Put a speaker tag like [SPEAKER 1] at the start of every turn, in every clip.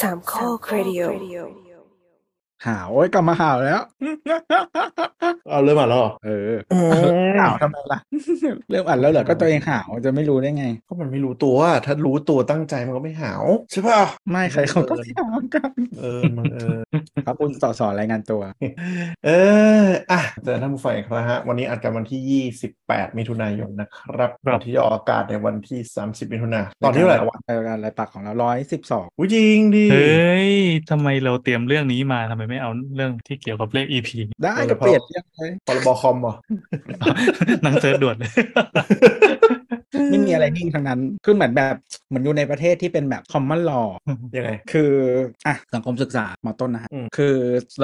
[SPEAKER 1] สามข้อครดิโอ
[SPEAKER 2] หาวโอ้ยกลับมาหาวแล้ว
[SPEAKER 3] เอาเริ่มอ่านแล้วเหรอ
[SPEAKER 2] เออหาวทำไม ล่ะ เริ่มอ่านแล้วเหรอก็ตัวเองหาวจะไม่รู้ได้ไง
[SPEAKER 3] ก็มันไม่รู้ตัว ถ้ารู้ตัวตั้งใจมันก็ไม่หาวใช่ป่ะ
[SPEAKER 2] ไม่ใครเขาก็หาว กัน
[SPEAKER 3] เออมันเออ
[SPEAKER 2] ครับคุณสอสอรายงานตัว
[SPEAKER 3] เอออ่ะเจอท่านผู้ฟังอีกครั้งนะฮะ วันนี้อัดกันวันที่ 28 มิถุนายนนะครับ
[SPEAKER 2] ครับ
[SPEAKER 3] ที่จะออกอากาศในวันที่ 30 มิถุนายนตอนที่เท่าไหร่วะ
[SPEAKER 2] รายการรายปากของเราร้อยสิบสอง
[SPEAKER 3] อุ้ยจริงดิ
[SPEAKER 4] เฮ้ยทำไมเราเตรียมเรื่องนี้มาทำไมไม่เอาเรื่องที่เกี่ยวกับเลข EP
[SPEAKER 2] ได้ก็เปลี่ยนเรื่องเลย
[SPEAKER 3] พรบคอมเหรอ
[SPEAKER 4] หนังเซิร์ชด่วน
[SPEAKER 2] ไม่มีอะไรนิ่งทั้งนั้นคือเหมือนแบบเหมือนอยู่ในประเทศที่เป็นแบบคอมมอนลอ
[SPEAKER 3] ยังไง
[SPEAKER 2] คืออ่ะสังคมศึกษามอต้นนะฮะ
[SPEAKER 3] อืม
[SPEAKER 2] คือ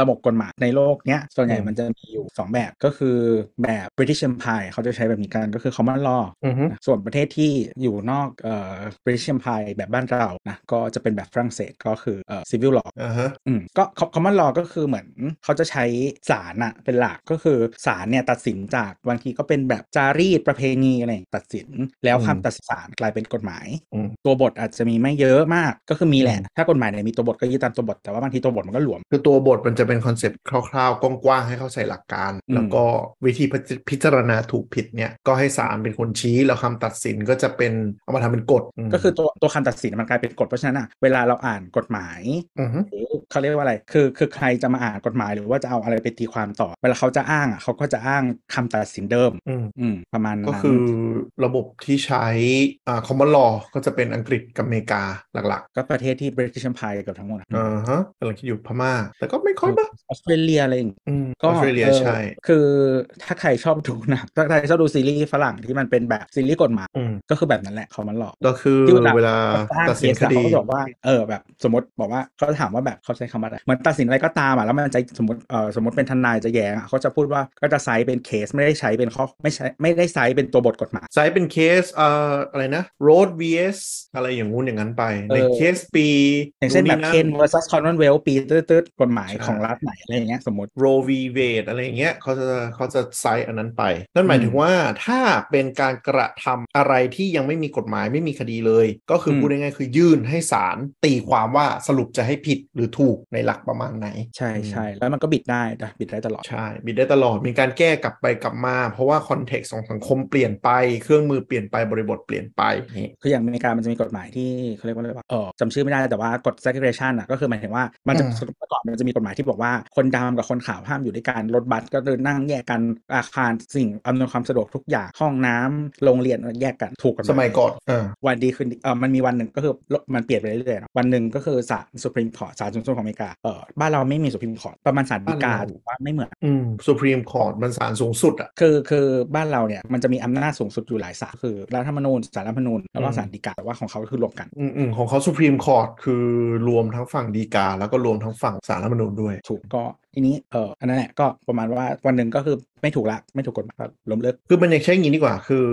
[SPEAKER 2] ระบบกฎหมายในโลกเนี้ยส่วนใหญ่
[SPEAKER 3] อืม
[SPEAKER 2] มันจะมีอยู่ 2 แบบก็คือแบบ British Empire เขาจะใช้แบบนี้กันก็คือ Common Law
[SPEAKER 3] อือฮึ
[SPEAKER 2] นะส่วนประเทศที่อยู่นอกเอ่อ British Empire แบบบ้านเรานะก็จะเป็นแบบฝรั่งเศสก็คือเอ่อ Civil Law
[SPEAKER 3] อ่าฮะ
[SPEAKER 2] อืมก็ Common Law ก็คือเหมือนเขาจะใช้ศาลอะเป็นหลักก็คือศาลเนี่ยตัดสินจากบางทีก็เป็นแบบจารีตประเพณีอะไรอย่างตัดสิน แล้ว
[SPEAKER 3] อืม
[SPEAKER 2] คำตัดสินศาลกลายเป็นกฎหมาย
[SPEAKER 3] อืม
[SPEAKER 2] ตัวบทอาจจะมีไม่เยอะมากก็คือมีแหละ
[SPEAKER 3] อืม
[SPEAKER 2] ถ้ากฎหมายไหนมีตัวบทก็ยึดตามตัวบท แต่ว่าบางทีตัวบทมันก็หลวม
[SPEAKER 3] คือตัวบทมันจะเป็นคอนเซปต์คร่าวๆ กว้างๆ ให้เข้าใจหลักการ
[SPEAKER 2] อืม
[SPEAKER 3] แล้วก็วิธีพิจารณาถูกผิดเนี่ย ก็ให้ศาลเป็นคนชี้ แล้วคำตัดสินก็จะเป็นเอามาทำเป็นกฎม
[SPEAKER 2] ก็คือตัวตัวคำตัดสินมันกลายเป็นกฎเพราะฉะนั้นอ่ะเวลาเราอ่านกฎหมาย
[SPEAKER 3] อือฮึ
[SPEAKER 2] หรือเขาเรียกว่าอะไรคือคือใครจะมาอ่านกฎหมายหรือว่าจะเอาอะไรไปตีความต่อ เวลาเขาจะอ้างอ่ะเขาก็จะอ้างคำตัดสินเดิม
[SPEAKER 3] อืม
[SPEAKER 2] อืมประมาณนั้น
[SPEAKER 3] ก็คือระบบที่ใช้อ่า common law ก็จะเป็นอังกฤษกับอเมริกาหลัก
[SPEAKER 2] ก็ประเทศที่ British Empire เกือบทั้งหมดอะ
[SPEAKER 3] ๆอ่าฮะกำลังคิดอยู่พม่า แต่ก็ไม่ค่อยปะ
[SPEAKER 2] ออสเตรเลียอะไรอย่างงี้
[SPEAKER 3] อืมอ
[SPEAKER 2] ก็
[SPEAKER 3] อสเตรเลีย
[SPEAKER 2] ออ
[SPEAKER 3] ใช่
[SPEAKER 2] คือถ้าใครชอบดูหนะถ้าใครชอบดูซีรีส์ฝรั่งที่มันเป็นแบบซีรีส์กฎหมาย
[SPEAKER 3] อืม
[SPEAKER 2] ก็คือแบบนั้นแหละเขามันหลอก
[SPEAKER 3] ก็คือ
[SPEAKER 2] ที่
[SPEAKER 3] เวลา
[SPEAKER 2] ตั
[SPEAKER 3] ตั
[SPEAKER 2] ด
[SPEAKER 3] ด
[SPEAKER 2] สิ
[SPEAKER 3] สิ
[SPEAKER 2] น
[SPEAKER 3] น
[SPEAKER 2] ค
[SPEAKER 3] ค
[SPEAKER 2] ดี
[SPEAKER 3] ดี
[SPEAKER 2] เขาก็บอกว่าเออแบบสมมติบอกว่าเขาถามว่าแบบเขาใช้คำว่าอะไรเหมือนตัดสินอะไรก็ตามอ่ะแล้วมันจะสมมติเออสมมติเป็นทนายจะแย้งอ่ะเขาจะพูดว่าก็จะไซส์เป็นเคสไม่ได้ใช้เป็นข้อไม่ใช้ไม่ได้ไซส์เป็นตัวบทกฎหมาย
[SPEAKER 3] ไซส์เป็นเคสเอ่ออะไรนะ road vs อะไรอย่างงู้นอย่างนั้นไป ใน
[SPEAKER 2] เออ
[SPEAKER 3] เคสปี
[SPEAKER 2] อย่างเช่นแบบเคน
[SPEAKER 3] น
[SPEAKER 2] เวอร์ซัสคอนเวลปีตืดๆกฎหมาย
[SPEAKER 3] ใช่
[SPEAKER 2] ของรัฐไหนอะไรอย่างเงี้ยสมมติ
[SPEAKER 3] Roe v Wade อะไรอย่างเงี้ยเขาจะเขาจะไซส์อันนั้นไป นั่นหมายถึงว่าถ้าเป็นการกระทำอะไรที่ยังไม่มีกฎหมายไม่มีคดีเลย ก็คืออ
[SPEAKER 2] ม
[SPEAKER 3] พูดง่ายๆคือยื่นให้ศาลตีความว่าสรุปจะให้ผิดหรือถูกในหลักประมาณไหน
[SPEAKER 2] ใช่ใช่แล้วมันก็บิดได้นะบิดได้ตลอด
[SPEAKER 3] ใช่บิดได้ตลอดมีการแก้กลับไปกลับมา เพราะว่าคอนเท็กซ์ของสังคมเปลี่ยนไป เครื่องมือเปลี่ยนไปบริบทเปลี่ยนไปนี่
[SPEAKER 2] คืออย่างอเมริกามันจะมีกฎหมายที่เขาเรียกว่าอะไรวะเออจำชื่อไม่ได้แต่ว่ากฎ segregation อ่ะก็คือหมายถึงว่ามันจะ
[SPEAKER 3] อืม
[SPEAKER 2] สมัยก่อนมันจะมีกฎหมายที่บอกว่าคนดำกับคนขาวห้ามอยู่ด้วยกันรถบัสก็เดินนั่งแยกกันอาคารสิ่งอำนวยความสะดวกทุกอย่างห้องน้ำโรงเรียนแยกกันถูกกัน
[SPEAKER 3] สมัยก่อนอ่า
[SPEAKER 2] วันดีคืนดีเออมันมีวันหนึ่งก็คือมันเปลี่ยนไปเรื่อยๆเนอะวันหนึ่งก็คือศาลสุพรีมคอร์ศาลสูงสุดของอเมริกาเออบ้านเราไม่มีสุพรีมคอร์ประมาณศาลฎีกา
[SPEAKER 3] บ้านเรา
[SPEAKER 2] ถือว่าไม่เหมือน
[SPEAKER 3] อืมสุพรีมคอร์มันศาลสูงสุดอ่ะ
[SPEAKER 2] คือคือบ้านเราเนี่ยมันจะมีอำนาจสูงสุดอยู่หลายศาลคือรัฐธรรมนูญศาลรัฐธรรมนูญแล้วก็
[SPEAKER 3] อืม
[SPEAKER 2] ศาลฎีกาแต่ว่าของเขาก็คือรวมกัน
[SPEAKER 3] อืมอืมของเขาสุพรีมคอร์คือรวมทั้งฝั่งดีกา แล้วก็รวมทั้งฝั่งศาลรัฐธรรมนูญด้วย
[SPEAKER 2] ถูกก็ทีนี้เอออันนั้นแหละก็ประมาณว่าวันหนึ่งก็คือไม่ถูกละไม่ถูกกฎหมายก็ล้มเลิก
[SPEAKER 3] คือมันยังใช้อย่างนี้ดีกว่า คือ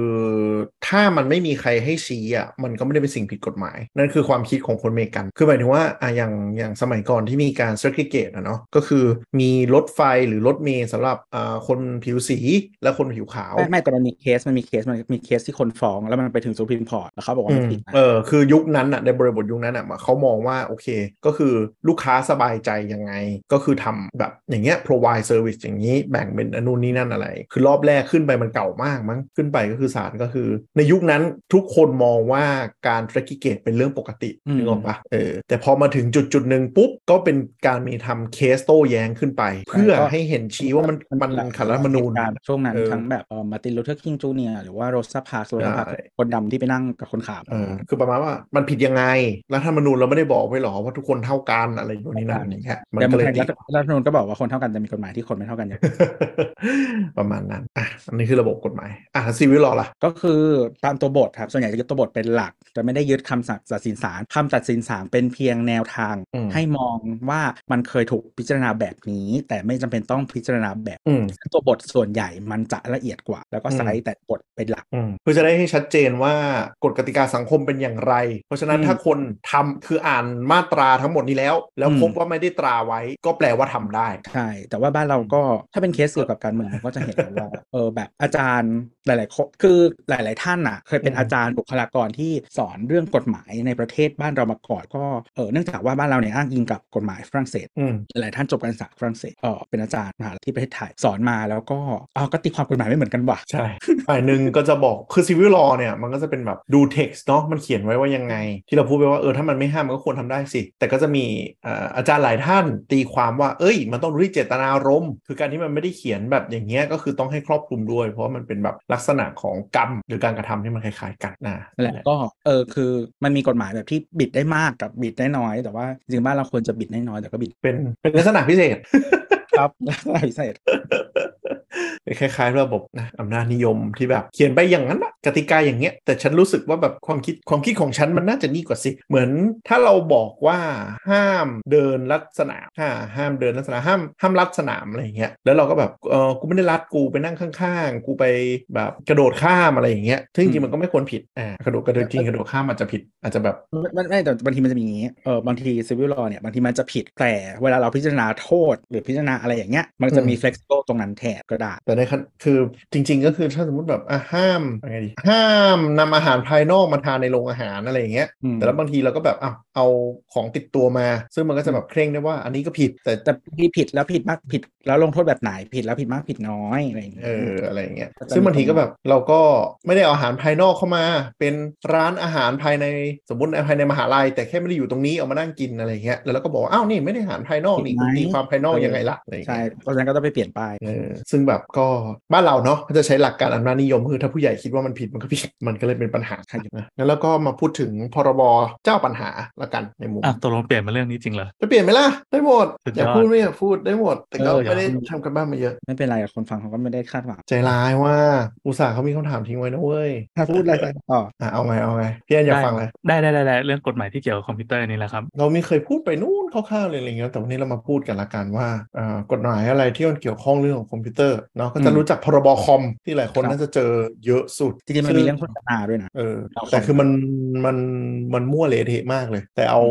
[SPEAKER 3] ถ้ามันไม่มีใครให้ชี้อ่ะ มันก็ไม่ได้เป็นสิ่งผิดกฎหมาย นั่นคือความคิดของคนอเมริกัน คือหมายถึงว่าอ่ะอย่างอย่างสมัยก่อนที่มีการ segregate อะเนาะ ก็คือมีรถไฟหรือรถเมล์สำหรับอ่าคนผิวสีและคนผิวขาว
[SPEAKER 2] ไม่ไม่แต่มันมีเคสมันมีเคสมันมีเคสที่คนฟ้อง แล้วมันไปถึงสุพรีมคอร์ตแล้วเขาบอกว่าไม่ผิดนะ
[SPEAKER 3] เออคือยุคนั้นอ่ะในบริบทยุคนั้นอ่ะเขามองว่าโอเค ก็คือลูกค้าสบายใจยังไง ก็คือทำแบบอย่างเงี้ย provide service อย่างนี้แบ่งเป็นอนนุนนี่นั่นอะไร คือรอบแรกขึ้นไปมันเก่ามากมั้งขึ้นไปก็คือศาลก็คือ ในยุคนั้นทุกคนมองว่าการทร i เกตเป็นเรื่องปกตินึกออกปะเออแต่พอมาถึงจุดจุดๆหนึ่งปุ๊บ ก็เป็นการมีทำเคสโต้แย้งขึ้นไป เพื่อให้เห็นชี้ว่ามันมันขัดรัฐธรรมนูญ
[SPEAKER 2] ช่วงนั้น
[SPEAKER 3] เออ
[SPEAKER 2] ทั้งแบบเออมาตินลูเทอร์คิงจูเนียหรือว่าโรซาพาร์คโรซาพาร์
[SPEAKER 3] ใช่
[SPEAKER 2] คนดำที่ไปนั่งกับคนขาว
[SPEAKER 3] เออคือประมาณว่ามันผิดยังไง รัฐธรรมนูญเราไม่ได้บอกไว้หรอว่าทุกคนเท่ากันอะไรอยู่นี่นั่นอย่างเงี้ยมัน
[SPEAKER 2] แต่
[SPEAKER 3] ก็
[SPEAKER 2] เมือง
[SPEAKER 3] เลย
[SPEAKER 2] ไทย
[SPEAKER 3] ติ
[SPEAKER 2] รั
[SPEAKER 3] ด
[SPEAKER 2] ฐ รัฐธรรมนูญก็บอกว่าคนเท่ากันจะมีกฎหมายที่คนไม่เท่ากันอย่าง
[SPEAKER 3] ประมาณนั้นอ่ะอันนี้คือระบบกฎหมาย อ่ะซีวิลลอล่ะ
[SPEAKER 2] ก็คือตามตัวบทครับส่วนใหญ่จะยึดตัวบทเป็นหลัก จะไม่ได้ยึดคำสั่งตัดสินศาลคำตัดสินศาลเป็นเพียงแนวทาง
[SPEAKER 3] อืม
[SPEAKER 2] ให้มองว่ามันเคยถูกพิจารณาแบบนี้ แต่ไม่จำเป็นต้องพิจารณาแบบ
[SPEAKER 3] อืม
[SPEAKER 2] ตัวบทส่วนใหญ่มันจะละเอียดกว่า แล้วก็
[SPEAKER 3] อืม
[SPEAKER 2] ไซส์แต่บทเป็นหลัก
[SPEAKER 3] อืมเพื่อจะได้ให้ชัดเจนว่ากฎกติกาสังคมเป็นอย่างไร เพราะฉะนั้น
[SPEAKER 2] อืม
[SPEAKER 3] ถ้าคนทำคืออ่านมาตราทั้งหมดนี้แล้ว แล้ว
[SPEAKER 2] อืม
[SPEAKER 3] พบว่าไม่ได้ตราไว้ ก็แปลว่าทำได้
[SPEAKER 2] ใช่ แต่ว่าบ้านเราก็ถ้าเป็นเคสเกี่ยวกับการเมืองเราก็จะเห็นเลยว่า เออแบบอาจารย์หลายๆคนคือหลาย ๆ ท่านน่ะ เคยเป็น
[SPEAKER 3] อืม
[SPEAKER 2] อาจารย์บุคลากรที่สอนเรื่องกฎหมายในประเทศบ้านเรามาก่อนก็เออเนื่องจากว่าบ้านเราเนี่ยอ้างอิงกับกฎหมายฝรั่งเศส
[SPEAKER 3] อืม
[SPEAKER 2] หลายๆท่านจบการศึกษาฝรั่งเศสเออเป็นอาจารย์มหาลัยที่ประเทศไทยสอนมาแล้วก็อ๋อก็ตีความกฎหมายไม่เหมือนกันว่ะ
[SPEAKER 3] ใช่ ฝ่ายหนึ่งก็จะบอก คือซีวิลลอเนี่ย มันก็จะเป็นแบบดูเท็กซ์เนาะ มันเขียนไว้ว่ายังไง ที่เราพูดไปว่า เออ ถ้ามันไม่ห้ามมันก็ควรทำได้สิ แต่ก็จะมีเอ่ออาจารย์หลายท่านตีความว่า เอ้ย มันต้องรู้เจตนารมณ์ คือการที่มันไม่ได้เขียนแบบอย่างเงี้ย ก็คือต้องให้ครอบคลุมด้วย เพราะว่ามันเป็นแบบลักษณะของกรรม หรือการกระทำที่มันคล้ายๆกันนะ
[SPEAKER 2] นั่นแหละก็เออคือมันมีกฎหมายแบบที่บิดได้มากกับบิดได้น้อย แต่ว่าจริงๆบ้านเราควรจะบิดได้น้อยแต่ก็บิด
[SPEAKER 3] เป็น เป็นลักษณะพิเศษ
[SPEAKER 2] ครับ พิเศษ
[SPEAKER 3] เป็น คล้ายๆระบบนะอำนาจนิยมที่แบบเขียนไปอย่างนั้นนะกติกาอย่างเงี้ย แต่ฉันรู้สึกว่าแบบความคิดความคิดของฉันมันน่าจะนี่กว่าสิ เหมือนถ้าเราบอกว่าห้ามเดินลัดสนามห้าห้ามเดินลัดสนามห้ามห้ามลัดสนามอะไรอย่างเงี้ยแล้วเราก็แบบเออกูไม่ได้ลัดกูไปนั่งข้างๆ กูไปแบบกระโดดข้ามอะไรอย่างเงี้ยซึ่งจริงๆมันก็ไม่ควรผิดอ่ากระโดดกระโดดจริงกระโดดข้ามอาจจะผิดอาจจะแบบ
[SPEAKER 2] มันมันไม่แต่บางทีมันจะมีอย่างงี้เออบางทีซิวิลลอเนี่ยบางทีมันจะผิดแต่เวลาเราพิจารณาโทษ หรือพิจารณาอะไรอย่างเงี้ยมันจะมี
[SPEAKER 3] อืม
[SPEAKER 2] flexible ตรงนั้นแทนก็ได้
[SPEAKER 3] แต่ในขั้นคือจริง ๆ ก็คือถ้าสมมติแบบอ่ะห้ามยังไงดีห้ามนำอาหารภายนอกมาทานในโรงอาหารอะไรอย่างเงี้ย
[SPEAKER 2] อืม
[SPEAKER 3] แต่แล้วบางทีเราก็แบบอ้าวเอาของติดตัวมา ซึ่งมันก็จะแบบเคร่งได้ว่า อันนี้ก็ผิดแต่
[SPEAKER 2] แต่ที่ผิดแล้วผิดมากผิดแล้วลงโทษแบบไหนผิดแล้วผิดมากผิดน้อยอะไรอย่างเงี้ย
[SPEAKER 3] เอออะไรอย่างเงี้ย
[SPEAKER 2] ก็จะมี
[SPEAKER 3] ซึ่งบางทีก็แบบเราก็ไม่ได้เอาอาหารภายนอกเข้ามา เป็นร้านอาหารภายในสมมติภายในมหาลัย แต่แค่ไม่ได้อยู่ตรงนี้เอามานั่งกินอะไรอย่างเงี้ยแล้วเราก็บอกว่าอ้าวนี่ไม่ได้อาหารภายนอกนี่คุณตีความภายนอกยังไงล่ะอะไรอย่าง
[SPEAKER 2] ใช่
[SPEAKER 3] เงี้ย
[SPEAKER 2] เพราะฉะนั้นก็ต้องไปเปลี่ยนป้าย
[SPEAKER 3] เออซึ่งแบบก็บ้านเราเนาะก็จะใช้หลักการอำนาจนิยมคือถ้าผู้ใหญ่คิดว่ามันผิดมันก็ผิด มันก็เลยเป็นปัญหา
[SPEAKER 2] ใช่ครับ
[SPEAKER 3] นะงั้นแล้วก็มาพูดถึงพรบเจ้าปัญหาละกันในมุม
[SPEAKER 4] อ่ะตกลงเปลี่ยนมาเรื่องนี้จริงเหรอ
[SPEAKER 3] จะเปลี่ยนไหมล่ะ ได้หมด
[SPEAKER 4] สุด
[SPEAKER 3] อ
[SPEAKER 4] ยอด
[SPEAKER 3] ยากพูดไม่อยากพูดได้หมด แต่ก็
[SPEAKER 4] เอออยาก
[SPEAKER 3] ไม่ได้
[SPEAKER 4] พูด
[SPEAKER 3] ทำกันบ้านมาเยอะ
[SPEAKER 2] ไม่เป็นไรหรอกคนฟังเขาก็ไม่ได้คาดหวัง
[SPEAKER 3] ใจร้ายว่า อุตส่าห์เขามีคำถามทิ้งไว้นะเว้ย
[SPEAKER 2] ถ้าพูดอะไรไปต่อ
[SPEAKER 3] อ่ะเอาไงเอาไงพี่แอนอยาก
[SPEAKER 4] ได้
[SPEAKER 3] ฟังเลย
[SPEAKER 4] ได้ได้ได้ได้เรื่องกฎหมายที่เกี่ยวกับคอมพิวเตอร์นี่แหละครับ
[SPEAKER 3] เรามีเคยพูดไปนู่นคร่าวๆเลยอะไรเงี้ยแต่วันนี้เรามาพูดกันละกันว่าเอ่อกฎหมายอะไรที่มันเกี่ยวข้องเรื่องของคอมพิวเตอร์เนาะก็จะ
[SPEAKER 2] อืม
[SPEAKER 3] รู้จักพรบคอมที่หลายคน
[SPEAKER 2] ครับ
[SPEAKER 3] น่าจะเจอเยอะสุด
[SPEAKER 2] จริงๆมันมีเรื่องโฆษณาด้วยนะ
[SPEAKER 3] เออ
[SPEAKER 2] เอา
[SPEAKER 3] แต่
[SPEAKER 2] ของ
[SPEAKER 3] คือมันมันมันมั่วเละเทะมากเลย แต่เอา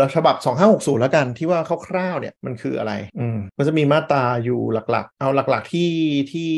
[SPEAKER 3] รัฐฉบับ 2560 แล้วกันที่ว่าคร่าวๆเนี่ยมันคืออะไรอืมมันจะมีมาตราอยู่หลักๆ เอาหลักๆที่ที่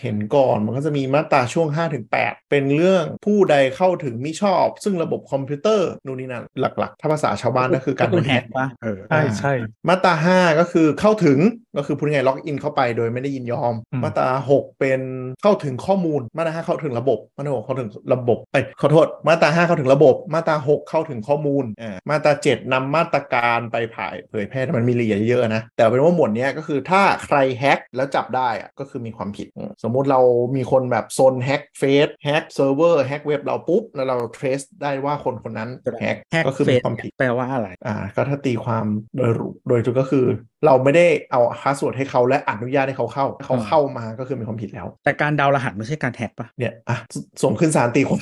[SPEAKER 3] เห็นก่อนมันก็จะมีมาตราช่วง 5-8 เป็นเรื่องผู้ใดเข้าถึงมิชอบ ซึ่งระบบคอมพิวเตอร์นู่นนี่นั่นหลักๆ ถ้าภาษาชาวบ้านก็คือการ
[SPEAKER 2] คุ
[SPEAKER 3] โด
[SPEAKER 2] ณ
[SPEAKER 3] น
[SPEAKER 2] แฮ
[SPEAKER 3] แฮ
[SPEAKER 2] ก
[SPEAKER 3] ก
[SPEAKER 2] ปะเออ
[SPEAKER 4] ใช่
[SPEAKER 3] อ่า
[SPEAKER 4] ใช่
[SPEAKER 3] มาตรา 5 ก็คือเข้าถึงก็คือพูดง่ายๆล็อกอินเข้าไปโดยไม่ได้ยินยอม
[SPEAKER 4] อืม
[SPEAKER 3] มาตรา 6 เป็นเข้าถึงข้อมูล มาตรา5เข้าถึงระบบ มาตรา6เข้าถึงระบบเอ้ยขอโทษ มาตรา5เข้าถึงระบบ มาตรา 6 เข้าถึงข้อมูลอ่ามาตรา 7นำมาตรการไปผ่ายเผยแพร่แต่มันมีรายละเอียดเยอะนะ แต่เป็นว่าหมวดเนี้ยก็คือถ้าใครแฮ็กแล้วจับได้อะก็คือมีความผิดอืมสมมุติเรามีคนแบบโซนแฮ็กเฟซแฮ็กเซิร์ฟเวอร์แฮ็กเว็บเราปุ๊บแล้วเราเทรสได้ว่าคนคนนั้นแฮ็ก
[SPEAKER 2] แฮก
[SPEAKER 3] ก็คือ
[SPEAKER 2] เฟ
[SPEAKER 3] มี
[SPEAKER 2] ซ
[SPEAKER 3] ความผิด
[SPEAKER 2] แปลว่าอะไร
[SPEAKER 3] อ่าก็ถ้าตีความโดยรูโดยทุกก็คือ เราไม่ได้เอาพาสเวิร์ดให้เขาและอนุญาตให้เขาเข้าเขา
[SPEAKER 2] อืม
[SPEAKER 3] เข้ามาก็คือมีความผิดแล้ว
[SPEAKER 2] แต่การเดาวรหัสไม่ใช่การแฮกปะ
[SPEAKER 3] เนี่ยอ่ะสส่งขึ้นศาลตีความ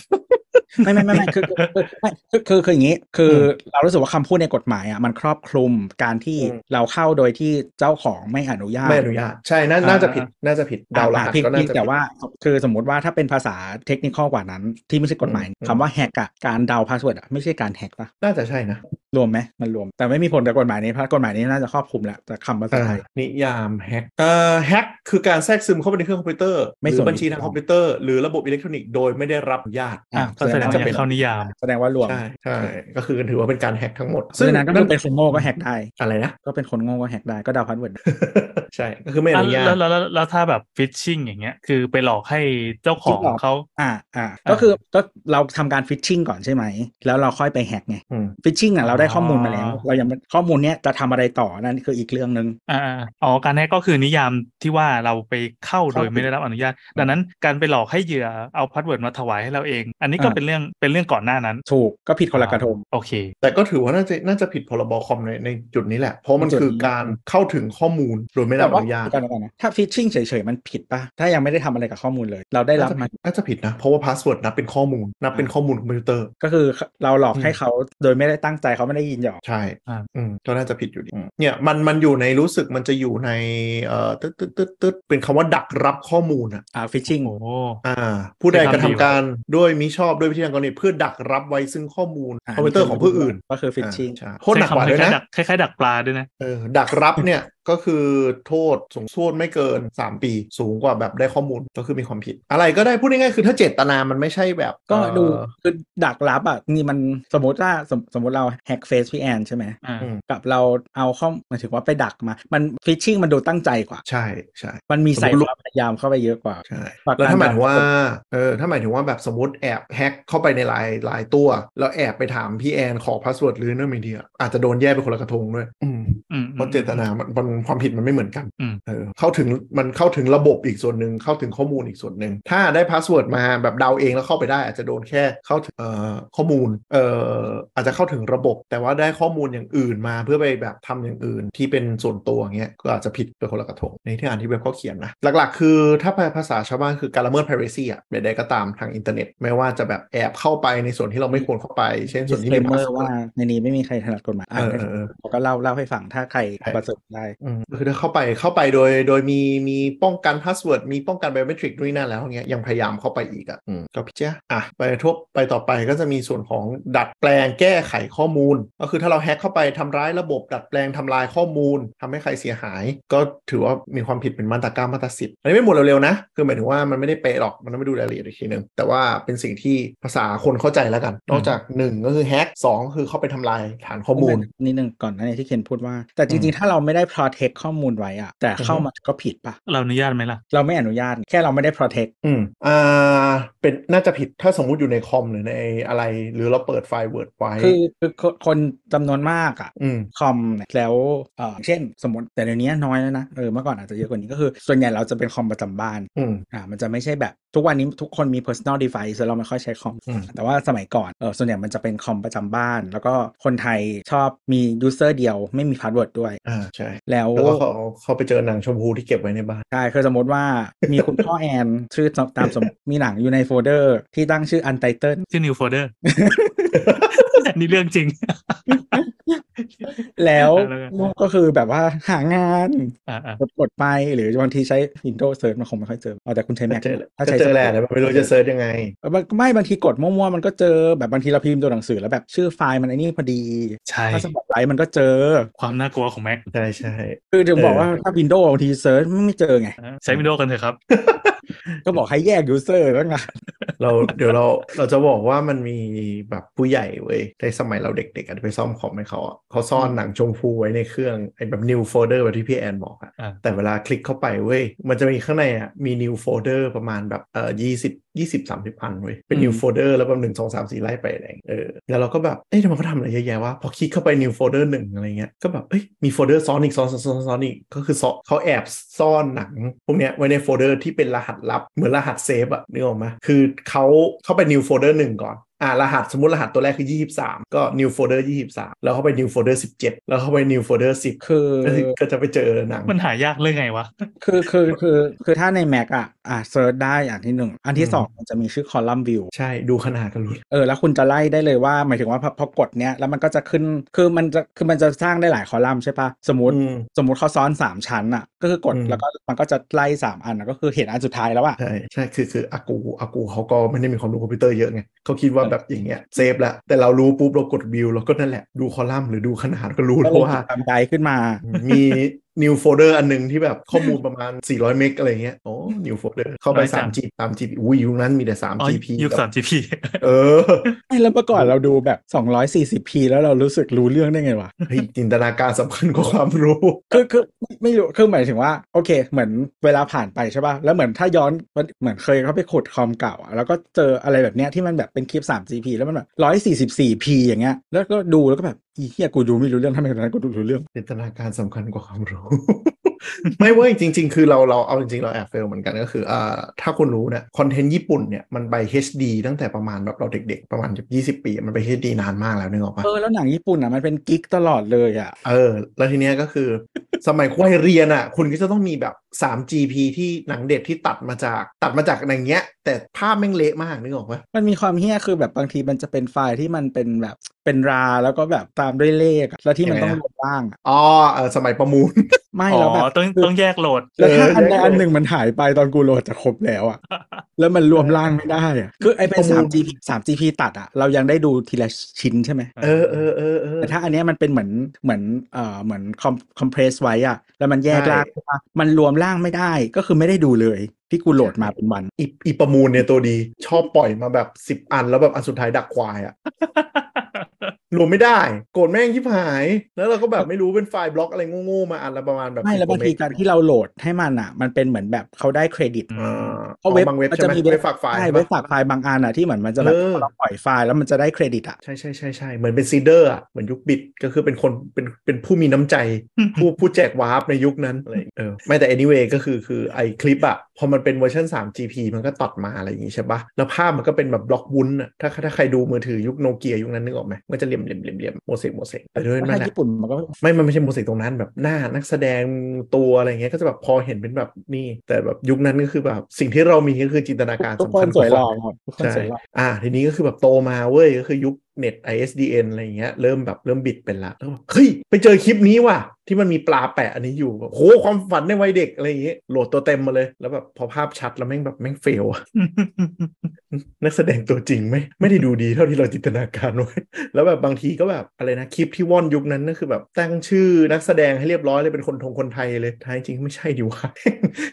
[SPEAKER 2] ไม่ไม่ไม่ไม่คือคือไม่คือคือคืออย่างนี้ คืออเรารู้สึกว่าคำพูดในกฎหมายอ่ะมันครอบคลุมการที่
[SPEAKER 3] อืม
[SPEAKER 2] เราเข้าโดยที่เจ้าของไม่อนุญาต
[SPEAKER 3] ไม่อนุญาต ใช่น่า
[SPEAKER 4] อ่า
[SPEAKER 3] น่าจะผิดน่าจะผิดเดาวรหัส
[SPEAKER 2] อ่ะผิด
[SPEAKER 3] ก็
[SPEAKER 2] ผิ
[SPEAKER 3] น่า
[SPEAKER 2] ด
[SPEAKER 3] จะ
[SPEAKER 2] แต่
[SPEAKER 3] ผิด
[SPEAKER 2] ว่าคือสมมติว่าถ้าเป็นภาษาเทคนิคกว่านั้น ที่ไม่ใช่กฎหมาย
[SPEAKER 3] อืม
[SPEAKER 2] คำว่าแฮกอะการเดาพาสเวิร์ดอะไม่ใช่การแฮกปะ
[SPEAKER 3] น่าจะใช่นะ
[SPEAKER 2] รวมไหมมันรวม แต่ไม่มีผลกับกฎหมายนี้เพราะกฎหมายนี้น่าจะครอบคลุมแหละแต่คำภาษาไทย
[SPEAKER 3] อ่านิยามแฮกเอ่อแฮกคือการแทรกซึมเข้าไปในเครื่องคอมพิวเตอร์ห
[SPEAKER 2] ไม่
[SPEAKER 3] รื
[SPEAKER 2] ส่
[SPEAKER 3] อ
[SPEAKER 2] วน
[SPEAKER 3] บัญชีทางคอมพิวเตอร์ หรือระบบอิเล็กทรอนิกส์โดยไม่ได้รับอนุญาต
[SPEAKER 4] อ่ะก็แสดงว่า
[SPEAKER 3] จะ
[SPEAKER 4] ยั
[SPEAKER 3] เป็น
[SPEAKER 4] งเข้านิยาม
[SPEAKER 2] แสดงว่ารวม
[SPEAKER 3] ใช่ใช่ก็คือถือว่าเป็นการแฮกทั้งหมด
[SPEAKER 2] ซึ่งนั้นก็คือเป็นคนโง่ก็แฮกได้
[SPEAKER 3] อะไรนะ
[SPEAKER 2] ก็เป็นคนโง่ก็แฮกได้ก็เดาพาสเวิร์ด
[SPEAKER 3] ใช่ก็คือไม่อนุญาต
[SPEAKER 4] แล้วแล้วแล้วแล้วถ้าแบบฟิชชิงอย่างเงี้ย คือไปหลอกให้เจ้าของ
[SPEAKER 2] หลอก
[SPEAKER 4] เขา
[SPEAKER 2] อ่าอ่า
[SPEAKER 4] อ่า
[SPEAKER 2] ก็คือก็เราทำการฟิชชิงก่อนใช่ไหม แล้วเราค่อยไปแฮกไง
[SPEAKER 3] อืม
[SPEAKER 2] ฟิชชิงอ่ะเราได้ข้อมูลมาแล้ว
[SPEAKER 4] อ๋อ
[SPEAKER 2] เรายังไม่ข้อมูลเนี้ยจะทำอะไรต่อนั่นคืออีกเรื่องหนึ่ง
[SPEAKER 4] อ่าอ๋อการแฮกก็คือนิยามที่ว่าเราไปเข้าโดยไม่ได้รับอนุญาต ดังนั้นการไปหลอกให้เหยื่อเอาพาสเวิร์ดมาถวายให้เราเอง อันนี้ก็
[SPEAKER 2] อ่า
[SPEAKER 4] เป็นเรื่องเป็นเรื่องก่อนหน้านั้น
[SPEAKER 2] ถูกก็ผิดคนละกระทง
[SPEAKER 4] โอเค
[SPEAKER 3] แต่ก็ถือว่าน่าจะน่าจะผิดพรบคอมในในจุดนี้แหละ เพราะมัน
[SPEAKER 2] จุดนี้
[SPEAKER 3] คือการเข้าถึงข้อมูลโดยไม่ได้รับอนุญาต
[SPEAKER 2] แต่ว่เดี๋ยวก่อนนะถ้าฟิชชิงเฉยๆมันผิดป่ะ ถ้ายังไม่ได้ทำอะไรกับข้อมูลเลย เราได้
[SPEAKER 3] น่า
[SPEAKER 2] รับ
[SPEAKER 3] จะ
[SPEAKER 2] มัน
[SPEAKER 3] ผิดน่าจะผิดนะ เพราะว่าพาสเวิร์ดนับเป็นข้อมูล นับเป็นข้อมูลคอมพิวเตอร์
[SPEAKER 2] ก็คือเราหลอก
[SPEAKER 3] อืม
[SPEAKER 2] ให้เขาโดยไม่ได้ตั้งใจเขาไม่ได้ยินยอม
[SPEAKER 3] ใช่
[SPEAKER 4] อ่า
[SPEAKER 3] อืมก็น่าจะผิดอยู่ดีเนี่ยมันมันอยู่ในรู้สึกมันจะอยู่ในเอ่อตึ๊ดตึ๊ดตึ๊ดตึ๊ดเป็นคำว่าดักรับข้อมูลอ่ะ
[SPEAKER 2] อ่าฟิชชิง
[SPEAKER 4] โอ้โห
[SPEAKER 3] อ่า ผู้ใด
[SPEAKER 4] เป็น
[SPEAKER 3] กระทำ
[SPEAKER 4] คำดีว่ะ
[SPEAKER 3] การด้วยมิชอบด้วยวิธีการกรณีเพื่อดักรับไว้ซึ่งข้อมูลคอมพิวเตอร์ของผู้อื่น
[SPEAKER 2] ก็คือฟิชชิง
[SPEAKER 3] อ่าใช่โทษหนักกว่าด้วย
[SPEAKER 4] ใช้
[SPEAKER 3] นะ
[SPEAKER 4] คำคล้ายๆดักคล้ายๆดักปลาด้วยนะ
[SPEAKER 3] เออดักรับเนี่ย ก็คือโทษสูงสุดไม่เกิน 3 ปี สูงกว่าแบบได้ข้อมูลก็คือมีความผิด อะไรก็ได้พูดง่ายๆคือถ้าเจตนามันไม่ใช่แบบ
[SPEAKER 2] ก็ดู
[SPEAKER 3] เอ่อ
[SPEAKER 2] คือดักรับอ่ะนี่มันสมมติว่าสมสมมติเราแฮกเฟซพี่แอนใช่ไหม
[SPEAKER 4] อ่า
[SPEAKER 3] อืม
[SPEAKER 2] กับเราเอาข้อมหมายถึงว่าไปดักมา มันฟิชชิ่งมันดูตั้งใจกว่า
[SPEAKER 3] ใช่ใช่
[SPEAKER 2] มันมีใส่ความพยายามเข้าไปเยอะกว่า
[SPEAKER 3] ใช่
[SPEAKER 2] ประกัน
[SPEAKER 3] แล้วถ้าหมายถึงว่าเออถ้าหมายถึงว่าแบบสมมติแอบแฮ็กเข้าไปในไลน์ไลน์ตัว แล้วแอบไปถามพี่แอนขอพาสเวิร์ดหรือเนื้อมีเดียอาจจะโดนแย่ไปคนละกระทงด้วยอืม
[SPEAKER 4] อืม
[SPEAKER 3] เพราะเจตนามันมันความผิดมันไม่เหมือนกัน
[SPEAKER 4] อืม
[SPEAKER 3] เออเข้าถึงมันเข้าถึงระบบอีกส่วนหนึ่งเข้าถึงข้อมูลอีกส่วนหนึ่งถ้าได้พาสเวิร์ดมาแบบเดาเองแล้วเข้าไปได้ อาจจะโดนแค่เข้าถึงเอ่อข้อมูลเอ่ออาจจะเข้าถึงระบบ แต่ว่าได้ข้อมูลอย่างอื่นมาเพื่อไปแบบทำอย่างอื่นที่เป็นส่วนตัวอย่างเงี้ยก็อาจจะผิดไปคนละกระทงในที่อ่านที่เว็บเขาเขียนนะหลักๆ คือถ้าภาษาชาวบ้านคือการละเมิด privacy อะใดๆก็ตามทางอินเทอร์เน็ต ไม่ว่าจะแบบแอบเข้าไปในส่วนที่เราไม่ควรเข้าไป เช่นส่วนที่มี
[SPEAKER 2] disclaimer
[SPEAKER 3] password
[SPEAKER 2] ว่าในนี้ไม่มีใครถนัดกฎหมายอ่ะ
[SPEAKER 3] เออเออเออ
[SPEAKER 2] เขาก็เล่าเล่าให้ฟังถ้าใครประสบได้
[SPEAKER 3] อืมคือถ้าเข้าไปเข้าไปโดยโดยมีมีป้องกันพาสเวิร์ดมีป้องกันไบโอเมตริกนู่นนนั่นแล้วอย่างเงี้ยยังพยายามเข้าไปอีกอ่ะอืมก็พี่เจ้าอ่ะไปทบไปต่อไปก็จะมีส่วนของดัดแปลงแก้ไขข้อมูล ก็คือถ้าเราแฮ็กเข้าไปทำร้ายระบบ ดัดแปลงทำลายข้อมูลทำให้ใครเสียหาย ก็ถือว่ามีความผิดเป็นมาตราเก้ามาตราสิบอันนี้ไม่หมดเร็วๆนะคือหมายถึงว่ามันไม่ได้เป๊ะหรอกมันต้องไปดูรายละเอียดอีกทีหนึ่งแต่ว่าเป็นสิ่งที่ภาษาคนเข้าใจแล้วกัน นอกจากหนึ่งก็คือแฮ็กสองคือเข้าไปทำลายฐานข้อมูล
[SPEAKER 2] นิดนึงก่อนนะเนี่ยที่เคนพูดว่า แต่จริงๆ ถ้าเราไม่ได้ protect ข้อมูลไว้อะแต่เข้ามาก็ผิดปะ
[SPEAKER 4] เราอนุญาตไหมล่ะ
[SPEAKER 2] เราไม่อนุญาตแค่เราไม่ได้ protect
[SPEAKER 3] อืม อ่า เป็นน่าจะผิดถ้าสมมุติอยู่ในคอมหรือในอะไร หรือเราเปิดไฟล์ Word ไว้
[SPEAKER 2] คือคือคนคนจำนวนมากอะ
[SPEAKER 3] อืม
[SPEAKER 2] คอมเนี่ยแล้วเอ่อเช่นสมมติแต่เดี๋ยวนี้น้อยแล้วนะเออเมื่อก่อนอาจจะเยอะกว่านี้ก็คือ ส่วนใหญ่เราจะเป็นคอมประจำบ้าน
[SPEAKER 3] อืม
[SPEAKER 2] อ่ามันจะไม่ใช่แบบทุกวันนี้ทุกคนมี personal device แล้วเราไม่ค่อยใช้คอม
[SPEAKER 3] อืม
[SPEAKER 2] แต่ว่าสมัยก่อนเออส่วนใหญ่มันจะเป็นคอมประจำบ้าน แล้วก็คนไทยชอบมี user เดียวไม่มี password ด้วย
[SPEAKER 3] อ่า ใช่
[SPEAKER 2] แล้ว
[SPEAKER 3] แล้วก็เขาเขาไปเจอหนังชมพูที่เก็บไว้ในบ้าน
[SPEAKER 2] ใช่คือสมมติว่ามีคุณพ่อ แอนชื่อตามสมมีหนังอยู่ในโฟลเดอร์ ที่ตั้งชื่ออันไตเติล
[SPEAKER 4] ชื่อ new folder อันนี้เรื่องจริง
[SPEAKER 2] แล้ว
[SPEAKER 4] แล้วไง
[SPEAKER 2] ลูกก็คือแบบว่าหางาน
[SPEAKER 4] อ่าอ่าก
[SPEAKER 2] ดกดไปหรือ บางทีใช้ Windows Search มันคงไม่ค่อยเจอเอาแต่คุณใช้
[SPEAKER 3] ก็
[SPEAKER 2] Mac
[SPEAKER 3] เจอแหละ
[SPEAKER 2] ถ้า
[SPEAKER 3] ก็
[SPEAKER 2] ใช้
[SPEAKER 3] เจอแหละแต่ไม่รู้จะเซิร์ชยังไง
[SPEAKER 2] Search ไม่บางทีกดมั่วๆ มันก็เจอแบบบางทีเราพิมพ์ตัวหนังสือแล้วแบบชื่อไฟล์มันไอ้นี่พอดี
[SPEAKER 4] ใช่
[SPEAKER 2] ถ้าสมัครไลน์มันก็เจอ
[SPEAKER 4] ความน่ากลัวของแม็ก
[SPEAKER 3] ใช่ใช่
[SPEAKER 2] คือถึงบอก
[SPEAKER 3] เออ
[SPEAKER 2] ว่าถ้า Windows บางทีเซิร์ชไม่เจอไง
[SPEAKER 4] ใช้วินโดว์กันเถอะครับ
[SPEAKER 2] ก็บอกให้แยก user แล้วไง
[SPEAKER 3] เราเดี๋ยวเราเราจะบอกว่ามันมีแบบผู้ใหญ่เว้ยในสมัยเราเด็กๆอะที่ไปซ่อมคอมให้เขาอะเขาซ่อนหนังชมพูไว้ในเครื่องไอ้แบบ new folder แบบที่พี่แอนบอกอะ
[SPEAKER 4] อ่า
[SPEAKER 3] แต่เวลาคลิกเข้าไปเว้ยมันจะมีข้างในอะมี new folder ประมาณแบบเอ่อยี่สิบยี่สิบสามสิบพันเว้ยเป็น new
[SPEAKER 2] อืม
[SPEAKER 3] folder แล้วแบบหนึ่งสองสามสี่ไล่ไปอะไรอย่างเงี้ยเออแล้วเราก็แบบเอ๊ะทำไมเขาทำอะไรเยอะแยะวะพอคลิกเข้าไป new folder หนึ่งอะไรเงี้ยก็แบบเอ้ยมีโฟลเดอร์ซ้อนอีกซ้อนซ้อนซ้อนซ้อนอีกก็คือซ้อนเขาแอบซ่อนหนังพวกเนี้ยไว้ในโฟลเดอร์ที่เป็นรหัสลับเหมือนรหัสเซฟอะนึกออกไหมคือเขาเข้าไป new folder หนึ่งก่อนอ่ารหัสสมมติรหัสตัวแรกคือ 23 ก็ new folder 23 แล้วเข้าไป new folder 17 แล้วเข้าไป new folder 10
[SPEAKER 2] คือ
[SPEAKER 3] ก็คือก็จะไปเจอหนัง
[SPEAKER 4] มันหายากเรื่องไงวะ
[SPEAKER 2] คือคือคือคือถ้าใน Mac อ่ะอ่ะเซิร์ชได้อย่างที่หนึ่ง อันที่
[SPEAKER 3] อืม
[SPEAKER 2] สองมันจะมีชื่อคอลัมน์วิว
[SPEAKER 3] ใช่ดูขนาดกันรู้
[SPEAKER 2] เออแล้วคุณจะไล่ได้เลยว่าหมายถึงว่าพอพอกดเนี้ยแล้วมันก็จะขึ้นคือมันจะคือมันจะสร้างได้หลายคอลัมน์ใช่ปะสมมติ
[SPEAKER 3] อืม
[SPEAKER 2] สมมติเขาซ้อน 3 ชั้นอ่ะ ก็คือกด
[SPEAKER 3] อืม
[SPEAKER 2] แล้วก็มันก็จะไล่ 3 อันอะก็คือเห็นอันสุดท้ายแล้วอ่ะ
[SPEAKER 3] ใช่ใช่คือคืออากูอากูเขาก็ไม่ได้มีความรู้คอมพิวเตอร์เยอะไงเขาคิดว่าแบบอย่างเงี้ยเซฟแล้วแต่เรารู้ปุ๊บเรากดวิวเราก็นั่นแหละดูคอลัมน์หรือดูขนาด ก็รู้
[SPEAKER 2] ก็
[SPEAKER 3] แล้ว
[SPEAKER 2] เลย
[SPEAKER 3] ว่า
[SPEAKER 2] ทำไดขึ้นมา
[SPEAKER 3] มี new folder อันหนึงที่แบบข้อมูลประมาณ 400 เมกอะไรเงี้ยโอ้ new folder เข้าไป
[SPEAKER 4] น้อยจัง
[SPEAKER 3] 3 G 3 G อุ้ยยุคนั้นมีแต่
[SPEAKER 4] อ๋
[SPEAKER 3] 3
[SPEAKER 4] อ
[SPEAKER 3] G P
[SPEAKER 4] ยุคสามจีพี
[SPEAKER 3] เออ
[SPEAKER 2] ไม่แล้วเมื่อก่อนเราดูแบบ 240p แล้วเรารู้สึกรู้เรื่องได้ไงวะ
[SPEAKER 3] เฮ้ยจินตนาการสำคัญกว่าความรู้
[SPEAKER 2] คือคือไม่ไม่รู้คือหมายถึงว่าโอเค เหมือนเวลาผ่านไปใช่ป่ะแล้วเหมือนถ้าย้อนเหมือนเคยเขาไปขุดคอมเก่าอะแล้วก็เจออะไรแบบเนี้ยที่มันแบบเป็นคลิป 3GP แล้วมันแบบ 144p อย่างเงี้ยแล้วก็ดูแล้วก็แบบอีเหี้ยกูดูไม่รู้เรื่องทำไมตอนนั้นกูดูรู้เรื่อง
[SPEAKER 3] จินตนาการสำคัญกว่าความรู้ ไม่เว้ยจริง ๆ คือเราเราเอาจริงๆ เราแอบเฟลเหมือนกันก็คืออ่าถ้าคุณรู้เนี่ยคอนเทนต์ญี่ปุ่นเนี่ยมันไป HD ตั้งแต่ประมาณแบบเราเด็ก ๆ ประมาณแบบ20 ปี มันไป HD นานมากแล้วนึกออกปะ
[SPEAKER 2] เออแล้วหนังญี่ปุ่นอ่ะมันเป็นกิ๊กตลอดเลยอ่ะ
[SPEAKER 3] เออ แล้วทีเนี้ยก็คือ สมัยวัยเรียนอ่ะ คุณก็จะต้องมีแบบ 3GP ที่หนังเด็ดที่ตัดมาจากตัดมาจากอย่างเงี้ย แต่ภาพแม่งเละมากนึกออกปะ
[SPEAKER 2] มันมีความเหี้ยคือแบบบางทีมันจะเป็นไฟล์ที่มันเป็นแบบ เป็นราแล้วก็แบบตามด้วยเลขอะแล้วที่มัน
[SPEAKER 3] ยังไง
[SPEAKER 2] ต้อง
[SPEAKER 3] อะ
[SPEAKER 2] ลงบ้างอะ
[SPEAKER 3] อ๋อเออสมัยประมูล
[SPEAKER 2] ไม่
[SPEAKER 4] อ๋อ
[SPEAKER 2] แล้วแบบ
[SPEAKER 4] ต้องต้องแยกโหลด
[SPEAKER 2] แล้วถ้า
[SPEAKER 3] เออ
[SPEAKER 2] อันใด
[SPEAKER 3] แยก
[SPEAKER 2] อันหนึ่งมันหายไปตอนกูโหลดจะครบแล้วอ่ะ แล้วมันรวมร่างไม่ได้อ่ะคือไอเป็
[SPEAKER 3] ป
[SPEAKER 2] น
[SPEAKER 3] ระมู
[SPEAKER 2] สาม
[SPEAKER 3] ล
[SPEAKER 2] จีสามจีพีตัดอ่ะเรายังได้ดูทีละชิ้นใช่ไหม
[SPEAKER 3] เออเออเออเออ
[SPEAKER 2] แต่ถ้าอันเนี้ยมันเป็นเหมือนเหมือนเอ่อเหมือนคอมคอมเพรสไว้อะแล้วมันแยก
[SPEAKER 3] ใช่
[SPEAKER 2] ร่างใช่ปะมันรวมร่างไม่ได้ก็คือไม่ได้ดูเลยที่กูโหลดมาเป็นวัน
[SPEAKER 3] อีอีประมูลเนี่ยตัวดีชอบปล่อยมาแบบสิบอันแล้วแบบอันสุดท้ายดักควายอะรวมไม่ได้ โกรธแม่งยิบหาย แล้วเราก็แบบไม่รู้เป็นไฟล์บล็อกอะไรโง่ๆมาอันละประมาณแบบ
[SPEAKER 2] ไม่แล้วบางทีการที่เราโหลดให้มันอะมันเป็นเหมือนแบบเขาได้เครดิต
[SPEAKER 3] อ่า
[SPEAKER 2] เพราะเว็บ
[SPEAKER 3] างเว็บ
[SPEAKER 2] มัน
[SPEAKER 3] ใช่
[SPEAKER 2] จะ
[SPEAKER 3] ไหม
[SPEAKER 2] มี
[SPEAKER 3] เว็บฝากไฟล์
[SPEAKER 2] ใช่
[SPEAKER 3] ใช่ปะ
[SPEAKER 2] เว็บฝากไฟล์บางอันอะที่เหมือนมันจะแบบ
[SPEAKER 3] เออ
[SPEAKER 2] พอเราปล่อยไฟล์แล้วมันจะได้เครดิตอะ
[SPEAKER 3] ใช่ใช่ใช่ใช่เหมือนเป็นซีเดอร์อ่ะเหมือนยุคบิดก็คือเป็นคนเป็นเป็นผู้มีน้ำใจ ผู้ผู้แจกวาร์ปในยุคนั้นอะไรอย่างเงี้ยเออไม่แต่ anyway ก็คือคือไอคลิปอะพอมันเป็นเวอร์ชัน 3GP มันก็ตัดมาอะไรอย่างงี้ใช่ปะแล้วภาพมันก็เป็นแบบบล็อกวุ้นอะถ้าถ้าใครดูมือถือยุคโนเกียยุคนั้นนึกออกไหมมันจะเหลี่ยมเหลี่ยมเหลี่ยมเหลี่ยมโมเสกโมเสกแต่ด้วยนั่
[SPEAKER 2] ถ้าน
[SPEAKER 3] แหละ
[SPEAKER 2] ญี่ปุ่นมันก็
[SPEAKER 3] ไม่มันไม่ใช่โมเสกตรงนั้นแบบหน้านักแสดงตัวอะไรเงี้ยก็จะแบบพอเห็นเป็นแบบนี่ แต่แบบยุคนั้นก็คือแบบสิ่งที่เรามีก็คือจินตนาการ
[SPEAKER 2] ทุกค
[SPEAKER 3] สำคั
[SPEAKER 2] น
[SPEAKER 3] ญ
[SPEAKER 2] สวยหล่อก
[SPEAKER 3] า
[SPEAKER 2] หมดทุกคน
[SPEAKER 3] ใช่
[SPEAKER 2] สวยหล่อ
[SPEAKER 3] อ่า ทีนี้ก็คือแบบโตมาเว้ย ก็คือยุคเน็ต ISDN อะไรอย่างเงี้ย เริ่มแบบเริ่มบิดเป็นละแล้วแบบเฮ้ย ไปเจอคลิปนี้ว่ะ ที่มันมีปลาแปะอันนี้อยู่แบบโห ความฝันในวัยเด็ก อะไรอย่างเงี้ย โหลดตัวเต็มมาเลย แล้วแบบพอภาพชัดแล้วแม่งแบบแม่งเฟลอะ นักแสดงตัวจริงไม่ไม่ได้ดูดีเท่าที่เราจินตนาการไว้ แล้วแบบบางทีก็แบบอะไรนะคลิปที่ว่อนยุคนั้นก็คือแบบตั้งชื่อนักแสดงให้เรียบร้อยเลยเป็นคนทงคนไทยเลยท้ายจริงไม่ใช่ดิวะ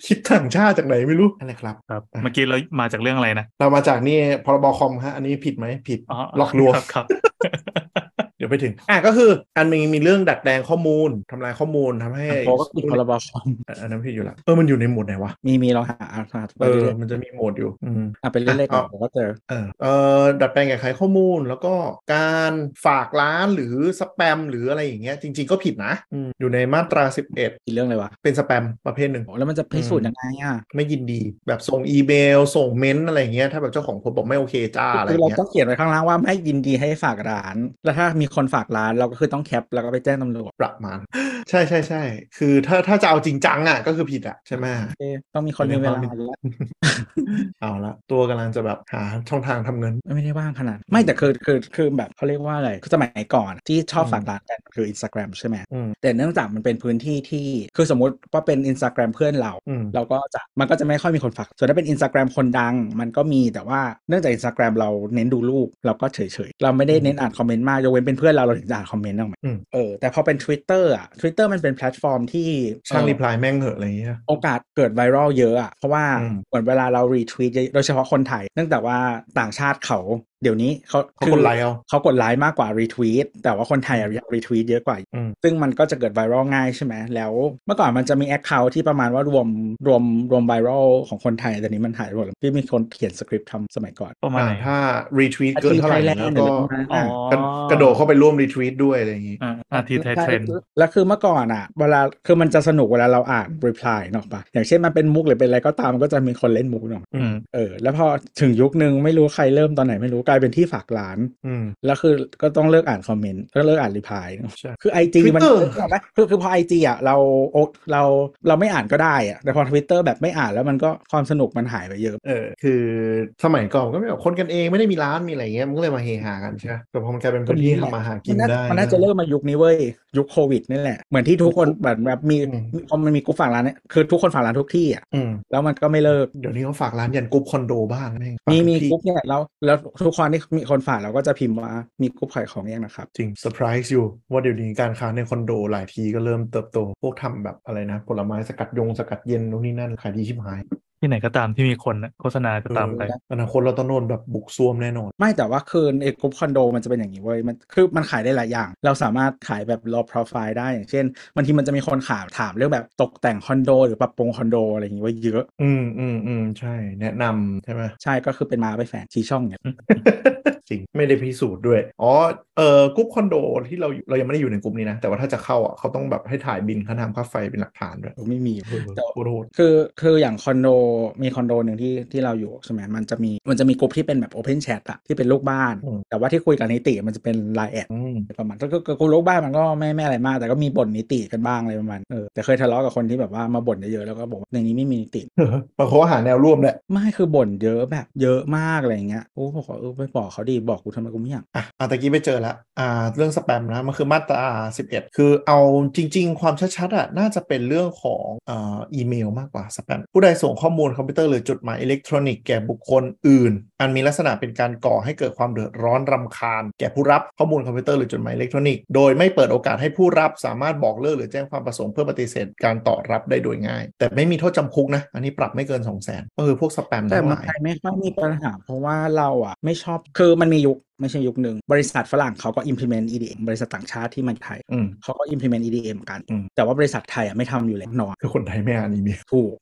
[SPEAKER 3] คิดต่างชาติจากไหนไม่รู้นั่นแหละครับ
[SPEAKER 4] ครับเมื่อกี้เรามาจากเรื่องอะไรนะ
[SPEAKER 3] เรามาจากนี่พรบคอมฮะอันนี้ผิดไหมผิด
[SPEAKER 4] อ๋อ
[SPEAKER 3] หลอกลวง
[SPEAKER 4] ครับครับ
[SPEAKER 3] เดี๋ยวไปถึง อ่ะก็คืออันมีมีเรื่องดัดแปลงข้อมูลทำลายข้อมูลทำให้
[SPEAKER 2] เพราะว่าติดพรบคอม
[SPEAKER 3] อ่ะอันนั้นผิดอยู่ละเออมันอยู่ในหมวดไหนวะ
[SPEAKER 2] มีมีเราหาอ่ะหาไป
[SPEAKER 3] เออ
[SPEAKER 2] เรื่อย
[SPEAKER 3] มันจะมีหมวดอยู่อืม
[SPEAKER 2] ๆอ่ะไปเรื่อยๆก่อนเดี๋ย
[SPEAKER 3] เอา
[SPEAKER 2] วก็เจอ
[SPEAKER 3] เออเอ่อดัดแปลงแก้ไขข้อมูล แล้วก็การฝากร้านหรือสแปมหรืออะไรอย่างเงี้ยจริง ๆก็ผิดนะอืมอยู่ในมาตรา 11
[SPEAKER 2] อีกเรื่องอะไรวะ
[SPEAKER 3] เป็นสแปมประเภทหนึ่ง
[SPEAKER 2] โอ้แล้วมันจะพิสูจน์ยังไงอ่ะ
[SPEAKER 3] ไม่ยินดี แบบส่งอีเมล ส่งเม้นต์อะไรอย่างเงี้ยถ้าแบบเจ้าของโพสต์บอกไม่โอเคจ้าอะไรอ
[SPEAKER 2] คือ
[SPEAKER 3] ย่า
[SPEAKER 2] ง เรา
[SPEAKER 3] เงี้ย
[SPEAKER 2] ต้องเขียนไว้ข้างล่างว่าไม่ยินดีให้ฝากร้าน แล้วถ้ามีคนฝากร้านเราก็คือต้องแคปแล้วก็ไปแจ้งตำรวจ
[SPEAKER 3] ประมาณ ใช่ใช่ใช่คือถ้าถ้าจะเอาจริงจังอ่ะก็คือผิดอ่ะใช่ไหม
[SPEAKER 2] โอเคต้องมีคนมีเวลาแล้ว
[SPEAKER 3] เอาละตัวกำลังจะแบบหาช่องทางทำเงิน
[SPEAKER 2] ไม่ได้ว่างขนาด ไม่แต่คือคือคือแบบเขาเรียกว่าอะไรคือสมัยก่อนที่ชอบ
[SPEAKER 3] อืม
[SPEAKER 2] ฝากร้านกันคือ Instagram ใช่ไหม
[SPEAKER 3] อืม
[SPEAKER 2] แต่เนื่องจากมันเป็นพื้นที่ที่คือสมมติว่าเป็น Instagram เพื่อนเรา
[SPEAKER 3] อืม
[SPEAKER 2] เราก็จะมันก็จะไม่ค่อยมีคนฝาก ส่วนถ้าเป็น Instagram คนดัง มันก็มีแต่ว่าเนื่องจาก Instagram เราเน้นดูรูปเราก็เฉยๆ เราไม่ได้เน้นอ่านคอมเมนต์มากยกเว้นเป็นเพื่อนเราเราถึงจะอ่านคอมเมนต์ออกมา
[SPEAKER 3] อืม
[SPEAKER 2] เออแต่พอเป็น Twitter อ่ะ Twitter มันเป็นแพลตฟอร์มที่
[SPEAKER 3] ช่าง
[SPEAKER 2] เอ่อ
[SPEAKER 3] รีプライแม่งเหอะอะไรอย่างเงี้ย
[SPEAKER 2] โอกาสเกิดไวรัลเยอะอ่ะเพราะว่า
[SPEAKER 3] อืม
[SPEAKER 2] เหมือนเวลาเรารีทวีตโดยเฉพาะคนไทย เนื่องจากว่าต่างชาติเขาเดี๋ยวนี้เขา
[SPEAKER 3] เขา
[SPEAKER 2] คื
[SPEAKER 3] กดไลค์เอา
[SPEAKER 2] เขากดไลค์มากกว่ารีทวีตแต่ว่าคนไทยอะยังรีทวีตเยอะกว่า
[SPEAKER 3] อืม
[SPEAKER 2] ซึ่งมันก็จะเกิดไวรัลง่ายใช่ไหมแล้วเมื่อก่อนมันจะมีแอคเคาท์ที่ประมาณว่ารวมรวมรวมไวรัลของคนไทยแต่นี้มันหายไปหมดแล้วที่มีคนเขียนสคริปต์ทำสมัยก่อน
[SPEAKER 4] ประมาณ
[SPEAKER 3] อ่า
[SPEAKER 4] ไหน
[SPEAKER 3] ถ้ารีทวีตเกินเท่าไหร่
[SPEAKER 2] แล
[SPEAKER 3] แล้
[SPEAKER 2] น
[SPEAKER 3] ว
[SPEAKER 2] ด์
[SPEAKER 3] ก็
[SPEAKER 4] อ๋อก
[SPEAKER 3] ระกระโดดเข้าไปร่วมรีทวีตด้วยอะไรอย่างงี้
[SPEAKER 4] อ่าอาทีไทยเทรนด์
[SPEAKER 2] แล้วคือเมื่อก่อนอ่ะเวลาคือมันจะสนุกเวลาเราอ่าน reply เนอะปะอย่างเช่นมันเป็นมุกหรือเป็นอะไรก็ตามมันก็จะมีคนเล่นมุกเนอะ
[SPEAKER 4] อืม
[SPEAKER 2] เออแล้วพอถึงยุคนึงไม่รู้ใครเริ่มตอนไหนไม่รู้กลายเป็นที่ฝากร้าน
[SPEAKER 3] อืม
[SPEAKER 2] แล้วคือก็ต้องเลิกอ่านคอมเมนต์ก็เลิกอ่านรีพาย
[SPEAKER 3] ใช่
[SPEAKER 2] คือไอจี
[SPEAKER 3] Twitter
[SPEAKER 2] มันเข้าใจไหมคือคือพอไอจีอ่ะเราโอเราเราไม่อ่านก็ได้อ่ะแต่พอทวิตเตอร์แบบไม่อ่านแล้วมันก็ความสนุกมันหายไปเยอะ
[SPEAKER 3] เออคือสมัยก่อนก็แบบคนกันเองไม่ได้มีร้านมีอะไรเงี้ยมันก็เลยมาเฮฮากันใช่ไหมแต่พอมันกลายเป็นพื้นที่ทำมาหากิ
[SPEAKER 2] มันนน่า
[SPEAKER 3] ได้
[SPEAKER 2] มันน่าจะเริ่มมายุคนี้เว้ย ยุคโควิดนี่แหละ เหมือนที่ทุกคนแบบแบบมี
[SPEAKER 3] อืม
[SPEAKER 2] มีพอมันมีกรุ๊ปฝากร้านเนี่ยคือทุกคนฝากร้านทุกที่อ่ะ
[SPEAKER 3] อืม
[SPEAKER 2] แล้วมันก็ไม่เลิก
[SPEAKER 3] เดี๋ยวนี้เขาฝากร้านยันกรุ๊ปคอนโดบ้านแม่ง
[SPEAKER 2] มีมี
[SPEAKER 3] ที่
[SPEAKER 2] กรุ๊ปเนี่ยแล้วแล้วทุกคนที่มีคนฝากเราก็จะพิมพ์ว่ามีกรุ๊ปขายของเนี่ยนะครับ
[SPEAKER 3] จริงเซอร์ไพรส์อยู่ว่าเดี๋ยวนี้การค้าในคอนโดหลายทีก็เริ่มเติบโตพวกทำแบบอะไรนะผลไม้สกัดยงสกัดเย็นนู่นนี่นั่นขายดีชิบหาย
[SPEAKER 4] ที่ไหนก็ตามที่มีคนน่ะโฆษณาก็ตามไป
[SPEAKER 3] เอออนาคตเราต้องโดนแบบบุกซ่วมแน่นอน
[SPEAKER 2] ไม่แต่ว่าคือไอ้กรุ๊ปคอนโดมันจะเป็นอย่างนี้เว้ยมันคือมันขายได้หลายอย่าง เราสามารถขายแบบ low profile ได้อย่างเช่นบางทีมันจะมีคนขามถามเรื่องแบบตกแต่งคอนโด หรือปรับปรุงคอนโดอะไรอย่างนี้ไว้เยอะ
[SPEAKER 3] อืมอืมอืมใช่ แนะนำใช่ไหม
[SPEAKER 2] ใช่ก็คือเป็นมาไปแฝงชี้ช่องเนี่ย
[SPEAKER 3] จริง ไม่ได้พิสูจน์ด้วย อ๋อ เออกรุ๊ปคอนโดที่เราอยู่เรายังไม่ได้อยู่ในกลุ่มนี้นะ แต่ว่าถ้าจะเข้าอ่ะเขาต้องแบบให้ถ่ายบินค่าน้ำค่าไฟเป็นหลักฐานด้วย
[SPEAKER 2] ไม่มี
[SPEAKER 3] เออ
[SPEAKER 2] แต่
[SPEAKER 3] โคตรโหด
[SPEAKER 2] คือคืออย่างคอนโดมีคอนโดหนึ่งที่ที่เราอยู่ใช่ไหมมันจะมีมันจะมีกลุ่มที่เป็นแบบ Open Chat อะที่เป็นลูกบ้าน
[SPEAKER 3] อืม
[SPEAKER 2] แต่ว่าที่คุยกับนิติมันจะเป็น Line แอด
[SPEAKER 3] อืม
[SPEAKER 2] ประมาณก็คือกูลูกบ้านมันก็ไม่ไม่อะไรมาก แต่ก็มีบ่นนิติกันบ้างอะไรประมาณเออแต่เคยทะเลาะกับคนที่แบบว่ามาบ่นเยอะๆแล้วก็บอกว่าในนี้ไม่มีนิติ
[SPEAKER 3] เพราะเขาหาแนวร่วมแหละ
[SPEAKER 2] ไม่คือบ่นเยอะแบบเยอะมากอะไรอย่างเงี้ยโอ้บอกว่าเออไปบอกเขาดี บอกกูทำไมกูไม่อยาก
[SPEAKER 3] อ่ะอ่ะตะกี้ไปเจอละอ่า เรื่องสแปมนะ มันคือมาตรา 11 คือเอาจริง ๆ ความชัดๆอ่ะน่าจะเป็นเรื่องของเอ่ออีเมลมากกว่าสแปม ผู้ใดส่งข้อมูลคอมพิวเตอร์หรือจดหมายอิเล็กทรอนิกส์แก่บุคคลอื่น อันมีลักษณะเป็นการก่อให้เกิดความเดือดร้อนรำคาญ แก่ผู้รับข้อมูลคอมพิวเตอร์หรือจดหมายอิเล็กทรอนิกส์โดยไม่เปิดโอกาสให้ผู้รับสามารถบอกเลิกหรือแจ้งความประสงค์เพื่อปฏิเสธการต่อรับได้โดยง่าย แต่ไม่มีโทษจำคุกนะ อันนี้ปรับไม่เกิน 2 0 0 0 0 0เออพวกสแปม
[SPEAKER 2] แต่
[SPEAKER 3] ทั้งห
[SPEAKER 2] เมือง
[SPEAKER 3] ลาย
[SPEAKER 2] ไทยไม่ค่อยมีปัญหา เพราะว่าเราอ่ะ ไม่ชอบคือมันมียุค ไม่ใช่ยุคหนึ่ง บริษัทฝรั่งเขาก็ implement EDM บริษัทต่างชาติที่มาไทย
[SPEAKER 3] อืม
[SPEAKER 2] เขาก็ implement EDM กัน
[SPEAKER 3] อืม
[SPEAKER 2] แต่ว่าบริษัทไทยอ่ะไม่ทำอยู่แล้วนอน
[SPEAKER 3] คือคนไทยไม่อ่านอีเมล
[SPEAKER 2] ถูก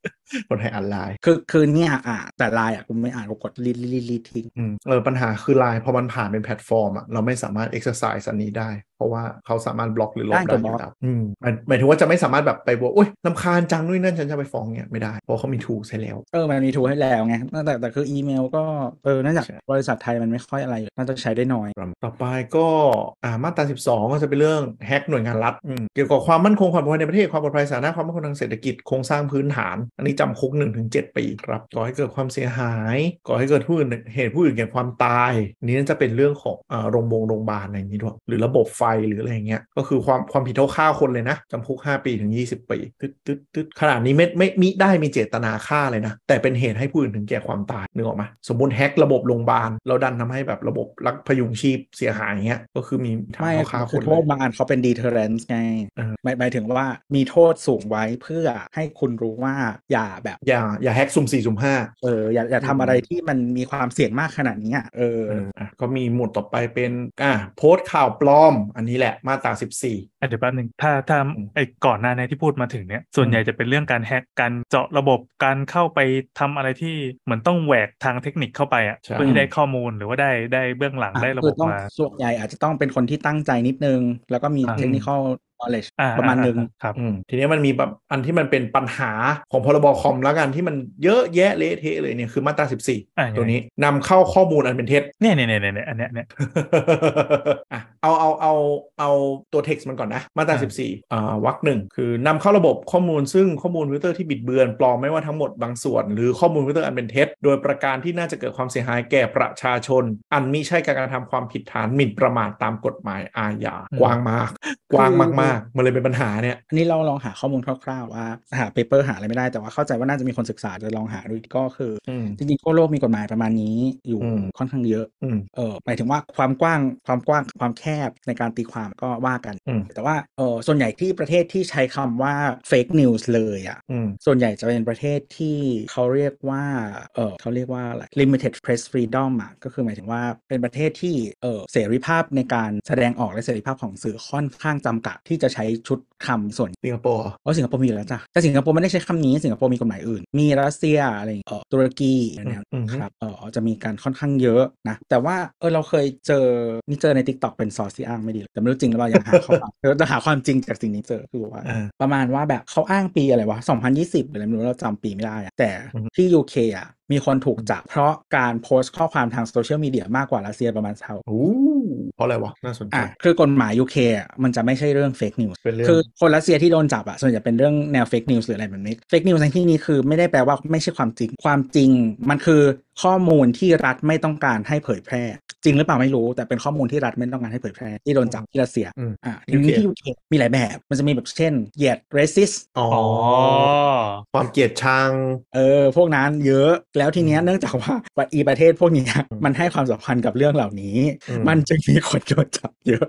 [SPEAKER 3] คนไทยอ่านไลน์
[SPEAKER 2] คือคือเนี่ยอ่ะแต่ไลน์อ่ะกูไม่อ่านกูกดรีดรีดรีดรีดทิ้ง
[SPEAKER 3] อืมเออปัญหาคือไลน์พอมันผ่านเป็นแพลตฟอร์มอะเราไม่สามารถ exercise อันนี้ได้ เพราะว่าเขาสามารถบล็อกหรือลบ
[SPEAKER 2] ได้
[SPEAKER 3] ได้
[SPEAKER 2] แต่
[SPEAKER 3] อบ
[SPEAKER 2] ล็อยู่ ก
[SPEAKER 3] แล้วอืมหมายหมายถึงว่าจะไม่สามารถแบบไปบอกโอ๊ยลำคาญจังนู่นนนั่นฉันจะไปฟ้องเนี่ยไม่ได้ เพราะเขามีทูใช้แล้ว
[SPEAKER 2] เออมันมีทูให้แล้วไงแต่แต่คืออีเมลก็เออเนื่องจาก
[SPEAKER 3] ใช่
[SPEAKER 2] บริษัทไทยมันไม่ค่อยอะไรอยู่น่าจะใช้ได้น้อย
[SPEAKER 3] ต่อไปก็อ่ามาตรา 12 ก็จะเป็นเรื่องแฮกหน่วยงานรัฐอืมเกี่ยวกับความมั่นคงความปลอดภัยในประเทศความปลอดภัยสาธารณะความมั่นคงทางเศรษฐกิจโครงสร้างพื้นฐาน อันนี้จำคุก1-7 ปีครับก่อให้เกิดความเสียหายก่อให้เกิดผู้อื่นเหตุผู้อื่นแก่ความตายอันนี้น่าจะเป็นเรื่องของอ่าโรงพยาบาลโรงพยาบาลอะไรอย่างนี้ด้วยหรือระบบไฟหรืออะไรอย่างเงี้ยก็คือความความผิดเท่าฆ่าคนเลยนะจำคุก 5 ปีถึง 20 ปีตึ๊ดตึ๊ดตึ๊ดขนาดนี้ไม่ไม่มิได้มีเจตนาฆ่าเลยนะ แต่เป็นเหตุให้ผู้อื่นถึงแก่ความตายนึกออกไหมสมมติแฮกระบบโรงพยาบาลเราดันทำให้แบบระบบรักพยุงชีพเสียหายอย่างเงี้ยก็คือมีทาง
[SPEAKER 2] ไม่
[SPEAKER 3] เท่าฆ่าค
[SPEAKER 2] คือนโท
[SPEAKER 3] เล
[SPEAKER 2] ษ
[SPEAKER 3] ย
[SPEAKER 2] บางอันเขาเป็น deterrence ไง
[SPEAKER 3] เออ
[SPEAKER 2] หมายหมายถึงว่ามีโทษสูงไว้เพื่อให้คุณรู้ว่าอย่าแบบ
[SPEAKER 3] อย่าอย่าแฮกสุ่มสี่สุ่มห้า
[SPEAKER 2] เอออย่าอย่า
[SPEAKER 3] อืม
[SPEAKER 2] ทำอะไรที่มันมีความเสี่ยงมากขนาดนี้อ่ะเออ
[SPEAKER 3] เอออ่ะก็มีหมวดต่อไปเป็นอ่ะโพสต์ข่าวปลอม อันนี้แหละมาตรา14
[SPEAKER 4] อ่ะเดี๋ยวแป๊บหนึ่งถ้าถ้า
[SPEAKER 3] อืม
[SPEAKER 4] ไอ้ก่อนหน้านี้ที่พูดมาถึงเนี่ยส่วน
[SPEAKER 3] อืม
[SPEAKER 4] ใหญ่จะเป็นเรื่องการแฮกการเจาะระบบการเข้าไปทำอะไรที่เหมือนต้องแหวกทางเทคนิคเข้าไปอ่ะ
[SPEAKER 3] ใช่
[SPEAKER 4] เพื่อให้ได้ข้อมูลหรือว่าได้ได้เบื้องหลัง
[SPEAKER 2] อ่ะ
[SPEAKER 4] ได้ระ
[SPEAKER 2] คื
[SPEAKER 4] บ
[SPEAKER 2] อบ ต้อง
[SPEAKER 4] มา
[SPEAKER 2] ส่วนใหญ่อาจจะต้องเป็นคนที่ตั้งใจนิดนึง แล้วก็มี
[SPEAKER 4] อ่า
[SPEAKER 2] เทคนิค knowledge
[SPEAKER 4] อ่
[SPEAKER 2] ประมาณหนึ่ง
[SPEAKER 4] อ่อ่ครับ
[SPEAKER 3] อืมทีนี้มันมีแบบอันที่มันเป็นปัญหาของพรบคอมแล้วกันที่มันเยอะแยะเละเทะเลยเนี่ยคือมาตรา
[SPEAKER 4] อ่ะยั
[SPEAKER 3] 14
[SPEAKER 4] งไง
[SPEAKER 3] ตัวนี้นำเข้าข้อมูลอันเป็นเท็จ
[SPEAKER 4] เนี่ยเนี่ยเนี่ยเนี่ยอันเนี้ยเนี่ย
[SPEAKER 3] อ่ะเอาเอาเอาเอาตัว text มันก่อนนะ มาตรา
[SPEAKER 4] อ่ะ
[SPEAKER 3] 14อ่าวรรคหนึ่งคือนำเข้าระบบข้อมูลซึ่งข้อมูลคอมพิวเตอร์ที่บิดเบือนปลอมไม่ว่าทั้งหมดบางส่วน หรือข้อมูลคอมพิวเตอร์อันเป็นเท็จ โดยประการที่น่าจะเกิดความเสียหายแก่ประชาชน อันมิใช่การกระทำความผิดฐานหมิ่นประมาทตามกฎหมายอาญากว้างมากกว้างมากๆมันเลยเป็นปัญหาเนี่ย
[SPEAKER 2] อันนี้เราลองหาข้อมูลคร่าวๆว่าหาเปเปอร์หาอะไรไม่ได้แต่ว่าเข้าใจว่าน่าจะมีคนศึกษาจะลองหาดูก็คืออ
[SPEAKER 3] อืม
[SPEAKER 2] จริงๆทั่วโลกมีกฎหมายประมาณนี้อยู่
[SPEAKER 3] อืม
[SPEAKER 2] ค่อนข้างเยอะ
[SPEAKER 3] อืม
[SPEAKER 2] เออหมายถึงว่าความกว้างความกว้างความแคบในการตีความก็ว่ากัน
[SPEAKER 3] อืม
[SPEAKER 2] แต่ว่าเออส่วนใหญ่ที่ประเทศที่ใช้คำว่า fake news เลยอ่ะ
[SPEAKER 3] อืม
[SPEAKER 2] ส่วนใหญ่จะเป็นประเทศที่เขาเรียกว่า เออเขาเรียกว่าอะไร limited press freedom อ่ะ ก็คือหมายถึงว่าเป็นประเทศที่ เออเสรีภาพในการแสดงออกและเสรีภาพของสื่อค่อนข้างจำกัดที่จะใช้ชุดคำส่วน
[SPEAKER 3] สิงคโปร์เหรอ
[SPEAKER 2] เพราะสิงคโปร์มีอยู่แล้วจ้ะ แต่สิงคโปร์ไม่ได้ใช้คำนี้ สิงคโปร์มีกฎหมายอื่น มีรัสเซียอะไรอย่างเงี้ยเออตุรกีอะไร
[SPEAKER 3] อืม
[SPEAKER 2] เนี่ย
[SPEAKER 3] อืม
[SPEAKER 2] ครับเออจะมีการค่อนข้างเยอะนะ แต่ว่าเออเราเคยเจอนี่เจอใน t ิ k t o k เป็นซอสที่อ้างไม่ดีเลยแต่ไม่รู้จริงหรือเปล่ายังหาข้อความ เออจะหาความจริงจากสิ่งนี้เจอคือแบบว่า
[SPEAKER 3] อ่า
[SPEAKER 2] ประมาณว่าแบบเขาอ้างปีอะไรวะ 2020อะไรไม่รู้เราจำปีไม่ได้อะแต่
[SPEAKER 3] อือฮึ
[SPEAKER 2] ที่ UK อ่ะมีคนถูกจับเพราะการโพสต์ข้อความทางโซเชียลมีเดียมากกว่ารัสเซียประมาณเท่า
[SPEAKER 3] โอ้เพราะอะไรวะ น่าสนใจ
[SPEAKER 2] อ่ะคือกฎหมาย UK อ่ะมันจะไม่ใช่เรื่อง fake news
[SPEAKER 3] เป็นเรื่อง
[SPEAKER 2] คือคนรัสเซียที่โดนจับอะส่วนใหญ่เป็นเรื่องแนวเฟกนิวส์หรืออะไรแบบนี้เฟกนิวส์ในที่นี้คือไม่ได้แปลว่าไม่ใช่ความจริง ความจริงมันคือข้อมูลที่รัฐไม่ต้องการให้เผยแพร่ จริงหรือเปล่าไม่รู้แต่เป็นข้อมูลที่รัฐไม่ต้องการให้เผยแพร่ที่โดนจับที่รัสเซีย
[SPEAKER 3] อืม
[SPEAKER 2] อ่าทีนี้ที่ UK มีหลายแบบ มันจะมีแบบเช่นเหยียดเรสซิส
[SPEAKER 3] อ๋อ
[SPEAKER 4] อ๋อ
[SPEAKER 3] ความเกลียดชัง
[SPEAKER 2] เออพวกนั้นเยอะแล้วทีเนี้ยเนื่องจากว่าอีประเทศพวกเนี้ยมันให้ความสำคัญกับเรื่องเหล่านี้
[SPEAKER 3] อืม
[SPEAKER 2] มันจึงมีคนโดนจับเยอะ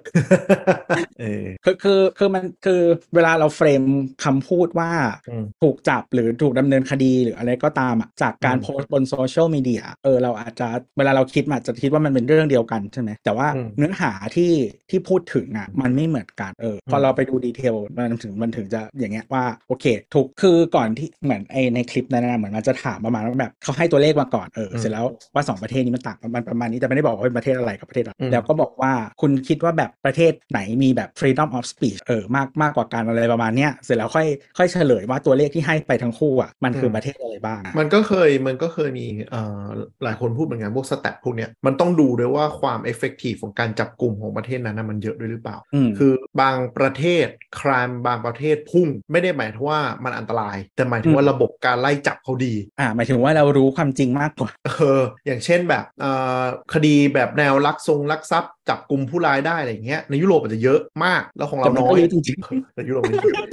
[SPEAKER 3] เออ
[SPEAKER 2] คือคือคือมันคือเวลาเราเฟรมคำพูดว่า
[SPEAKER 3] อืม
[SPEAKER 2] ถูกจับหรือถูกดำเนินคดีหรืออะไรก็ตามอ่ะจากการ
[SPEAKER 3] อืม
[SPEAKER 2] โพสต์บนโซเชียลมีเดียเออเราอาจจะเวลาเราคิดมันอาจจะคิดว่ามันเป็นเรื่องเดียวกันใช่ไหมแต่ว่า
[SPEAKER 3] อืม
[SPEAKER 2] เนื้อหาที่ที่พูดถึงอ่ะมันไม่เหมือนกันเออพออ
[SPEAKER 3] ม
[SPEAKER 2] เราไปดูดีเทลมันถึงมันถึงจะอย่างเงี้ยว่าโอเค ถูกคือก่อนที่เหมือนไอในคลิปนั้นนะเหมือนมันจะถามประมาณว่าแบบเขาให้ตัวเลขมาก่อนเออเสร็จแล้วว่าสองประเทศนี้มันต่างกันมันประมาณนี้แต่ไม่ได้บอกว่าเป็นประเทศอะไรกับประเทศอะไร
[SPEAKER 3] อืม
[SPEAKER 2] แล้ว ก็บอกว่าคุณคิดว่าแบบประเทศไหนมีแบบ freedom of speech เออมากมากกว่าการอะไรประมาณเนี้ยเสร็จแล้วค่อยค่อยเฉลยว่าตัวเลขที่ให้ไปทั้งคู่อ่ะมันคือ
[SPEAKER 3] ม
[SPEAKER 2] ประเทศอะไรบ้างอะ
[SPEAKER 3] มันก็เคยมันก็เคยมีเอ่อหลายคนพูดเหมือนกันพวกสแตทพวกเนี้ยมันต้องดูด้วย ว่าความ effective ของการจับกลุ่มของประเทศนั้นนะมันเยอะด้วยหรือเปล่า
[SPEAKER 2] อืม
[SPEAKER 3] คือบางประเทศครามบางประเทศพุ่ง ไม่ได้หมายถึงว่ามันอันตราย แต่หมายถึงว่า
[SPEAKER 2] อืม
[SPEAKER 3] ระบบการไล่จับเขาดี
[SPEAKER 2] อ่าหมายถึงว่าเรารู้ความจริงมากกว่า
[SPEAKER 3] เอออย่างเช่นแบบเอ่อคดีแบบแนวลักทรงลักทรัพย์ จับกลุ่มผู้ร้ายได้อะไรอย่างเงี้ยในยุโรปอาจจะเยอะมากแล้วของเรา
[SPEAKER 2] แต่มัน
[SPEAKER 3] น้อ
[SPEAKER 2] ก็
[SPEAKER 3] ย
[SPEAKER 2] เยอะจริง
[SPEAKER 3] ๆแต่ยุโรปมันเย อะ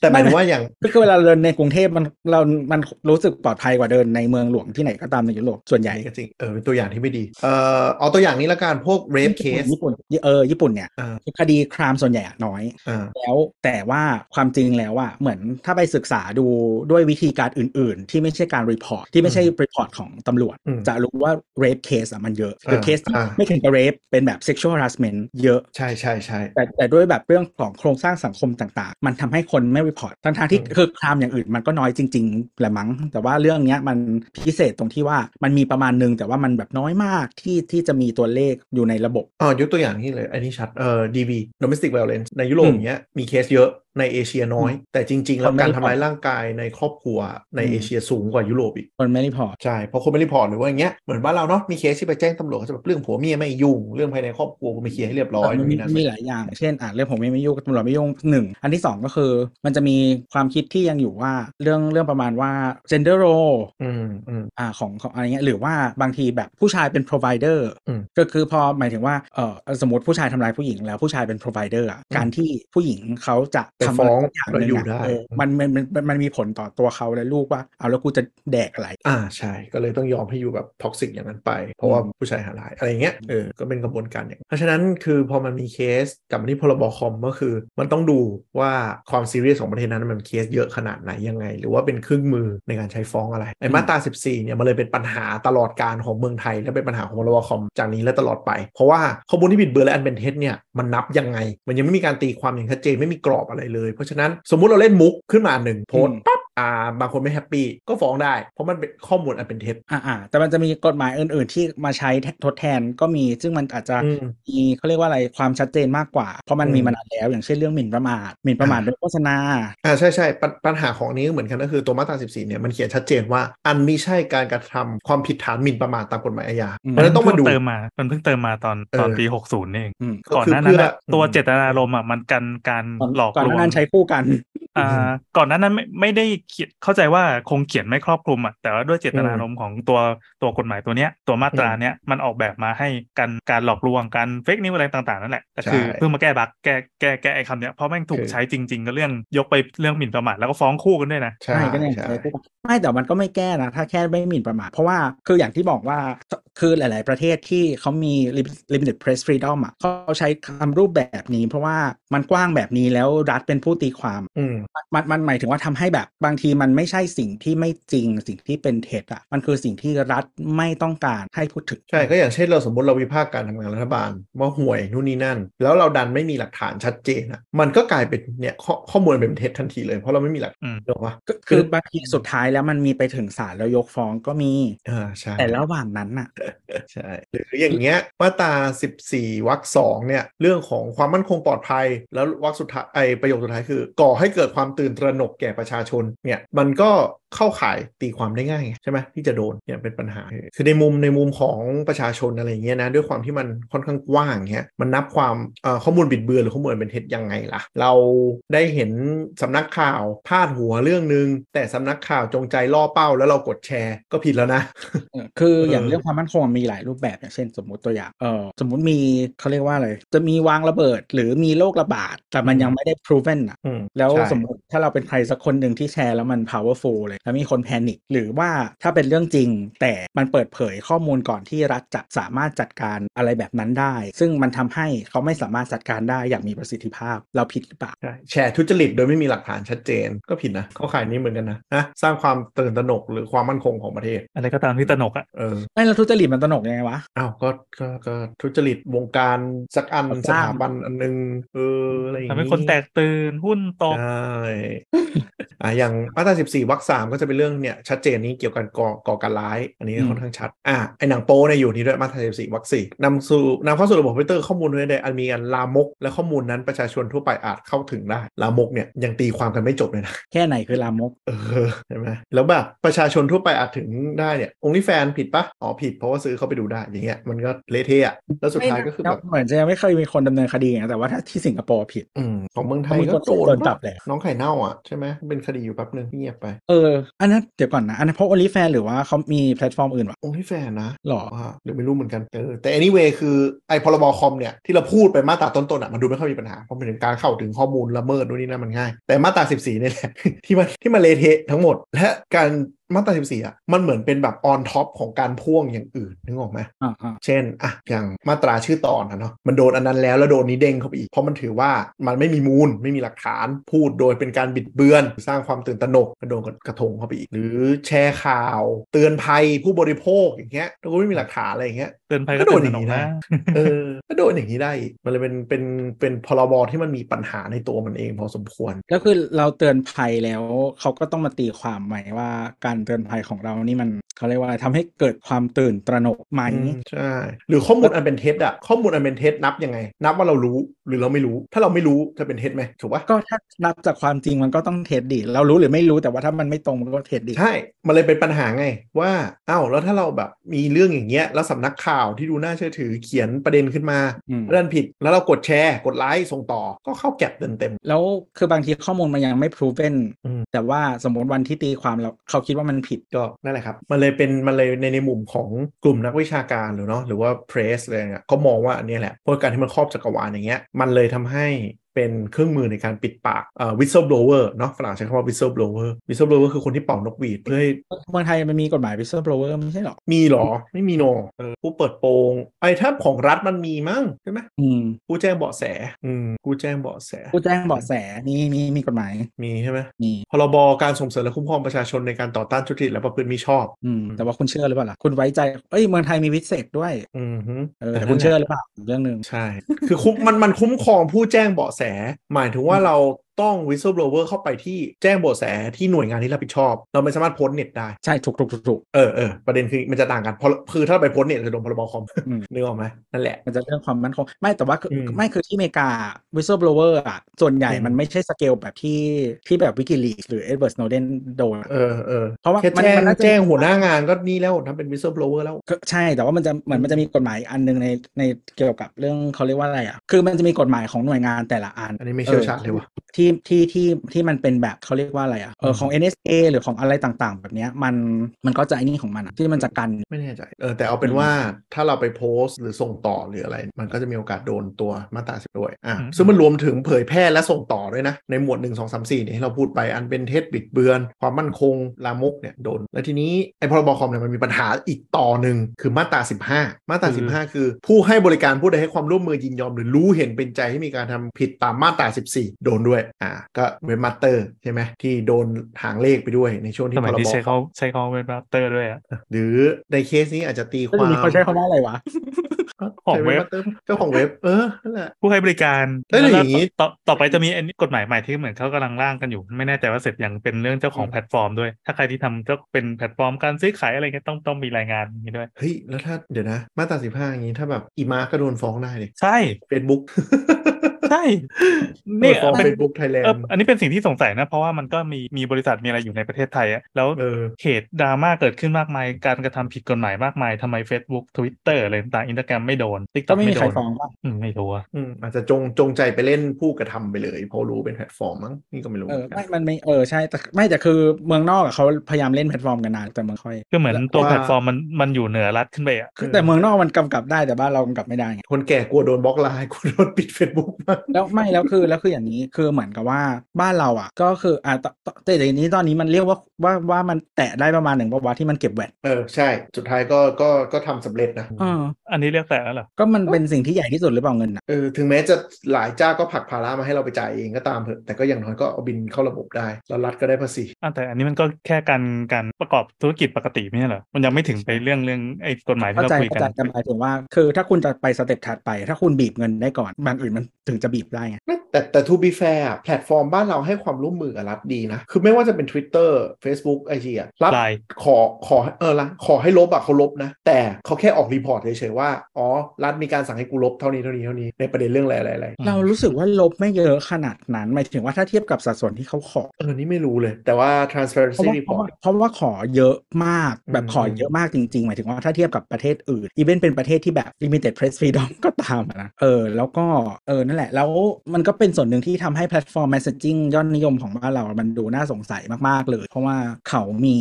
[SPEAKER 3] แต่หมายถึงว่าอย่าง
[SPEAKER 2] ก็คือเวลาเดินในกรุงเทพมันเรามันรู้สึกปลอดภัยกว่าเดินในเมืองหลวงที่ไหนก็ตามในยุโรปส่วนใหญ่
[SPEAKER 3] ไอ้ก็จริงเออเป็นตัวอย่างที่ไม่ดี เอ่อเอาตัวอย่างนี้ละกันพวก rape case
[SPEAKER 2] ญี่ปุ่นเออญี่ปุ่นเนี่ย
[SPEAKER 3] อ่า
[SPEAKER 2] คดีครามส่วนใหญ่อะน้อย
[SPEAKER 3] อ่า
[SPEAKER 2] แล้วแต่ว่าความจริงแล้วอะเหมือนถ้าไปศึกษาดูด้วยวิธีการอื่น ๆ ที่ไม่ใช่การรีพอร์ตที่ไม่ใช่รีพอร์ตของตำรวจ
[SPEAKER 3] อืม
[SPEAKER 2] จะรู้ว่า rape case อะมันเยอะหรือเคสที่
[SPEAKER 3] อ่า
[SPEAKER 2] ไม่ถึงกับ rape เป็นแบบ sexual harassment เยอะ
[SPEAKER 3] ใช่ใช่ใช่
[SPEAKER 2] แต่แต่ด้วยแบบเรื่องของโครงสร้างสังคมต่างๆ มันทำให้คนไม่รีพอร์ตทั้งทางๆที่
[SPEAKER 3] อืม
[SPEAKER 2] คือครามอย่างอื่นมันก็น้อยจริงๆแหละมั้ง แต่ว่าเรื่องเนี้ยมันพิเศษตรงที่ว่ามันมีประมาณหนึง แต่ว่ามันแบบน้อยมากที่ที่จะมีตัวเลขอยู่ในระบบ
[SPEAKER 3] อ๋อยกตัวอย่างนี่เลย อันนี้ชัดเอ่อ DV domestic violence ในยุโร
[SPEAKER 2] อื
[SPEAKER 3] ป
[SPEAKER 2] ม
[SPEAKER 3] อย่างเงี้ยมีเคสเยอะในเอเชียน้อย แต่จริง ๆ แล้ว
[SPEAKER 2] คนไม่
[SPEAKER 3] การ
[SPEAKER 2] ได้
[SPEAKER 3] ทำร้ายร่างกายในครอบครัวใน
[SPEAKER 2] อืม
[SPEAKER 3] เอเชียสูงกว่ายุโรปอีก
[SPEAKER 2] คนไม่รีพอร์ต
[SPEAKER 3] ใช่ เพราะคนไม่รีพอร์ตหรือว่าอย่างเงี้ยเหมือนบ้านเราเนาะมีเคสที่ไปแจ้งตำรวจเขาจะแบบเรื่องผัวเมียไม่ยุ่ง เรื่องภายในครอบครัวกูไม่เคลียร์ให้เรียบร้อยนู่น
[SPEAKER 2] มี
[SPEAKER 3] นี่นั่น
[SPEAKER 2] มีหลายอย่าง เช่นอ่ะเรื่องผมไม่ไม่ยุ่งตำรวจไม่ยุ่งหนึ่ง อันที่สองก็คือ มันจะมีความคิดที่ยังอยู่ว่าเรื่องเรื่องประมาณว่า gender role
[SPEAKER 3] อืมอืม
[SPEAKER 2] อ่าของของอะไรเงี้ยหรือว่าบางทีแบบผู้ชายเป็น provider
[SPEAKER 3] อืม
[SPEAKER 2] ก็คือพอหมายถึงว่าเออสมมติผู้ชายทำร้ายผู้หญิงแล้วผู้ชายเป็น provider อ่ะ
[SPEAKER 3] อืม
[SPEAKER 2] การที่ผู้หญิงเขาจะทำ
[SPEAKER 3] ไปฟ้อ
[SPEAKER 2] ะ
[SPEAKER 3] ง
[SPEAKER 2] รสักอย่างหนึ่
[SPEAKER 3] เราอยู่
[SPEAKER 2] งะ
[SPEAKER 3] ได้
[SPEAKER 2] เออมันมันมันมันมันมีผลต่อตัวเขาและลูกว่าเอาแล้วกูจะแดกอะไร
[SPEAKER 3] อ่าใช่ก็เลยต้องยอมให้อยู่แบบท็อกซิกอย่างนั้นไป เพราะว่าผู้ชายหาหลายอะไรอย่างเงี้ยเออก็เป็นกระบวนการอย่างเพราะฉะนั้นคือพอมันมีเคสกลับมาที่พรบคอมก็คือ มันต้องดูว่าความซีเรียสของประเทศนั้นมันเคสเยอะขนาดไหนยังไง หรือว่าเป็นเครื่องมือในการใช้ฟ้องอะไรไอ้มาตรา 14เนี่ยมันเลยเป็นปัญหาตลอดการของเมืองไทย และเป็นปัญหาของพรบคอมจากนี้และตลอดไป เพราะว่าข้อมูลที่บิดเบือนและอันเป็นเท็จเนี่ยมันนับยังไง มันยังไม่มีการตีความอย่างชัดเจนไม่มีกรอบอะไรเลย เพราะฉะนั้นสมมุติเราเล่นมุกขึ้นมาหนึ่งโพสต์ อ่าบางคนไม่แฮปปี้ก็ฟ้องได้ เพราะมันเป็นข้อมูลอันเป็นเท็จ
[SPEAKER 2] อ่าอ่าแต่มันจะมีกฎหมายอื่น ๆ ที่มาใช้ทดแทนก็มี ซึ่งมันอาจจะ
[SPEAKER 3] อืม
[SPEAKER 2] มีเขาเรียกว่าอะไรความชัดเจนมากกว่า เพราะมัน
[SPEAKER 3] อืม
[SPEAKER 2] มีมานานแล้ว อย่างเช่นเรื่องหมิ่นประมาทหมิ่นประมาทโดยโฆษณา
[SPEAKER 3] อ่าใช่ใช่ปญปัญหาของอันนี้ก็เหมือนกันก็คือตัวมาตรา14เนี่ยมันเขียนชัดเจนว่าอันมิใช่การกระทำความผิดฐานหมิ่นประมาทตามกฎหมายอาญา
[SPEAKER 2] อืม
[SPEAKER 3] เพราะฉะนั้นต้องมาดู
[SPEAKER 4] เพิ่เติมมา มันเพิ่งเติมมาตอนตอน
[SPEAKER 3] เออ
[SPEAKER 4] ปีหกศูนย์เอง
[SPEAKER 2] อืม
[SPEAKER 3] ก็
[SPEAKER 4] ก่อน
[SPEAKER 3] คื
[SPEAKER 4] ห
[SPEAKER 3] อ
[SPEAKER 4] น้านั้
[SPEAKER 3] เพื่
[SPEAKER 4] น
[SPEAKER 3] อ
[SPEAKER 4] อะตัวเจตนารมณ์อ่ะมันกันการ
[SPEAKER 2] ก่อน
[SPEAKER 4] หลอก
[SPEAKER 2] ก่อน
[SPEAKER 4] ล
[SPEAKER 2] ห
[SPEAKER 4] ว
[SPEAKER 2] น้าง นั้นใช้คู่กัน
[SPEAKER 4] อ่าก่อนหน้านั้นไม่ไม่ได้เขียนเข้าใจว่าคงเขียนไม่ครอบคลุมอ่ะแต่ว่าด้วยเจตนารมณ์ของตัวตัวกฎหมายตัวเนี้ย ตัวมาตราเนี้ยมันออกแบบมาให้การการหลอกลวงการเฟกนิวอะไรต่างๆนั่นแหละแต่คือ
[SPEAKER 3] ใช่
[SPEAKER 4] เพิ่งมาแก้บักแก้แก้แก้ไอ้คำเนี้ยเพราะแม่งถู
[SPEAKER 3] คื
[SPEAKER 4] ก
[SPEAKER 3] อ
[SPEAKER 4] ใช้จริง ๆ ก็เรื่องยกไปเรื่องหมิ่นประมาทแล้วก็ฟ้องคู่กันด้วยนะ
[SPEAKER 3] ใช่
[SPEAKER 2] ใช่ก็เนี่ย
[SPEAKER 3] ใช่
[SPEAKER 2] ใช้คู่กันไม่แต่มันก็ไม่แก้นะ ถ้าแค่ไม่หมิ่นประมาทเพราะว่าคืออย่างที่บอกว่าคือหลาย ๆ ประเทศที่เขามี lim- limited press freedom อ่ะเขาใช้คำรูปแบบนี้ เพราะว่ามันกว้างแบบนี้แล้วรัฐเป็นผู้ตีความ
[SPEAKER 3] อืม
[SPEAKER 2] มันมันหมายถึงว่าทำให้แบบบางทีมันไม่ใช่สิ่งที่ไม่จริงสิ่งที่เป็นเท็จอ่ะมันคือสิ่งที่รัฐไม่ต้องการให้พูดถึง
[SPEAKER 3] ใช่ก็อย่างเช่นเราสมมติเราวิพากษ์การทำงานรัฐบาลว่าห่วยนู่นนี่นั่น แล้วเราดันไม่มีหลักฐานชัดเจนอะมันก็กลายเป็นเนี่ยข้อข้อมูลเป็นเท็จทันทีเลยเพราะเราไม่มีหลัก
[SPEAKER 4] อืม
[SPEAKER 3] เดี๋ยวว่า
[SPEAKER 2] ก็คือบางทีสุดท้ายแล้วมันมีไปถึงศาลแล้วยกฟ้องก็มี
[SPEAKER 3] อ่าใช่
[SPEAKER 2] แต่ระหว่างนั้นน่ะ
[SPEAKER 3] ใช่หรืออย่างเงี้ยมาตรา14วรรคสองเนี่ยเรื่องของความมั่นคงปลอดภัย แล้ววรรคสุดท้ายไอประโยคสุดท้ายคือ ก่อให้เกิดความตื่นตระหนกแก่ประชาชนเนี่ยมันก็เข้าข่ายตีความได้ง่ายไงใช่ไหมที่จะโดนเนี่ยเป็นปัญหา คือในมุมในมุมของประชาชนอะไรอย่างเงี้ยนะด้วยความที่มันค่อนข้างกว้างเงี้ยมันนับความเอ่อข้อมูลบิดเบือนหรือข้อมูลเป็นเท็จยังไงล่ะ เราได้เห็นสำนักข่าวพาดหัวเรื่องนึง แต่สำนักข่าวจงใจล่อเป้า แล้วเรากดแชร์ก็ผิดแล้วนะ
[SPEAKER 2] เออคือ
[SPEAKER 3] เอออ
[SPEAKER 2] อย่างเรื่องความมั่นคงมีหลายรูปแบบอย่างเช่น สมมติตัวอย่างเออสมมติมีเขาเรียกว่าอะไรจะมีวางระเบิดหรือมีโรคระบาด แต่มัน
[SPEAKER 3] อืม
[SPEAKER 2] ยังไม่ได้ proven อ่ะ
[SPEAKER 3] อื
[SPEAKER 2] แล้ว
[SPEAKER 3] ใช่
[SPEAKER 2] สมมติถ้าเราเป็นใครสักคนหนึ่งที่แชร์แล้วมัน powerful เลย แล้วมีคนแพนิคหรือว่าถ้าเป็นเรื่องจริง แต่มันเปิดเผยข้อมูลก่อนที่รัฐจะสามารถจัดการอะไรแบบนั้นได้ ซึ่งมันทำให้เขาไม่สามารถจัดการได้อย่างมีประสิทธิภาพเราผิดหรือเปล่า
[SPEAKER 3] ใช่แชร์ทุจริตโดยไม่มีหลักฐานชัดเจนก็ผิดนะ เข้าข่ายนี้เหมือนกันนะนะสร้างความตื่นตระหนกหรือความมั่นคงของประเทศ
[SPEAKER 4] อะไรก็ตามที่ตระหนกอ่ะ
[SPEAKER 3] เออ
[SPEAKER 2] ไอ้เราทุจริตมันตนกยังไงวะ
[SPEAKER 3] อ้าวก็ก็ก็ทุจริตวงการสักอัน
[SPEAKER 2] ก่อ
[SPEAKER 3] ส
[SPEAKER 2] สร้าง
[SPEAKER 3] ถาบันอันนึงเอออะไรอย่าง
[SPEAKER 4] ทำให้คนแตกตื่นหุ้นตก
[SPEAKER 3] ใช่ อ่ะอย่างมาตรา14วรรคสาม ก็จะเป็นเรื่องเนี่ยชัดเจนนี้เกี่ยวกับก่อก่อการร้าย อันนี้
[SPEAKER 2] อืม
[SPEAKER 3] ค่อนข้างชัดอ่ะไอหนังโป้เนี่ยอยู่นี่ด้วยมาตรา14วรรคสี่นำสู่นำเข้าสู่ระบบคอมพิวเตอร์ข้อมูลไว้ในอันมีอันลามก และข้อมูลนั้นประชาชนทั่วไปอาจเข้าถึงได้ลามกเนี่ยยังตีความกันไม่จบเลยนะ
[SPEAKER 2] แค่ไหนคือลามก
[SPEAKER 3] เออใช่ไหมแล้วแบบประชาชนทั่วไปอาจถึงได้เนี่ยองค์ f แฟนผิดปะอ๋อผิดเพราะว่าซื้อเข้าไปดูได้อย่างเงี้ยมันก็เละเทะอะแล้วสุดท้ายก็คือแบบ
[SPEAKER 2] เหมือนจะยังไม่เคยมีคนดำเนินคดีอย่างเงี้ยแต่ว่าถ้าที่สิงคโปร์ผิด
[SPEAKER 3] อืมของเมืองไทย
[SPEAKER 2] มีค
[SPEAKER 3] ก็
[SPEAKER 2] น
[SPEAKER 3] โด
[SPEAKER 2] โด
[SPEAKER 3] น
[SPEAKER 2] น
[SPEAKER 3] ปะ
[SPEAKER 2] จับแหละ
[SPEAKER 3] น้องไข่เน่าอ่ะใช่ไหมเป็นคดีอยู่แป๊บหนึ่งเงียบไป
[SPEAKER 2] เออ อันนั้นเดี๋ยวก่อนนะ อันนั้นเพราะ OnlyFans หรือว่าเขามีแพลตฟอร์มอื่นวะ
[SPEAKER 3] องค์ f แฟนนะ
[SPEAKER 2] หรอ
[SPEAKER 3] ว่าหรือไม่รู้เหมือนกันเออแต่ anyway คือไอ้พรบคอมเนี่ยที่เราพูดไปมาตราต้นๆอ่ะมันดูไม่ค่อยมีปัญหาเพราะมันเป็นการเข้าถึงข้อมูลละเมิดนู่นนี่นั่นมันง่าย แต่มาตรา14เนี่ยแหละ ที่มันที่มันเละเทะทั้งหมด และการมาตรา14อ่ะมันเหมือนเป็นแบบ on top ของการพ่วงอย่างอื่นนึกออกไหม
[SPEAKER 2] อ่าอ่า
[SPEAKER 3] เช่นอ่ะอย่างมาตราชื่อตอนนะเนาะมันโดนอันนั้นแล้วแล้วโดนนี้เด้งเข้าไปอีก เพราะมันถือว่ามันไม่มีมูลไม่มีหลักฐานพูดโดยเป็นการบิดเบือน สร้างความตื่นตระหนกก็โดนกระทงเข้าไปอีก หรือแชร์ข่าว เตือนภัยผู้บริโภคอย่างเงี้ยแล้วก็ไม่มีหลักฐานอะไรอย่างเงี้ย
[SPEAKER 4] เตือนภัย
[SPEAKER 3] ก็
[SPEAKER 4] ก็
[SPEAKER 3] โด
[SPEAKER 4] เตื
[SPEAKER 3] นอ
[SPEAKER 4] อนส
[SPEAKER 3] ย่าง
[SPEAKER 4] นอ
[SPEAKER 3] นี้
[SPEAKER 4] ง
[SPEAKER 3] ได้
[SPEAKER 4] นะ
[SPEAKER 3] เออก็โดนอย่างนี้ได้อีกมันเลยเป็นเป็นเป็นพรบที่มันมีปัญหาในตัวมันเองพอสมควร
[SPEAKER 2] แล้วคือเราเตือนภัยแล้วเขาก็ต้องมาตีความใหม่ว่าการเตือนภัยของเรานี่มันเขาเรียกว่าอะไรทำให้เกิดความตื่นตระหนกไหม
[SPEAKER 3] อืมใช่หรือข้อมูลอันเป็นเท็จอะข้อมูลอันเป็นเท็จนับยังไง นับว่าเรารู้หรือเราไม่รู้ ถ้าเราไม่รู้จะเป็นเท็จไหมถูกปะ
[SPEAKER 2] ก็ถ้านับจากความจริงมันก็ต้องเท็จดี เรารู้หรือไม่รู้แต่ว่าถ้ามันไม่ตรงมันก็เท็จดี
[SPEAKER 3] ใช่ มันเลยเป็นปัญหาไงว่าอ้าวแล้วถ้าเราแบบมีเรื่องอย่างเงี้ยแล้วสำนักข่าวที่ดูน่าเชื่อถือเขียนประเด็นขึ้นมา
[SPEAKER 2] อืม
[SPEAKER 3] เรื่องผิดแล้วเรากดแชร์ กดไลค์ส่งต่อก็เข้าแก็บเต็มเต็ม
[SPEAKER 2] แล้วคือบางทีข้อมูลมันยังไม่ proven
[SPEAKER 3] อืม
[SPEAKER 2] แต่ว่าสมมติวันที่ตีความเราเขาคิดว่ามันผิด
[SPEAKER 3] ๆก็นั่นแหละครับ มันเลยเป็นมันเลยในในมุมของกลุ่มนักวิชาการหรือเนาะหรือว่าเพรสอะไรเนี่ยก็มองว่าอันเนี้ยแหละเพราะการที่มันครอบจักรวาลอย่างเงี้ยมันเลยทำให้เป็นเครื่องมือในการปิดปากเอ่อ whistleblower เนาะฝรั่งใช้คำว่า whistleblower whistleblower คือคนที่เป่านกหวีดเพื่อให้
[SPEAKER 2] เมืองไทยมันมีกฎหมาย whistleblower ไม่ใช่หรอ
[SPEAKER 3] มีเหรอไม่มีโนเออผู้เปิดโปงไอ้ถ้าของรัฐมันมีมั้งใช่ไหม
[SPEAKER 2] อืม
[SPEAKER 3] ผู้แจ้งเบาะแส อืมผู้แจ้งเบาะแส
[SPEAKER 2] ผู้แจ้งเบาะแสนี่มีมีกฎหมาย
[SPEAKER 3] มีใช่ไหม
[SPEAKER 2] มี
[SPEAKER 3] พรบการส่งเสริมและคุ้มครองประชาชนในการต่อต้านทุจริตและประพฤติมิชอบ
[SPEAKER 2] อืมแต่ว่าคุณเชื่อหรือเปล่าล่ะคุณไว้ใจเอ้ยเมืองไทยมีวิเศษด้วย
[SPEAKER 3] อืมฮึ
[SPEAKER 2] เออแต่คุณ
[SPEAKER 3] นั่
[SPEAKER 2] เชื่
[SPEAKER 3] นแหละ
[SPEAKER 2] อหรือเปล่าอีกเรื่องหนึ่ง
[SPEAKER 3] ใช่ คือคุ้มมันมันคุ้มครองผู้แจ้งเบาะแส หมายถึงว่าเราต้อง whistleblower เข้าไปที่แจ้งเบาะแสที่หน่วยงานที่รับผิดชอบ เราไม่สามารถโพ้นเน็ตได้
[SPEAKER 2] ใช่ถูกถูกถูกถูก
[SPEAKER 3] เออเออประเด็นคือมันจะต่างกันเพราะคือถ้าเราไปโพ้นเน็ตจะโดนพรบคอม
[SPEAKER 2] อืม
[SPEAKER 3] นึกออกไหมนั่นแหละ
[SPEAKER 2] มันจะเรื่องความมั่นคงไม่แต่ว่าคือ
[SPEAKER 3] อืม
[SPEAKER 2] ไม่คือที่อเมริกา whistleblower อ่ะส่วนใหญ่
[SPEAKER 3] อืม
[SPEAKER 2] มันไม่ใช่สเกลแบบที่ที่แบบวิกิลีหรือเอ็ดเวิร์ดโนเดนโดน
[SPEAKER 3] เออเออ
[SPEAKER 2] เพราะว่า
[SPEAKER 3] แค่
[SPEAKER 2] มัน
[SPEAKER 3] แจ้ง
[SPEAKER 2] มันน่าจะ
[SPEAKER 3] แจ้งหัวหน้างานก็นี่แล้วทำเป็น whistleblower แล้ว
[SPEAKER 2] ก็ใช่แต่ว่ามันจะเหมือนมันจะมีกฎหมายอันหนึงในในเกี่ยวกับเรื่องเขาเรียกว่าอะไรอ่ะคือมันจะมีกฎหมายของหน่วยงานแต่ละอัน
[SPEAKER 3] อันนี้ไม่เชี่ยวชาญเลยว่ะ
[SPEAKER 2] ออที่ที่ที่ที่มันเป็นแบบเขาเรียกว่าอะไรอ่ะเออ
[SPEAKER 3] ม
[SPEAKER 2] ของ NSA หรือของอะไรต่างๆ แบบเนี้ยมันมันก็จะไอ้นี่ของมันอะที่มันจะกัน
[SPEAKER 3] ไม่แน่ใจเออแต่เอาเป็น
[SPEAKER 2] อืม
[SPEAKER 3] ว่าถ้าเราไปโพสต์หรือส่งต่อหรืออะไร มันก็จะมีโอกาสโดนตัวมาตราสิบด้วยอ่ะ
[SPEAKER 4] อืม
[SPEAKER 3] ซึ่งมันรวมถึงเผยแพร่และส่งต่อด้วยนะ ในหมวด 1 2 3 4เนี่ยที่เราพูดไปอันเป็นเท็จบิดเบือน ความมั่นคงลามกเนี่ยโดน และทีนี้ไอ้พรบคอมเนี่ยมันมีปัญหาอีกต่อหนึ่งคือมาตรา15 มาตรา15 คือ ผู้ให้บริการผู้ใดให้ความร่วมมือยินยอม หรือรู้เห็นเป็นใจให้มีการทำผิดตามมาตรา14 โดนด้วยอ่าก็เว็บมาสเตอร์ใช่ไหมที่โดนหางเลขไปด้วยในช่วงที่
[SPEAKER 4] ส
[SPEAKER 3] พ
[SPEAKER 4] มัย
[SPEAKER 3] ร
[SPEAKER 4] นี้
[SPEAKER 3] บ
[SPEAKER 4] ใช้เขาใช้เขาเป็นบัตเตอร์ด้วยอะ
[SPEAKER 3] หรือในเคสนี้อาจจะตีค
[SPEAKER 2] แล้ว
[SPEAKER 3] วา
[SPEAKER 2] ที
[SPEAKER 3] ม
[SPEAKER 2] นี้เขาใช้คำว่าอะไรวะ
[SPEAKER 4] ของเว็บ
[SPEAKER 3] เจ้าของเว็บ เออ นั่นแหละ
[SPEAKER 4] ผู้ให้บริการ
[SPEAKER 3] เอ้ยหรืออย่างงี้
[SPEAKER 4] นี้ต่อต่อไปจะมีอันนี้กฎหมายใหม่ที่เหมือนเขากำลังร่างกันอยู่ ไม่แน่ใจว่าเสร็จยังเป็นเรื่องเจ้าของแพลตฟอร์มด้วย ถ้าใครที่ทำเจ้าเป็นแพลตฟอร์มการซื้อขายอะไรเงี้ยต้องต้องมีรายงานอย่างนี้ด้วย
[SPEAKER 3] เฮ้ย แล้วถ้าเดี๋ยวนะ มาตราสิบห้าอย่างนี้ ถ้าแบบ อีมาร์คก็โดนฟ้องได้เลย
[SPEAKER 4] ใช่
[SPEAKER 3] เฟซบุ๊ก
[SPEAKER 4] ใช่เนี่ย
[SPEAKER 3] ฟ้อง
[SPEAKER 4] เป็น
[SPEAKER 3] เฟซบุ๊กไทยแลน
[SPEAKER 4] เออ
[SPEAKER 3] ด์
[SPEAKER 4] อันนี้เป็นสิ่งที่สงสัยนะ เพราะว่ามันก็มีมีบริษัทมีอะไรอยู่ในประเทศไทยอะแล้ว
[SPEAKER 3] เออ
[SPEAKER 4] เหตุดราม่าเกิดขึ้นมากมาย การกระทำผิดกฎหมายมากมายทำไม Facebook Twitter อะไรต่างอินสตาแกรมไม่โดน ติ๊กต็
[SPEAKER 2] ก็
[SPEAKER 4] อก
[SPEAKER 2] ไม่มี
[SPEAKER 4] ไม่โด
[SPEAKER 2] ใคร
[SPEAKER 4] น
[SPEAKER 2] ฟ้องป่ะ
[SPEAKER 4] อืมไม่รู้อะ
[SPEAKER 3] อืม อาจจะจงจงใจไปเล่นผู้กระทำไปเลยเพราะรู้เป็นแพลตฟอร์มมั้ง นี่ก็ไม่รู้
[SPEAKER 2] เออ
[SPEAKER 3] เหมือน
[SPEAKER 2] ไม่
[SPEAKER 3] กัน
[SPEAKER 2] มันไม่เออใช่แต่ไม่แต่คือเมืองนอกอะเขาพยายามเล่นแพลตฟอร์มกันนานแต่เมืองค่อย
[SPEAKER 4] ก็เหมือน
[SPEAKER 3] แล้ว
[SPEAKER 4] ตัว
[SPEAKER 3] ว่า
[SPEAKER 4] แพลตฟอร์มมันมันอยู่เหนือรัฐขึ้นไปอะ
[SPEAKER 2] คือแต่เมืองนอกมันกำกับได้แต่บ้านเรากำกับไม่ได้ไง
[SPEAKER 3] คนแก่กลัวโดนบล็อกไลน์ก ลัวโดนปิดเฟซบุ๊กมาก
[SPEAKER 2] แล้วไม่แล้วคือแล้วคืออย่างนี้คือเหมือนกับว่าบ้านเราอ่ะ ก็คืออ่าแต่แต่อย่างนี้ตอนนี้มันเรียกว่าว่าว่ามันแตะได้ประมาณหนึ่งปะวะที่มันเก็บแวด
[SPEAKER 3] เออ ใช่ สุดท้ายก็ก็ก็ทำสำเร็จนะ
[SPEAKER 2] เออ
[SPEAKER 4] อันนี้เรียกแต่แล้วเหรอ
[SPEAKER 2] ก็มันเป็นสิ่งที่ใหญ่ที่สุดหรือเปล่าเงินอ่ะ
[SPEAKER 3] เออ ถึงแม้จะหลายเจ้าก็ผลักภาระมาให้เราไปจ่ายเองก็ตามเถอะแต่ก็อย่างน้อยก็เอาบินเข้าระบบได้แล้วรัฐก็ได้ภาษี
[SPEAKER 4] อ่ะแต่อันนี้มันก็แค่การการประกอบธุรกิจปกติไม่ใช่เหรอมันยังไม่ถึงไปเรื่องเรื่องไอ้กฎหมายที่
[SPEAKER 2] เข้า
[SPEAKER 4] เรา
[SPEAKER 2] ใจ
[SPEAKER 4] คุย
[SPEAKER 2] เข้า
[SPEAKER 4] กัน
[SPEAKER 2] ใจแต่หมายถึงว่า คือถ้าคุณจะไปสเต็ปถัดไป ถ้าคุณบีบเงินได้ก่อนบางอื่นมัน ถึงจะบีบได้ไง
[SPEAKER 3] แต่แต่ to be fair อะแพลตฟอร์มบ้านเราให้ความร่วมมือกับรัฐดีนะ คือไม่ว่าจะเป็น Twitter Facebook ไอจีอะรัฐ
[SPEAKER 4] ลาย
[SPEAKER 3] ขอขอเออละขอให้ลบอะเขาลบนะ แต่เขาแค่ออกรีพอร์ตเฉยๆว่า อ๋อ รัฐมีการสั่งให้กูลบเท่านี้เท่านี้เท่านี้ในประเด็นเรื่องอะไรอะไรอะไร
[SPEAKER 2] เรารู้สึกว่าลบไม่เยอะขนาดนั้นหมายถึงว่าถ้าเทียบกับสัดส่วนที่เขาขอ
[SPEAKER 3] เออนี่ไม่รู้เลย แต่ว่า
[SPEAKER 2] เพราะ
[SPEAKER 3] transparency
[SPEAKER 2] ว่าเพราะว่า
[SPEAKER 3] report
[SPEAKER 2] เพราะว่าขอเยอะมากแบบ
[SPEAKER 3] อืม
[SPEAKER 2] ขอเยอะมากจริงๆ หมายถึงว่าถ้าเทียบกับประเทศอื่น อีเวนเป็นประเทศที่แบบ limited press freedom ก็ตามอะนะเออแล้วก็เออนั่นแหละ แล้วมันก็เป็นส่วนหนึ่งที่ทำให้แพลตฟอร์ม messaging ยอดนิยมของบ้านเรา มันดูน่าสงสัยมากๆเลย เพราะว่าเขามี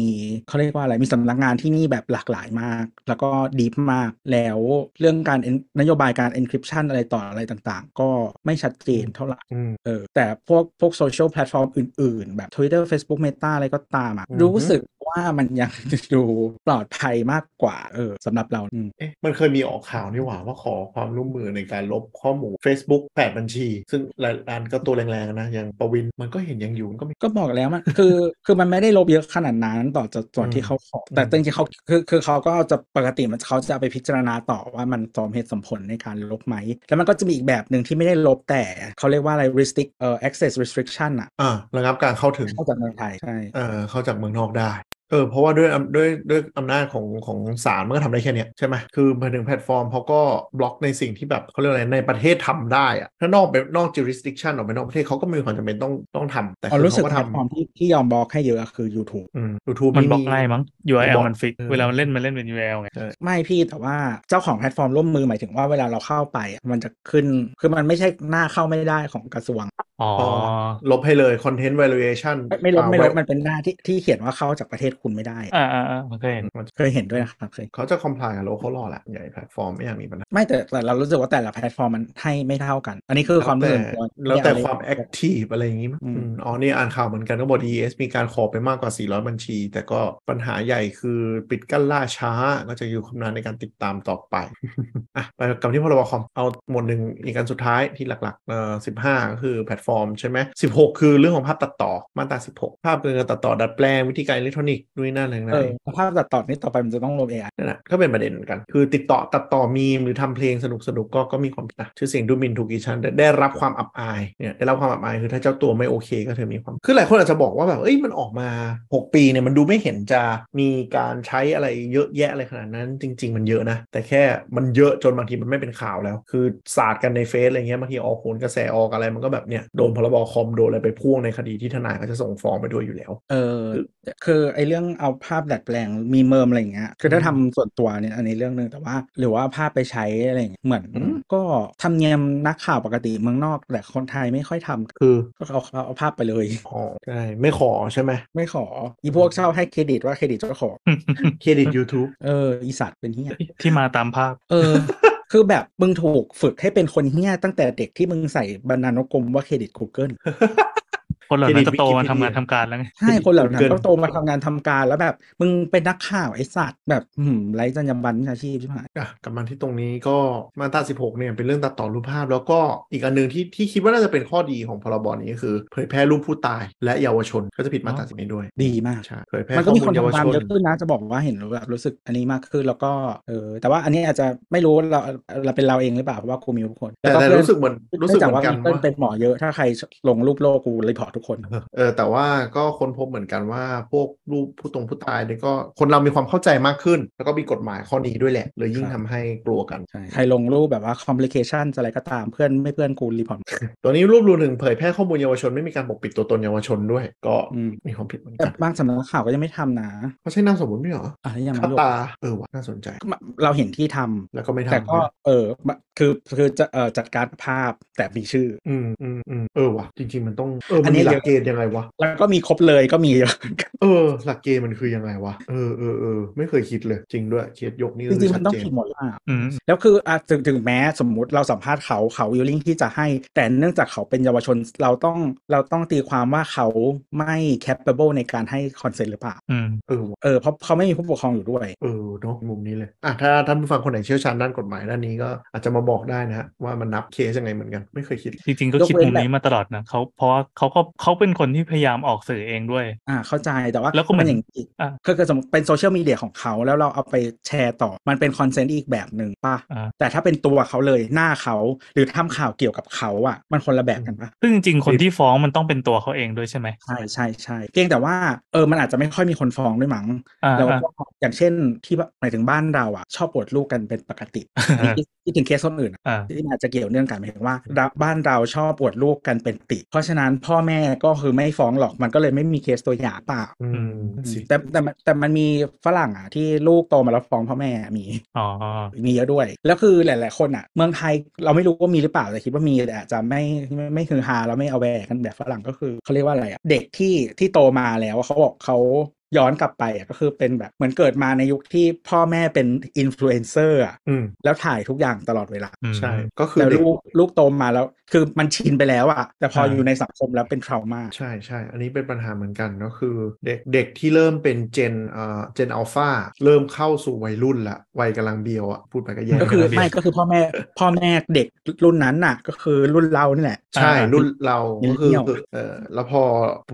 [SPEAKER 2] เขาเรียกว่าอะไรมีสำนักงานที่นี่แบบหลากหลายมาก แล้วก็ดีมากแล้วเรื่องการ en- นโยบายการ encryption อะไรต่ออะไรต่างๆ ก็ไม่ชัดเจนเท่าไหร่
[SPEAKER 3] อืม
[SPEAKER 2] เออแต่พวกพวกโซเชียลแพลตฟอร์มอื่นๆ แบบ Twitter Facebook Meta อะไรก็ตามอ่ะ
[SPEAKER 3] อือฮึ
[SPEAKER 2] รู้สึกว่ามันยัง ดูปลอดภัยมากกว่าเออสำหรับเราอืม
[SPEAKER 3] เอ๊ะมันเคยมีออกข่าวนี่หว่าว่าขอความร่วมมือในการลบข้อมูล Facebook แปดบัญชี ซึ่งหลายอันก็ตัวแรงๆนะอย่างประวินมันก็เห็นยังอยู่มันก็ไม่
[SPEAKER 2] ก็บอกแล้วมัน คือคือมันไม่ได้ลบเยอะขนาดนั้นต่อจากส่วน
[SPEAKER 3] อืม
[SPEAKER 2] ที่เขาขอ แต่
[SPEAKER 3] อืม
[SPEAKER 2] จริงๆเขาคือคือเขาก็จะปกติมันเขาจะเอาไปพิจารณาต่อว่ามันสมเหตุสมผลในการลบไหม แล้วมันก็จะมีอีกแบบหนึ่งที่ไม่ได้ลบแต่เขาเรียกว่าอะไร restrict เอ่อ access restriction อ่ะ
[SPEAKER 3] อ่าระงับการเข้าถึง
[SPEAKER 2] เข้าจากเมืองไทยใช่
[SPEAKER 3] เออเข้าจากเมืองนอกได้ เออเพราะว่าด้วยอำด้วยด้วยอำนาจของของศาลมันก็ทำได้แค่เนี้ยใช่ไหมคือมาถึงแพลตฟอร์มเขาก็บล็อกในสิ่งที่แบบเขาเรียกอะไรในประเทศทำได้อะถ้านอกไปนอก jurisdiction ออกไปนอกประเทศเขาก็มีความจำเป็นต้องต้องทำแต่
[SPEAKER 2] อ๋อ
[SPEAKER 3] คือ
[SPEAKER 2] รู้สึ
[SPEAKER 3] เขา
[SPEAKER 2] ก
[SPEAKER 3] ก็
[SPEAKER 2] แพลตฟอร์ม
[SPEAKER 3] ทำ
[SPEAKER 2] ที่ที่ยอมบล็อกให้เยอะคือ YouTube
[SPEAKER 3] อืม YouTube
[SPEAKER 4] มัน
[SPEAKER 3] ไ
[SPEAKER 4] บล็อกง่ายมั้ง URL
[SPEAKER 3] บล็อก
[SPEAKER 4] มันฟิก
[SPEAKER 3] เออ
[SPEAKER 4] เวลามันเล่นมันเล่นเป็น URL ไง
[SPEAKER 2] ไม่พี่แต่ว่าเจ้าของแพลตฟอร์มร่วมมือหมายถึงว่าเวลาเราเข้าไปอะมันจะขึ้น คือมันไม่ใช่หน้าเข้าไม่ได้ของกระทรวง
[SPEAKER 4] อ๋อ
[SPEAKER 3] อ๋อลบให้เลย content valuation
[SPEAKER 2] ไม่ไม่ลบ
[SPEAKER 3] อ่า
[SPEAKER 2] ไม่ลบ
[SPEAKER 3] ไว้
[SPEAKER 2] มันเป็นหน้าที่ที่เขียนว่าเข้าจากประเทศคุณไม่ได้
[SPEAKER 4] อ่าอ่าอ่าโอเคเห็น
[SPEAKER 2] เคยเห็นด้วยนะครับเคย
[SPEAKER 3] เขาจะ comply กับ local law แหละใหญ่แพลตฟอร์มไม่อยากมีปัญหา
[SPEAKER 2] ไม่แต่แต่เรารู้สึกว่าแต่ละแพลตฟอร์มมันให้ไม่เท่ากัน อันนี้คือความรู้สึ
[SPEAKER 3] แล้ว
[SPEAKER 2] กของเรา
[SPEAKER 3] แต่แล้วแต่
[SPEAKER 2] เนี่ย
[SPEAKER 3] ความ
[SPEAKER 2] เอ
[SPEAKER 3] active อะไรอย่างงี้มั้ง
[SPEAKER 2] อืม
[SPEAKER 3] อืมอ๋อนี่อ่านข่าวเหมือนกันก็บอก DES มีการขอไปมากกว่า 400 บัญชี แต่ก็ปัญหาใหญ่คือปิดกั้นล่าช้า ก็จะอยู่คำนานในการติดตามต่อไป อ่ะไปกับที่พรบคอมเอาหมวดหนึ่งอีกอันสุดท้ายที่หลักๆเอ่อ15 ก็คือแพลตฟอร์มใช่ไหม16 คือเรื่องของภาพตัดต่อมาตรา 16 ภาพเกินการตัดต่อดัดแปลงวิธีการอิเล็กทรอนิกส์นู่นนนั่นอะไรอย่าง
[SPEAKER 2] เอ
[SPEAKER 3] เงี้
[SPEAKER 2] อย ภาพตัดต่อนี้ต่อไปมันจะต้องรวม AI
[SPEAKER 3] นั่นแหละก็เป็นประเด็นเหมือนกัน คือติดต่อตัดต่อมีมหรือทำเพลงสนุกสนุกๆก็ก็มีความผิดนะชื่อเสียงดูหมินถูกกีชันได้ได้รับความอับอายเนี่ยได้รับความอับอายคือถ้าเจ้าตัวไม่โอเคก็เธอมีความ คือหลายคนอาจจะบอกว่าแบบเอ้ยมันออกมา 6 ปีเนี่ยมันดูไม่เห็นจะมีการใช้อะไรเยอะแยะอะไรขนาดนั้น จริง ๆ มันเยอะนะ แต่แค่มันเยอะจนบางทีมันไม่เป็นข่าวแล้ว คือศาสตร์กันในเฟซอะไรเงี้ยบางทีออกโหนกระแสออกอะไรมันก็แบบเนี่ยโดนพรบคอมโดนอะไรไปพ่วงในคดีที่ทนายเขาจะส่งฟ้องไปด้วยอยู่แล้ว
[SPEAKER 2] เออคือไอเรื่องเอาภาพดัดแปลงมีเมิมอะไรอย่างเงี้ยคือถ้าทำส่วนตัวเนี่ยอันนี้เรื่องหนึ่งแต่ว่า หรือว่าภาพไปใช้อะไรอย่างเงี้ยเหมือน
[SPEAKER 3] อืม
[SPEAKER 2] ก็ทำเนียมนักข่าวปกติเมืองนอกแต่คนไทยไม่ค่อยทำ
[SPEAKER 3] คือ
[SPEAKER 2] ก็เอาเอาเอาภาพไปเลย
[SPEAKER 3] อ๋อใช่ไม่ขอใช่ไหม
[SPEAKER 2] ไม่ขอ อีพวกเช่าให้เครดิตว่าเครดิตเจ้าของ
[SPEAKER 3] เครดิต YouTube
[SPEAKER 2] เอออีสัตว์เป็น เฮีย
[SPEAKER 4] ที่มาตามภาพ
[SPEAKER 2] เออ คือแบบมึงถูกฝึกให้เป็นคนเฮี้ยตั้งแต่เด็กที่มึงใส่บรรณานุกรมว่าเครดิต Google
[SPEAKER 4] คนเหล่านั้นก็โตมา
[SPEAKER 3] Wikipedia
[SPEAKER 4] ทำงานทำการแล้วไง
[SPEAKER 2] ใช่
[SPEAKER 3] เป็น
[SPEAKER 2] คนเหล่านั้น
[SPEAKER 3] Google
[SPEAKER 2] ก็โตมาทำงานทำการแล้วแบบ มึงเป็นนักข่าวไอ้สัตว์แบบอืมไร้จรรยาบรรณวิชาชีพใช่ไหม
[SPEAKER 3] อ่ะกลับมาที่ตรงนี้ก็มาตรา16 เนี่ยเป็นเรื่องตัดต่อรูปภาพ แล้วก็อีกอันหนึงที่ที่คิดว่าน่าจะเป็นข้อดีของพรบนี้ก็คือ เผยแพร่รูปผู้ตายและเยาวชนก็จะผิดมาตราสิบนี้ด้วย
[SPEAKER 2] ดีมาก
[SPEAKER 3] ใช่เผยแพร่
[SPEAKER 2] มัน
[SPEAKER 3] ข้
[SPEAKER 2] ก็
[SPEAKER 3] อ
[SPEAKER 2] มีค
[SPEAKER 3] มูล
[SPEAKER 2] น
[SPEAKER 3] เยาว
[SPEAKER 2] ทำตา
[SPEAKER 3] ช
[SPEAKER 2] ม
[SPEAKER 3] น
[SPEAKER 2] เยอะขึ้นนะจะบอกว่าเห็นแบบรู้สึกอันนี้มากขึ้นแล้วก็เออแต่ว่าอันนี้อาจจะไม่รู้เราเราเป็นเราเองหรือเปล่าเพราะว่ากูมีทุกคน
[SPEAKER 3] แต่แต่รู้สึกเหมือนรู้สึก
[SPEAKER 2] เนื่อง
[SPEAKER 3] เห
[SPEAKER 2] จากว่านมี
[SPEAKER 3] มือกัน
[SPEAKER 2] เพื่อน
[SPEAKER 3] ว่า
[SPEAKER 2] เป็นหมอเยอะถ้าใครลงรูปโลกกูรีพอร์ตทุกคน
[SPEAKER 3] เออแต่ว่าก็ค้นพบเหมือนกันว่าพวกรูปผู้ตรงผู้ตายเนี่ยก็คนเรามีความเข้าใจมากขึ้น แล้วก็มีกฎหมายข้อนี้ด้วยแหละเลยยิ่ง
[SPEAKER 2] ค
[SPEAKER 3] ทำ
[SPEAKER 2] รับ
[SPEAKER 3] ให้กลัวกัน
[SPEAKER 2] ใช่ใครลงรูปแบบว่าคอมพลิเคชันอะไรก็ตามเพื่อนไม่เพื่อนกูรีพอร์ต
[SPEAKER 3] ตัวนี้รวบรวมถึงเผยแพร่ข้อมูลเยาวชนไม่มีการปกปิดตัวตนเยาวชนด้วย ก็
[SPEAKER 2] อืม
[SPEAKER 3] มีความผิดเหมือน
[SPEAKER 2] แต่
[SPEAKER 3] กัน
[SPEAKER 2] บางสำนักข่าวก็ยังไม่ทำนะ
[SPEAKER 3] เขาใช้นามสมมติด้วยเหรอ
[SPEAKER 2] อ่ะแล้วยัง
[SPEAKER 3] คา
[SPEAKER 2] ไม่รู้
[SPEAKER 3] ตาเออว่ะน่าสนใจ
[SPEAKER 2] เราเห็นที่ทำ
[SPEAKER 3] แล้วก็ไม่ทำ
[SPEAKER 2] แต่ก็เออคือคือจะเออจัดการภาพแต่มีชื่อ
[SPEAKER 3] อืมอืมอืมเออว่ะจริง ๆ มันต้องเออ
[SPEAKER 2] อั
[SPEAKER 3] มัน น
[SPEAKER 2] นี้
[SPEAKER 3] มีหลั
[SPEAKER 2] เย
[SPEAKER 3] ก
[SPEAKER 2] อะ
[SPEAKER 3] เกณฑ์ยังไงวะ
[SPEAKER 2] แล้วก็มีครบเลยก็มีเยอะ
[SPEAKER 3] เออ หลักเกณฑ์มันคือยังไงวะเออเออเออไม่เคยคิดเลยจริงด้วยเคสยกนี่
[SPEAKER 2] จริงๆ
[SPEAKER 3] ชั
[SPEAKER 2] มั
[SPEAKER 3] ด
[SPEAKER 2] นต้อง
[SPEAKER 3] เจน
[SPEAKER 2] ผิดหมดอ่ะ
[SPEAKER 4] อืม
[SPEAKER 2] แล้วคืออ่ะถึงถึงแม้สมมติเราสัมภาษณ์เขาเขาวิลลิงที่จะให้ แต่เนื่องจากเขาเป็นเยาวชนเราต้องเราต้องตีความว่าเขาไม่ capable ในการให้คอนเซนต์หรือเปล่า
[SPEAKER 4] อืม
[SPEAKER 3] เออว่ะ
[SPEAKER 2] เออเพราะเขาไม่มีผู้ปกครองอยู่ด้วย
[SPEAKER 3] เออเนาะมุมนี้เลยอ่ะถ้าท่านผู้ฟังคนไหนเชี่ยวชาญด้านกฎหมายด้านนี้ก็อาจจะมา บอกได้นะฮะว่ามันนับเคสยังไงเหมือนกัน ไม่เคยคิด
[SPEAKER 4] จริงๆก็คิ
[SPEAKER 2] ย
[SPEAKER 4] ด
[SPEAKER 2] กเว้
[SPEAKER 4] มุ
[SPEAKER 2] น
[SPEAKER 4] ม
[SPEAKER 2] แบบ
[SPEAKER 4] นี้มาตลอดนะเขาเพราะว่าเขาก็เขาเป็นคนที่พยายามออกสื่อเองด้วย
[SPEAKER 2] อ่าเข้าใจแต่ว่า
[SPEAKER 4] แล้วก็เหมือน
[SPEAKER 2] อย่างนี้
[SPEAKER 4] อ่ะ
[SPEAKER 2] ก็คือสมมติเป็นโซเชียลมีเดียของเขาแล้วเราเอาไปแชร์ต่อมันเป็นคอนเซนต์อีกแบบหนึ่งป่ะ
[SPEAKER 4] อ่า
[SPEAKER 2] แต่ถ้าเป็นตัวเขาเลยหน้าเขาหรือทำข่าวเกี่ยวกับเขาอ่ะ มันคนละแบบกันปะ
[SPEAKER 4] ซึ่งจริงๆ คนที่ฟ้องมันต้องเป็นตัวเขาเองด้วยใช่ไหม
[SPEAKER 2] ใช่ใช่ใช่เพียงแต่ว่าเออมันอาจจะไม่ค่อยมีคนฟ้องด้วยมั้ง
[SPEAKER 4] อ่า
[SPEAKER 2] แล้ว
[SPEAKER 4] อ่า
[SPEAKER 2] ก็อย่างเช่นที่ว่าหมายถึงบ้านเราอ่ะ ชอบปวดลูกกันเป็นปกติ
[SPEAKER 4] อ่า
[SPEAKER 2] ที่ที่ถึงเคสคนอื่นอะ
[SPEAKER 4] อ่า
[SPEAKER 2] ที่มันอาจจะเกี่ยวเนื่องกันหมายถึงว่าเราบ้านเราชอบปวดลูกกันเป็นปกติ เพราะฉะนั้นพ่อแม่ก็คือไม่ฟ้องหรอกมันก็เลยไม่มีเคสตัวอย่างเปล่า
[SPEAKER 3] อืมสิ
[SPEAKER 2] แต่แต่มันแต่มันมีฝรั่งอ่ะที่ลูกโตมาแล้วฟ้องพ่อแม่มี
[SPEAKER 4] อ๋อ
[SPEAKER 2] มีเยอะด้วย แล้วคือหลาย ๆ คนอ่ะ เมืองไทยเราไม่รู้ว่ามีหรือเปล่าแต่คิดว่ามีแต่อาจจะไม่ไม่ไม่คือฮาแล้วไม่เอาแวร์กันแบบฝรั่งก็คือเขาเรียกว่าอะไรอ่ะเด็กที่ที่โตมาแล้วเขาบอกเขาย้อนกลับไปอ่ะก็คือเป็นแบบเหมือนเกิดมาในยุคที่พ่อแม่เป็นอินฟลูเอนเซอร์อ่ะ
[SPEAKER 3] อืม
[SPEAKER 2] แล้วถ่ายทุกอย่างตลอดเวลา
[SPEAKER 4] อืม
[SPEAKER 3] ใช่ก็คือ
[SPEAKER 2] แล้ว
[SPEAKER 3] เด็ก
[SPEAKER 2] ลูกลูกโตมาแล้ว คือมันชินไปแล้วอ่ะแต่พอ
[SPEAKER 4] ใช่
[SPEAKER 2] อยู่ในสังคมแล้วเป็นทรามา
[SPEAKER 3] ใช่ใช่อันนี้เป็นปัญหาเหมือนกันก็คือเด็กเด็กที่เริ่มเป็นเจนเอ่อเจนอัลฟาเริ่มเข้าสู่วัยรุ่นละวัยกำลังเบียวอ่ะพูดไปก็แย่
[SPEAKER 2] ก็คือ
[SPEAKER 3] นะ
[SPEAKER 2] ไม่ก็คือพ่อแม่พ่อแม่เด็กรุ่นนั้นน่ะ ก็คือรุ่นเรานี่แหละ
[SPEAKER 3] ใช่รุ่นเราก็คือ
[SPEAKER 2] millennial
[SPEAKER 3] เออแล้วพอ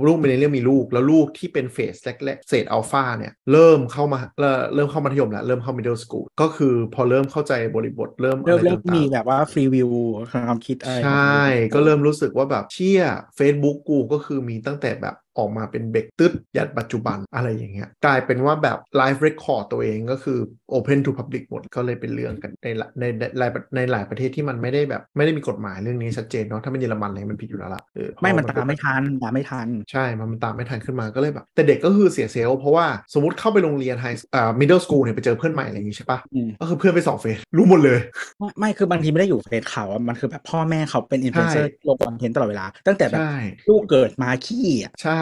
[SPEAKER 3] ลูกเป็นเรื่องมีลูก แล้วลูกที่เป็นเฟสแรกๆเศษอัลฟาเนี่ยเริ่มเข้ามาเอ่อเริ่มเข้ามัธยมแล้วเริ่มเข้ามิดเดิลสกูลก็คือพอเริ่มเข้าใจบริบทเริ่มอะ
[SPEAKER 2] เริ่ม
[SPEAKER 3] ไร
[SPEAKER 2] เริ่ม
[SPEAKER 3] ต่าง
[SPEAKER 2] มี
[SPEAKER 3] ๆ
[SPEAKER 2] แบบว่าฟรีวิวความคิดอะไร
[SPEAKER 3] ใช่ ก็เริ่มรู้สึกว่าแบบเชี่ย Facebook กูก็คือมีตั้งแต่แบบออกมาเป็นเบรกตึ๊ดยันปัจจุบันอะไรอย่างเงี้ยกลายเป็นว่าแบบ Live Record ตัวเองก็คือ Open to Public หมดก็เลยเป็นเรื่องกันในหลายในในหลายในหลายประเทศที่มันไม่ได้แบบไม่ได้มีกฎหมายเรื่องนี้ชัดเจนเนาะถ้าเป็นเยอรมันอะไรมันผิดอยู่แล้วล่ะเออเพราะ
[SPEAKER 2] ไม่มัน
[SPEAKER 3] ว่เป็
[SPEAKER 2] ตามไม่ทันตามไม่ทัน
[SPEAKER 3] ใช่ มันมันตามไม่ทันขึ้นมาก็เลยแบบ แต่เด็กก็คือเสียเซลล์เพราะว่าสมมติเข้าไปโรงเรียนไฮอ่ามิดเดิลสกูลเนี่ยไปเจอเพื่อนใหม่อะไรอย่างงี้ใช่ปะ
[SPEAKER 2] อืม
[SPEAKER 3] ก็คือเพื่อนไปสองเฟสรู้หมดเลย
[SPEAKER 2] ไม่ไม่คือบางทีไม่ได้อยู่เฟซเขาอะมันคือแบบพ่อแม่เขาเป็นอินฟลูเอนเซอร์
[SPEAKER 3] ใช่
[SPEAKER 2] ลงคอนเทนต์ตลอดเวลา ตั้งแต่แบบ
[SPEAKER 3] ใช่
[SPEAKER 2] ลูกเกิดมาขี้อะ
[SPEAKER 3] ใช่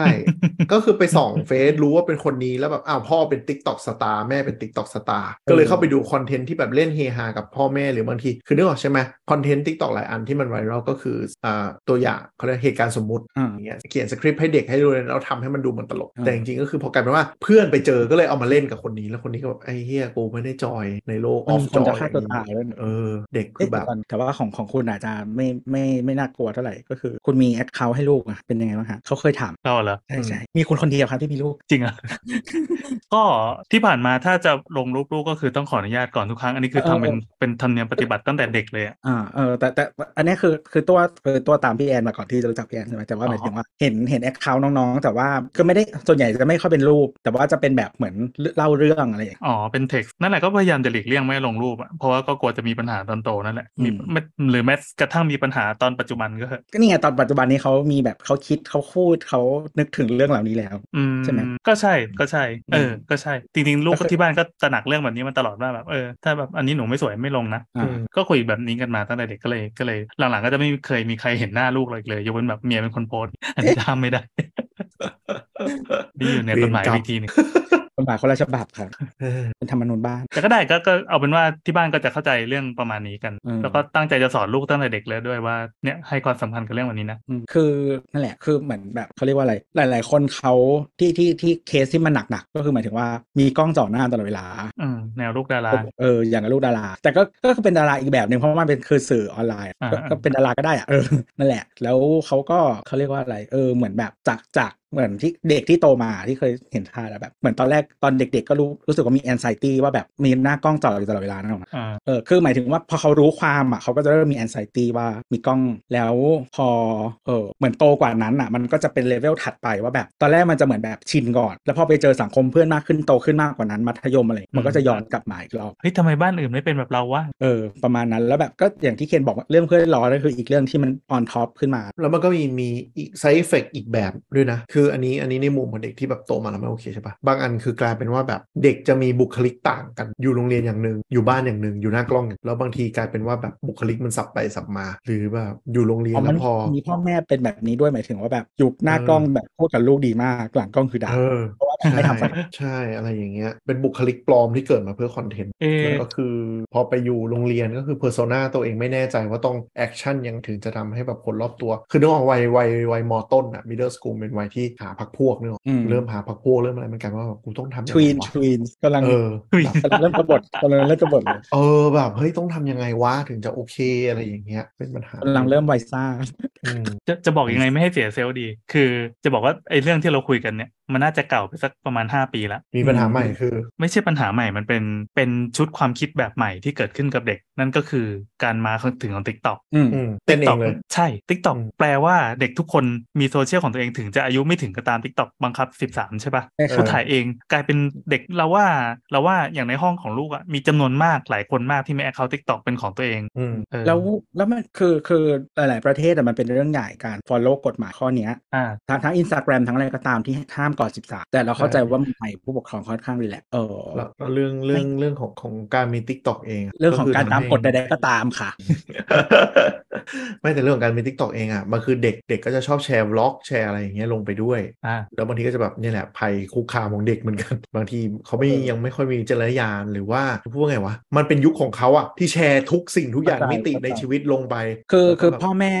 [SPEAKER 3] ก็คือไปส่องเฟซรู้ว่าเป็นคนนี้แล้วแบบอ้าวพ่อเป็น t ิ k t o k สตาร์แม่เป็น t ิ k t o k สตาร์ก็เลยเข้าไปดูคอนเทนต์ที่แบบเล่นเฮฮากับพ่อแม่หรือบางที คือนึกออกใช่ไหมคอนเทนต์ t ิ k t o k หลายอันที่มันไวรัลก็คืออ่าตัวอย่างเขาเรียกเหตุการณ์สมมุติ
[SPEAKER 2] อ่า
[SPEAKER 3] อย่างเงี้ยเขียนสคริปต์ให้เด็กให้ดูแล้วทำให้มันดูเหมือนตลก
[SPEAKER 2] อ่า
[SPEAKER 3] แต่จริงๆก็คือพอกลายเป็นว่าเพื่อนไปเจอก็เลยเอามาเล่นกับคนนี้แล้วคนนี้ก็แบบไอ้เฮียกูไม่ได้จอยในโลกอ
[SPEAKER 2] มั
[SPEAKER 3] อน ฟ
[SPEAKER 2] มีค
[SPEAKER 3] จ
[SPEAKER 2] น
[SPEAKER 3] อ
[SPEAKER 2] จะ
[SPEAKER 3] ย
[SPEAKER 2] ฆ่าตัวตายด้วยนะ
[SPEAKER 3] เออเด็กคื
[SPEAKER 2] เอ๊ะ
[SPEAKER 3] อแบบ
[SPEAKER 2] เดี๋ยวก่อนแต่ว่าของของคุณอาจจะไม่ไม่ไม่น่ากลัวเท่าไหร่ก็คือ คุณมีแอคเคาท์ให้ลูกอะเป็นยังไงบ้างคะเขาเคยถาม
[SPEAKER 4] เราเหรอ
[SPEAKER 2] ใช่ใช่มีคนคนเดียวครับที่มีลูก
[SPEAKER 4] จริง เหรอ่ะ ก็ที่ผ่านมาถ้าจะลงรูปลูกก็คือต้องขออนุญาตก่อนทุกครั้ง อันนี้คือ
[SPEAKER 2] เออ
[SPEAKER 4] ทำเป็นเป็นธรรมเนียมปฏิบัติตั้งแต่เด็กเลยอ่ะ
[SPEAKER 2] อ่าเออแต่แต่อันนี้คือคือตัวคือตัวตามพี่แอนมาก่อนที่จะรู้จักพี่แอนใช่ไหมแต่ว่า
[SPEAKER 4] อ๋อ
[SPEAKER 2] หมายถึงว่าเห็นเห็นแอคเคาท์น้องๆ แต่ว่าก็ไม่ได้ส่วนใหญ่จะไม่ค่อยเป็นรูป แต่ว่าจะเป็นแบบเหมือนเล่าเรื่องอะไรอย่างเงี้ย
[SPEAKER 4] อ๋อเป็นเท็กซ์นั่นแหละก็พยายามจะหลีกเลี่ยงไม่ให้ลงรูปอ่ะเพราะว่าก็กลัวจะมีปัญหาตอนโตนั่นแหละมี
[SPEAKER 2] อืม
[SPEAKER 4] ไม่หรือแม้กระทั่งมีปัญหาตอนปัจจุบันก็เถอะ
[SPEAKER 2] ก็นี่ไงตอนปัจจุบันนี้เขามีแบบเขาคิดเขาพูดเขานึกถึงเรื่องเหล่านี้แล้ว
[SPEAKER 4] อืม
[SPEAKER 2] ใช่ไหม
[SPEAKER 4] ก็ใช่ก็ใช่ เออ
[SPEAKER 2] ม
[SPEAKER 4] ก็ใช่ จริงๆ ลูก
[SPEAKER 2] ก็คือ
[SPEAKER 4] ที่บ้านก็ตระหนักเรื่องแบบนี้มาตลอดว่าแบบเออถ้าแบบอันนี้หนูไม่สวยไม่ลงนะ
[SPEAKER 2] อ่า
[SPEAKER 3] ม
[SPEAKER 4] ก็คุยแบบนี้กันมาตั้งแต่เด็กก็เลยก็เลย หลังๆก็จะไม่เคยมีใครเห็นหน้าลูกเราอีกเลยยกเว้นแบบเมียเป็นคนโพสต์ อันนี้ทำไม่ได้ นี่ อยู่ในกฎหมาย
[SPEAKER 3] เวรกรรม
[SPEAKER 4] วิธีหนึง
[SPEAKER 2] กฎหมายคนละฉบับครับ
[SPEAKER 3] เออ
[SPEAKER 2] เป็นธรรมนูญบ้าน
[SPEAKER 4] แต่ก็ได้ก็ก็เอาเป็นว่าที่บ้านก็จะเข้าใจเรื่องประมาณนี้กัน
[SPEAKER 2] อืม
[SPEAKER 4] แล้วก็ตั้งใจจะสอนลูกตั้งแต่เด็กเลยด้วยว่าเนี่ยให้ความสำคัญกับเรื่องวันนี้นะ
[SPEAKER 2] อืมคือนั่นแหละคือเหมือนแบบเขาเรียกว่าอะไร หลาย ๆ คนเขาที่ที่ที่เคสที่มันหนัก ๆ ก็คือหมายถึงว่ามีกล้องจ่อหน้าตลอดเวลา
[SPEAKER 4] อืมแนวลูกดารา
[SPEAKER 2] เอออย่างกับลูกดารา แต่ก็ก็คือเป็นดาราอีกแบบหนึ่งเพราะว่ามันเป็นคือสื่อออนไลน์อะ
[SPEAKER 4] อ่า
[SPEAKER 2] ก็
[SPEAKER 4] อ่า
[SPEAKER 2] ก็เป็นดาราก็ได้อะเออนั่นแหละ แล้วเขาก็เขาเรียกว่าอะไรเออเหมือนแบบจากจากเหมือนที่เด็กที่โตมาที่เคยเห็นท่าแล้วแบบ เหมือนตอนแรกตอนเด็ก ๆ ก็รู้รู้สึกว่ามีแอนไซตี้ว่าแบบมีหน้ากล้องจ่ออยู่ตลอดเวลานะ
[SPEAKER 4] อ่า
[SPEAKER 2] เออคือหมายถึงว่าพอเขารู้ความอ่ะเขาก็จะเริ่มมีแอนไซตี้ว่ามีกล้องแล้วพอเออเหมือนโตกว่านั้นอ่ะ มันก็จะเป็นเลเวลถัดไปว่าแบบ ตอนแรกมันจะเหมือนแบบชินก่อน แล้วพอไปเจอสังคมเพื่อนมากขึ้นโตขึ้นมากกว่านั้นมัธยมอะไรมันก็จะย้อนกลับมาอีกรอบ
[SPEAKER 4] เฮ้ยทำไมบ้านอื่นไม่เป็นแบบเราวะ
[SPEAKER 2] เออประมาณนั้นแล้วแบบก็อย่างที่เคนบอกว่าเรื่องเพื่อนล้อนั่นคืออีกเรื่องที่มันออนท็อปขึ้นมา
[SPEAKER 3] แล้วมันก็มีมีอีกไซเอฟเฟกอีกแบบด้วยนะ คืออันนี้อันนี้ในมุมของเด็กที่แบบโตมาแล้วไม่โอเคใช่ปะบางอันคือกลายเป็นว่าแบบเด็กจะมีบุคลิกต่างกัน อยู่โรงเรียนอย่างหนึ่งอยู่บ้านอย่างหนึ่งอยู่หน้ากล้องอย่างแล้วบางทีกลายเป็นว่าแบบบุคลิกมันสับไปสับมา หรือแบบอยู่โรงเรียน
[SPEAKER 2] อ๋อมั
[SPEAKER 3] แล้ว
[SPEAKER 2] น
[SPEAKER 3] พอ
[SPEAKER 2] มีพ่อแม่เป็นแบบนี้ด้วยหมายถึงว่าแบบอยู่หน้า
[SPEAKER 3] เออ
[SPEAKER 2] กล้องแบบพูดกับลูกดีมากหลังกล้องคือด่า
[SPEAKER 3] เออ
[SPEAKER 2] เพราะว่า ไม่ทำสัก
[SPEAKER 3] ใช่อะไรอย่างเงี้ยเป็นบุคลิกปลอมที่เกิดมาเพื่อคอนเทนต์
[SPEAKER 4] เออ
[SPEAKER 3] แล้วก็คือพอไปอยู่โรงเรียนก็คือเพอร์โซนาตัวเองไม่แน่ใจว่าต้องแอคชั่นยังถึงจะทำให้แบบคนรอบตัว คือนึกออกวัยวัยวัยมอต้นอะมิดเดิลสกูลเป็นวัยที่หาพักพวกนึกออก
[SPEAKER 2] อืม
[SPEAKER 3] เริ่มหาพักพวกเริ่มอะไรมันกลายว่าแบบกูต้องทำยั
[SPEAKER 2] ท
[SPEAKER 3] งไง
[SPEAKER 2] วีน
[SPEAKER 3] วะ
[SPEAKER 2] ทวีนกำลัง
[SPEAKER 3] เออ
[SPEAKER 4] อุ๊ย
[SPEAKER 2] กำลังเริ่มกบฏกำลังเริ่มกบฏเลย
[SPEAKER 3] เออแบบเฮ้ยต้องทำยังไงวะถึงจะโอเคอะไรอย่างเงี้ยเป็นปัญหาก
[SPEAKER 2] ำลังเริ่มไวซ่า
[SPEAKER 3] อืม
[SPEAKER 4] จะจะบอกยังไงไม่ให้เสียเซลล์ดี คือจะบอกว่าไอ้เรื่องที่เราคุยกันเนี่ยมันน่าจะเก่าไปสักประมาณ 5 ปีละ
[SPEAKER 3] มีปัญหาใหม่คือ
[SPEAKER 4] ไม่ใช่ปัญหาใหม่ มันเป็นเป็นชุดความคิดแบบใหม่ที่เกิดขึ้นกับเด็ก นั่นก็คือการมาของถึงของ TikTok
[SPEAKER 2] อืม
[SPEAKER 3] อืมเต้นเองเลย
[SPEAKER 4] ใช่ TikTok
[SPEAKER 3] อืม
[SPEAKER 4] แปลว่าเด็กทุกคนมีโซเชียลของตัวเองถึงจะอายุไม่ถึงก็ตาม TikTok บังคับ 13 ใช่ปะ
[SPEAKER 2] ใช่ครับ
[SPEAKER 4] เขาถ่ายเองกลายเป็นเด็กเราว่าเราว่าอย่างในห้องของลูกอะมีจำนวนมากหลายคนมากที่มีแอคเคาท์ TikTok เป็นของตัวเอง
[SPEAKER 3] อืม
[SPEAKER 4] เออ
[SPEAKER 2] แล้วแล้วมันคือคือหลาย ๆ ประเทศอะมันเป็นเรื่องใหญ่การ follow กฎหมายข้อเนี้ย
[SPEAKER 4] อ่า
[SPEAKER 2] ทั้งทั้งอินสตาแกรมทั้งอะไรก็ตามที่ห้ามก่อน 13 แต่เราเข้าใจ
[SPEAKER 3] ใช่
[SPEAKER 2] ว่าเมืองไทยผู้ปกครองค่อนข้างรีแลกซ์เออ
[SPEAKER 3] แล้วแล้วเรื่องเรื่องเรื่องของของการมี t ิ k t o k เองะ
[SPEAKER 2] เรื่องของ
[SPEAKER 3] คื
[SPEAKER 2] การตาม
[SPEAKER 3] ทำให้
[SPEAKER 2] กฎใด ๆ ก็ตามค่ะ
[SPEAKER 3] ไม่แต่เรื่องของการมี t ิ k t o k เองอ่ะมันคือเด็กเด็กก็จะชอบแชร์บล็อกแชร์อะไรอย่างเงี้ยลงไปด้วย
[SPEAKER 4] อ่า
[SPEAKER 3] แล้วบางทีก็จะแบบเนี่ยแหละภัยคุกคามของเด็กเหมือนกัน บางทีเขาไม่
[SPEAKER 2] เออ
[SPEAKER 3] ยังไม่ค่อยมีจริยญาณหรือว่าพูดว่าไงวะมันเป็นยุคของเขาอ่ะที่แชร์ทุกสิ่งทุกอย่าง
[SPEAKER 2] เข้าใจ
[SPEAKER 3] มิติใน
[SPEAKER 2] เข้าใจ
[SPEAKER 3] ชีวิตลงไป
[SPEAKER 2] คือ
[SPEAKER 3] แล้วก็
[SPEAKER 2] คือ
[SPEAKER 3] แบบ
[SPEAKER 2] พ่อแม่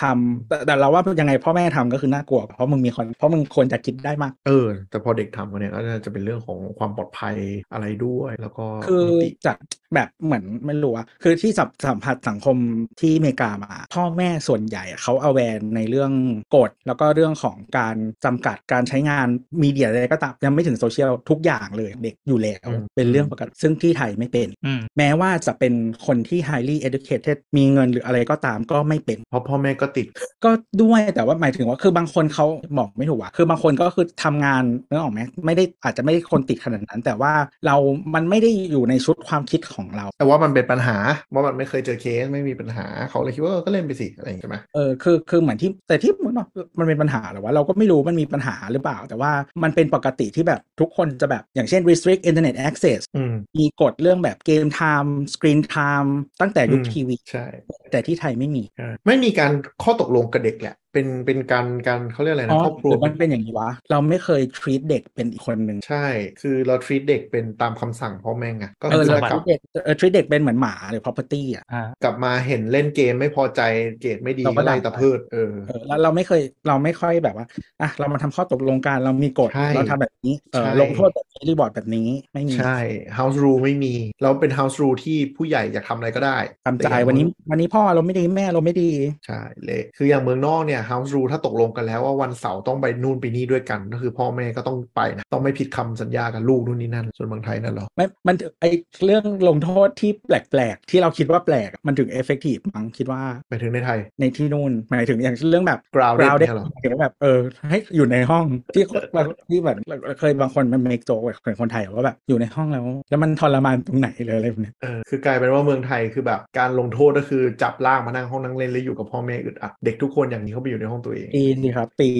[SPEAKER 2] ทำแต่แต่เราว่ายังไงพ่อแม่ทำก็คือน่ากลัว เพราะมึงมีคนเพราะมึงควรจะคิดได้มาก
[SPEAKER 3] เออ แต่พอเด็กทำกันเนี่ยก็น่าจะเป็นเรื่องของความปลอดภัยอะไรด้วย แล้วก็
[SPEAKER 2] คือ
[SPEAKER 3] มิติ
[SPEAKER 2] จากแบบเหมือนไม่รู้อะคือที่สัมสัมผัสสังคมที่อเมริกามา พ่อแม่ส่วนใหญ่อะเขาเอาแวนในเรื่องกฎ แล้วก็เรื่องของการจำกัดการใช้งานมีเดียอะไรก็ตามยังไม่ถึงโซเชียลทุกอย่างเลยเด็กอยู่แล้ว
[SPEAKER 3] อืม
[SPEAKER 2] เป็นเรื่องปกติซึ่งที่ไทยไม่เป็น
[SPEAKER 4] อืม
[SPEAKER 2] แม้ว่าจะเป็นคนที่ highly educated มีเงินหรืออะไรก็ตามก็ไม่เป็น
[SPEAKER 3] เพราะพ่อแม่ก็ติด
[SPEAKER 2] ก็ด้วยแต่ว่าหมายถึงว่าคือบางคนเขาบอกไม่ถูกว่าคือบางคนก็คือทำงานนึกออกไหมไม่ได้อาจจะไม่ได้คนติดขนาดนั้น แต่ว่าเรามันไม่ได้อยู่ในชุดความคิดของเรา
[SPEAKER 3] แต่ว่ามันเป็นปัญหา ว่ามันไม่เคยเจอเคสไม่มีปัญหาเขาเลยคิดว่าเออก็เล่นไปสิอะไรอย่างเงี้ยใช่ไหม
[SPEAKER 2] เออคือคือเหมือนที่แต่ที่เหมือนว่ามันเป็นปัญหาเหรือว่าเราก็ไม่รู้มันมีปัญหาหรือเปล่า แต่ว่ามันเป็นปกติที่แบบทุกคนจะแบบอย่างเช่น restrict internet access
[SPEAKER 3] อืม
[SPEAKER 2] มีกฎเรื่องแบบเกม time screen time ตั้งแต่ยุค
[SPEAKER 3] อืม
[SPEAKER 2] ทีวี
[SPEAKER 3] ใช่
[SPEAKER 2] แต่ที่ไทยไม่มี
[SPEAKER 3] ใช่ไม่มีการข้อตกลงกับเด็กแหละ เป็นเป็นการการเขาเรียกอะไร
[SPEAKER 2] อ๋
[SPEAKER 3] นะ
[SPEAKER 2] อ
[SPEAKER 3] ครอบครั
[SPEAKER 2] ห
[SPEAKER 3] ว
[SPEAKER 2] รือมันเป็นอย่างนี้วะเราไม่เคย treat เด็กเป็นอีกคนหนึ่ง
[SPEAKER 3] ใช่ คือเรา treat เด็กเป็นตามคำสั่งพ่อแม่ไงก็
[SPEAKER 2] เอ
[SPEAKER 3] คืออ
[SPEAKER 2] เรา
[SPEAKER 3] ถ้ากลับ
[SPEAKER 2] ทเด็กเออทรีเด็กเป็นเหมือนหมาหรือ property อ่ะ
[SPEAKER 4] อ่า
[SPEAKER 3] กลับมาเห็นเล่นเกมไม่พอใจเกรดไม่ดี
[SPEAKER 2] เราก็
[SPEAKER 3] ก็ไล่
[SPEAKER 2] ด่า
[SPEAKER 3] ตะเพิดเออ
[SPEAKER 2] เออแล้วเราไม่เคยเราไม่ค่อยแบบว่าอ่ะเรามาทำข้อตกลงกันเรามีกฎ
[SPEAKER 3] ใช่
[SPEAKER 2] เราทำแบบนี้เออ
[SPEAKER 3] ใช่
[SPEAKER 2] ลงโทษแบบนี้รีบอร์ดแบบนี้ไม่มี
[SPEAKER 3] ใช่ house rule ไม่มีแล้วเป็น house rule ที่ผู้ใหญ่อยากทำอะไรก็ได้
[SPEAKER 2] ทำใจ
[SPEAKER 3] แต่อย่าง
[SPEAKER 2] วันนี้วันนี้พ่อเราไม่ดีแม่เราไม่ดี
[SPEAKER 3] ใช่เละคืออย่างเมืองนอกเนี่ย House Rule ถ้าตกลงกันแล้วว่าวันเสาร์ต้องไปนู่นไปนี่ด้วยกัน ก็คือพ่อแม่ก็ต้องไปนะต้องไม่ผิดคำสัญญากับลูกนู่นนี่นั่น ส่วนเมืองไทยนั่นเหรอ
[SPEAKER 2] ไม่มันไอเรื่องลงโทษที่แปลกๆ ที่เราคิดว่าแปลกมันถึงเอฟเฟกตีฟมั้งคิดว่า
[SPEAKER 3] ไปถึงในไทย
[SPEAKER 2] ในที่นู่นหมายถึงอย่างเรื่องแบบ
[SPEAKER 3] Grounded
[SPEAKER 2] เราได้
[SPEAKER 3] เนี่ยเหรอ
[SPEAKER 2] ถึงแบบเออให้อยู่ในห้องที่เราที่แบบเราเคยบางคนมันเมกโจกเหมือนคนไทยอะว่าแบบอยู่ในห้องแล้วแล้วมันทรมานตรงไหนเลยอะไรแบบเนี้ย
[SPEAKER 3] เออคือกลายเป็นว่าเมืองไทยคือแบบการลงโทษก็คือจับล่างมานั่งห้องนั่งเล่นแล้วอยู่กับพ่อแม่อึดอัดเด็กทุกคนอย่างนี้เขาไปอยู่ในห้องตัวเอง
[SPEAKER 2] ปีสิครับปี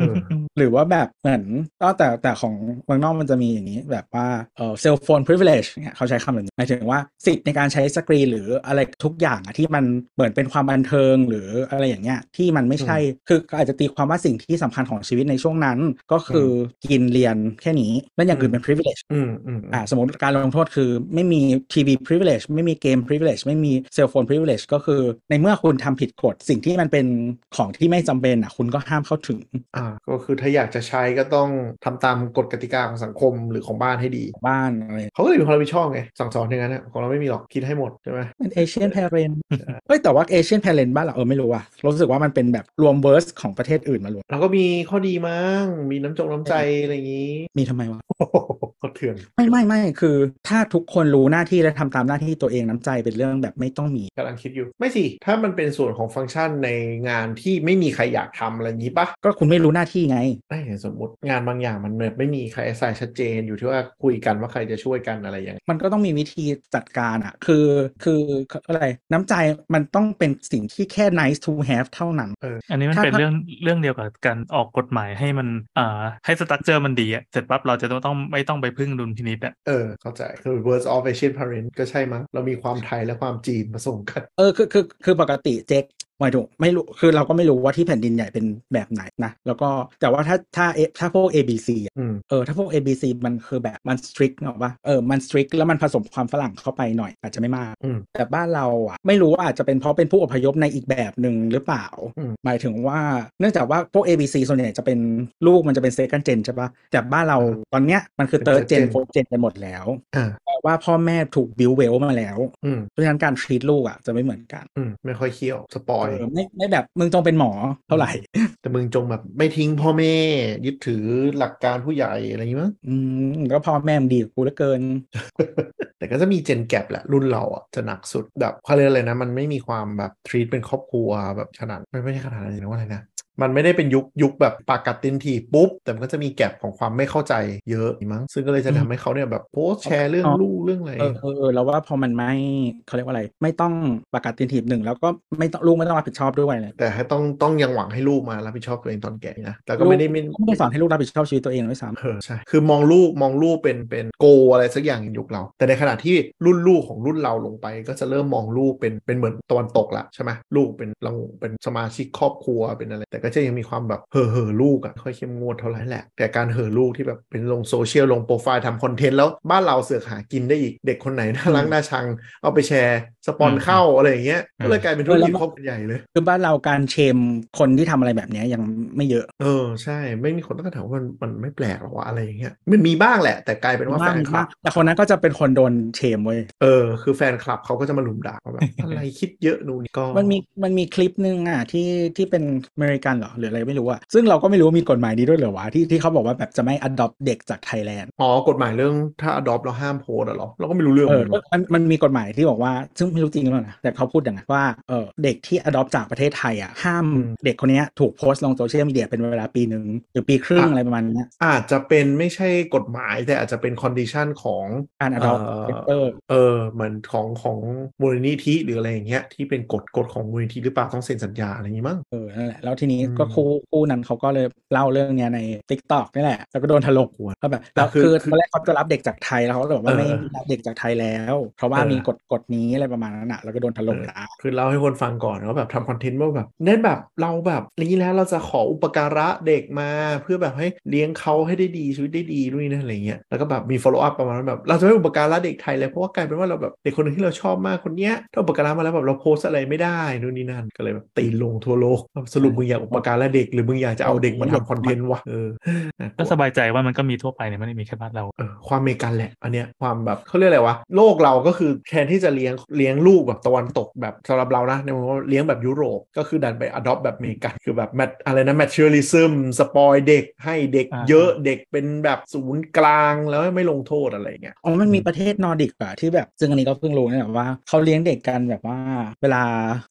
[SPEAKER 3] เออ
[SPEAKER 2] หรือว่าแบบเหมือนก็แต่แต่ของเมืองนอกมันจะมีอย่างนี้แบบว่าเออเซลโฟน privilege เนี่ยเขาใช้คำแบบนี้หมายถึงว่าสิทธิ์ในการใช้สกรีนหรืออะไรทุกอย่างอะที่มันเหมือนเป็นความบันเทิงหรืออะไรอย่างเงี้ยที่มันไม่ใช่ คืออาจจะตีความว่าสิ่งที่สำคัญของชีวิตในช่วงนั้น ก็คือกินเรียนแค่นี้แล้วอย่างอื่นเป็น privilege
[SPEAKER 3] อืมอืม
[SPEAKER 2] อ่าสมมติการลงโทษคือไม่มีทีวี privilege ไม่มีเกม privilege ไม่มีเซลโฟน privilege ก็คือ ในเมื่อคุณทำผิดกฎสิ่งที่มันเป็นของที่ไม่จำเป็นอ่ะคุณก็ห้ามเข้าถึง
[SPEAKER 3] อ่าก็คือถ้าอยากจะใช้ก็ต้องทำตามกฎกติกาของสังคมหรือของบ้านให้ดี
[SPEAKER 2] บ้านอะไร
[SPEAKER 3] เขาก็เลยมีความรับผิดชอบไงสั่งสอนอย่างนั้นนะของเราไม่มีหรอกคิดให้หมดใช่ไหม
[SPEAKER 2] เป็น Asian parent เฮ้ย แต่ว่า Asian parent บ้านเราเออไม่รู้ว่ะรู้สึกว่ามันเป็นแบบรวมเวอร์สของประเทศอื่นมารวม
[SPEAKER 3] เราก็มีข้อดีมั้ง มีน้ำจง น้ำใจอะไรอย่างนี้
[SPEAKER 2] มีทำไมวะ
[SPEAKER 3] โอ้โหก็เถื่อน
[SPEAKER 2] ไม่ไม่ไม่คือถ้าทุกคนรู้หน้าที่และทำตามหน้าที่ตัวเองน้ำใจเป็นเรื่องแบบไม่ต้องมี
[SPEAKER 3] กำลังคิดอยู่ ไม่สิ ถ้ามันเป็นส่วนของฟังก์ชันในงานที่ไม่มีใครอยากทำอะไรอย่างนี้ปะ
[SPEAKER 2] ก็คุณไม่รู้หน้าที่ไง
[SPEAKER 3] ไม่สมมติงานบางอย่างมันแบบไม่มีใครใส่ชัดเจนอยู่ที่ว่าคุยกันว่าใครจะช่วยกันอะไรอย่างนี้
[SPEAKER 2] มันก็ต้องมีวิธีจัดการอะคือคืออะไรน้ำใจมันต้องเป็นสิ่งที่แค่ nice to have เท่านั้น
[SPEAKER 4] อันนี้มัน
[SPEAKER 2] ถ้า
[SPEAKER 4] เป็น
[SPEAKER 2] ถ้า
[SPEAKER 4] เรื่องเรื่องเดียวกับการออกกฎหมายให้มันอ่าให้สตรัคเจอร์มันดีอะเสร็จปั๊บเราจะต้องต้องไม่ต้องไปพึ่งดุลพินิจอะ
[SPEAKER 3] เออ เข้าใจ คือ words of Asian parent ก็ใช่มั้ง เรามีความไทยและความจีนผสมกัน
[SPEAKER 2] เออคือคือคือปกติเจ๊ก หมายถึงไม่รู้คือเราก็ไม่รู้ว่าที่แผ่นดินใหญ่เป็นแบบไหนนะ แล้วก็แต่ว่าถ้าถ้าเอถ้าพวก A B C อะ
[SPEAKER 3] อืม
[SPEAKER 2] เออถ้าพวก A B C มันคือแบบมัน strict เนอะปะเออมัน strict แล้วมันผสมความฝรั่งเข้าไปหน่อยอาจจะไม่มาก
[SPEAKER 3] อืม
[SPEAKER 2] แต่บ้านเราอ่ะไม่รู้ว่าอาจจะเป็นเพราะเป็นผู้อพยพในอีกแบบหนึ่งหรือเปล่า
[SPEAKER 3] อืม
[SPEAKER 2] หมายถึงว่าเนื่องจากว่าพวก ABC ส่วนใหญ่จะเป็นลูกมันจะเป็นเซคันเจนใช่ปะแต่บ้านเราตอนเนี้ยมันคือเ i ิร์ g เจนโฟเจนไปหมดแล้ว
[SPEAKER 3] อ่า
[SPEAKER 2] แปลว่าพ่อแม่ถูกบิวเวลมาแล้ว
[SPEAKER 3] อืม
[SPEAKER 2] เพราะฉะนั้นการทรีตลูกอ่ะจะไม่เหมือนกัน
[SPEAKER 3] อืมไม่ค่อยเคี่ยวสปอย
[SPEAKER 2] เออไม่ไม่แบบมึงต้องเป็นหมอเท่าไหร่
[SPEAKER 3] แต่มึงจงแบบไม่ทิ้งพ่อแม่ ยึดถือหลักการผู้ใหญ่อะไรอย่างนี้มั้ง
[SPEAKER 2] อืมก็พ่อแม่มงดีกับกูเหลือเกิน
[SPEAKER 3] แต่ก็จะมีเจนแก p แหละ รุ่นเราอ่ะ จะหนักสุดแบบเขาเรียกอะไรนะ มันไม่มีความแบบทรีตเป็นครอบครัวแบบขนาดไม่ไม่ใช่ขนาดนั้นนะว่าอะไรนะ มันไม่ได้เป็นยุคยุคแบบปากกัดตินทีปุ๊บ แต่มันก็จะมีแก p ของความไม่เข้าใจเยอะมั้งซึ่งก็เลยจะทำให้เขาเนี่ยแบบโพสต์แชร์เรื่องลูกเรื่องอะไร
[SPEAKER 2] เออเออเออเราว่าพอมันไม่เขาเรียกว่าอะไร ไม่ต้องประกาศตินทีบหนึ่งแล้วก็ไม่ต้องลูกไม่ต้องรับผิดชอบด้วยเลย
[SPEAKER 3] แต่ให้ต้องต้องยังหวังให้ลูกมารับผิดชอบตัวเองตอนแก่นะแต่ก็ไม่ได้ไม่
[SPEAKER 2] ลูกไม่ได้สอนให้ลูกรับผิดชอบชีวิตตัวเองด้วยซ้
[SPEAKER 3] เออใช่ คือมองลูกมองลูกเป็นเป็นโกอะไรสักอย่างในยุคเรา แต่ในขณะที่รุ่นลูกของรุ่นเราลงไป ก็จะเริ่มมองลูกเป็นเป็นเหมือนตะวันตกละใช่ไหมลูกเป็นเราเป็นสมาชิกครอบครัวเป็นอะไร แต่ก็จะยังมีความแบบเห่อเห่อลูกอะ่ะค่อยเข้มงวดเท่าไหร่แหละ แต่การเห่อลูกที่แบบเป็นลงโซเชียลลงโปรไฟล์ทำคอนเทนต์แล้วบ้านเราเสือกหากินได้อีกเด็กคนไหนน่ารักน่าชัง เอาไปแชร์สปอนเข้าอะไรอย่างเงี้ยก็เลยกลายเป็นธุรกิจครอบครัวใหญ่เลย
[SPEAKER 2] ำคือบ้านเราการเชมคนที่ทำอะไรแบบเนี้ยยังไม่เยอะ
[SPEAKER 3] เออใช่ไม่มีคนตั้งคำถามว่ามันมันไม่แปลกหรอกว่าอะไรอย่างเงี้ยมันมีบ้างแหละ แต่กลายเป็นว่าแฟนคลับ
[SPEAKER 2] แต่คนนั้นก็จะเป็นคนโดนเชมเว้ย
[SPEAKER 3] เออคือแฟนคลับเขาก็จะมาลุมด่าว่าแบบ อะไรคิดเยอะนู่นนี่ก็
[SPEAKER 2] มันมีมันมีคลิปหนึ่งอ่ะที่ที่เป็นอเมริกันเหรอหรืออะไรไม่รู้อ่ะซึ่งเราก็ไม่รู้ว่ามีกฎหมายนี้ด้วยเหรือวะที่ที่เขาบอกว่าแบบจะไม่ adopt เด็กจากไทยแลนด์
[SPEAKER 3] อ๋อกฎหมายเรื่องถ้า adopt เราห้ามโพสต์อะเหรอเราก็ไม่รู้เรื่อง
[SPEAKER 2] เอ
[SPEAKER 3] เห
[SPEAKER 2] อ
[SPEAKER 3] มือนกัน
[SPEAKER 2] มันมันมีกฎหมายที่บอกว่า ซึ่งไม่รู้จริงหรือเปล่านะแต่เขาพูดอย่างนั้นว่าเออเด็กที่ adopt จากประเทศไทยอ่ะห้ามเด็กคนเนี้ยถูกโพสต์ลงโซเชียลมีเดียเป็นเวลาปีหนึ่งหรือปีครึ่งอะไรประมาณเนี้ย
[SPEAKER 3] อาจจะเป็นไม่ใช่กฎหมายแต่อาจจะเป็น condition ของ
[SPEAKER 2] การ adopt
[SPEAKER 3] เอ่อ
[SPEAKER 2] paper
[SPEAKER 3] เออเหมือนของของมูลนิธิหรืออะไรอย่างเงี้ยที่เป็นกฎกฎของมูลนิธิหรือเปล่าต้องเซ็นสัญญาอะไรอย่างงี้มั้ง
[SPEAKER 2] เออ นั่นแหละ แล้วทีนี้
[SPEAKER 3] อืม
[SPEAKER 2] ก็คู่คู่นั้นเขาก็เลยเล่าเรื่องเนี้ยใน t ิ k t o k นี่แหละ แล้วก็โดนถลกหัวเขาแบบแล้ว
[SPEAKER 3] อ่ะคือ
[SPEAKER 2] คือ
[SPEAKER 3] คือ
[SPEAKER 2] ตอนแรกเขาจะรับเด็กจากไทยแล้วเขาก็บอกว่า
[SPEAKER 3] เออ
[SPEAKER 2] ไม่ไม่รับเด็กจากไทยแล้ว เพราะว่า
[SPEAKER 3] เออ
[SPEAKER 2] มีกฎกฎนี้อะไรประมาณนั้นอ่ะ แล้วก็โดนถลกตา
[SPEAKER 3] คือเล่าให้คนฟังก่อนว่าแบบทำคอนเทนต์ว่าแบบเน้นแบบเราแบบนี้แล้วเราจะขออุปการะเด็กมาเพื่อแบบให้เลี้ยงเขาให้ได้ดีชีวิตได้ดีนู่นนี่นั่นอะไรเงี้ยแล้วก็แบบมี follow up ประมาณว่าแบบเราจะไม่อุปการะเด็กไทยเลยเพราะว่ากลายเป็นว่าเราแบบเด็กคนหนึงที่เราชอบมากคนเนี้ยถ้าอุปการะมาแล้วแบบเราโพสต์อะไรไม่ได้นู่นนี่นั่นก็เลยแบบตีลงทั่วโลกสรุปมึงอยากอุปการะเด็กหรือมึงอยากจะเอาเด็กมาทำคอนเทนต์วะเออน่ากลั
[SPEAKER 4] ก็
[SPEAKER 3] ว
[SPEAKER 4] สบายใจว่ามันก็มีทั่วไปเนี่ยไม่ได้มีแค่บ้านเรา
[SPEAKER 3] เออความอเมริกันแหละอันเนี้ยความแบบเขาเรียกอะไรวะโลกเราก็คือแทนที่จะเลี้ยงเลี้ยงลูกแบบตะวันตกแบบสำหรับเรานะในมุมว่าเลี้ยงแบบยุโรปก็คือดันไปอดอปแบบอเมริกันคือแบบแมทอะไรนะแมทเชอริซึมสปอยเด็กให้เด็ก
[SPEAKER 4] อ่า
[SPEAKER 3] เยอะเด็กเป็นแบบศูนย์กลางแล้วไม่ลงโทษอะไรอย่างเงี้ย
[SPEAKER 2] อ๋อ มันมีประเทศนอร์ดิกอะที่แบบ ซึ่งอันนี้ก็เพิ่งรู้เนี่ยแบบว่าเขาเลี้ยงเด็กกันแบบว่า เวลา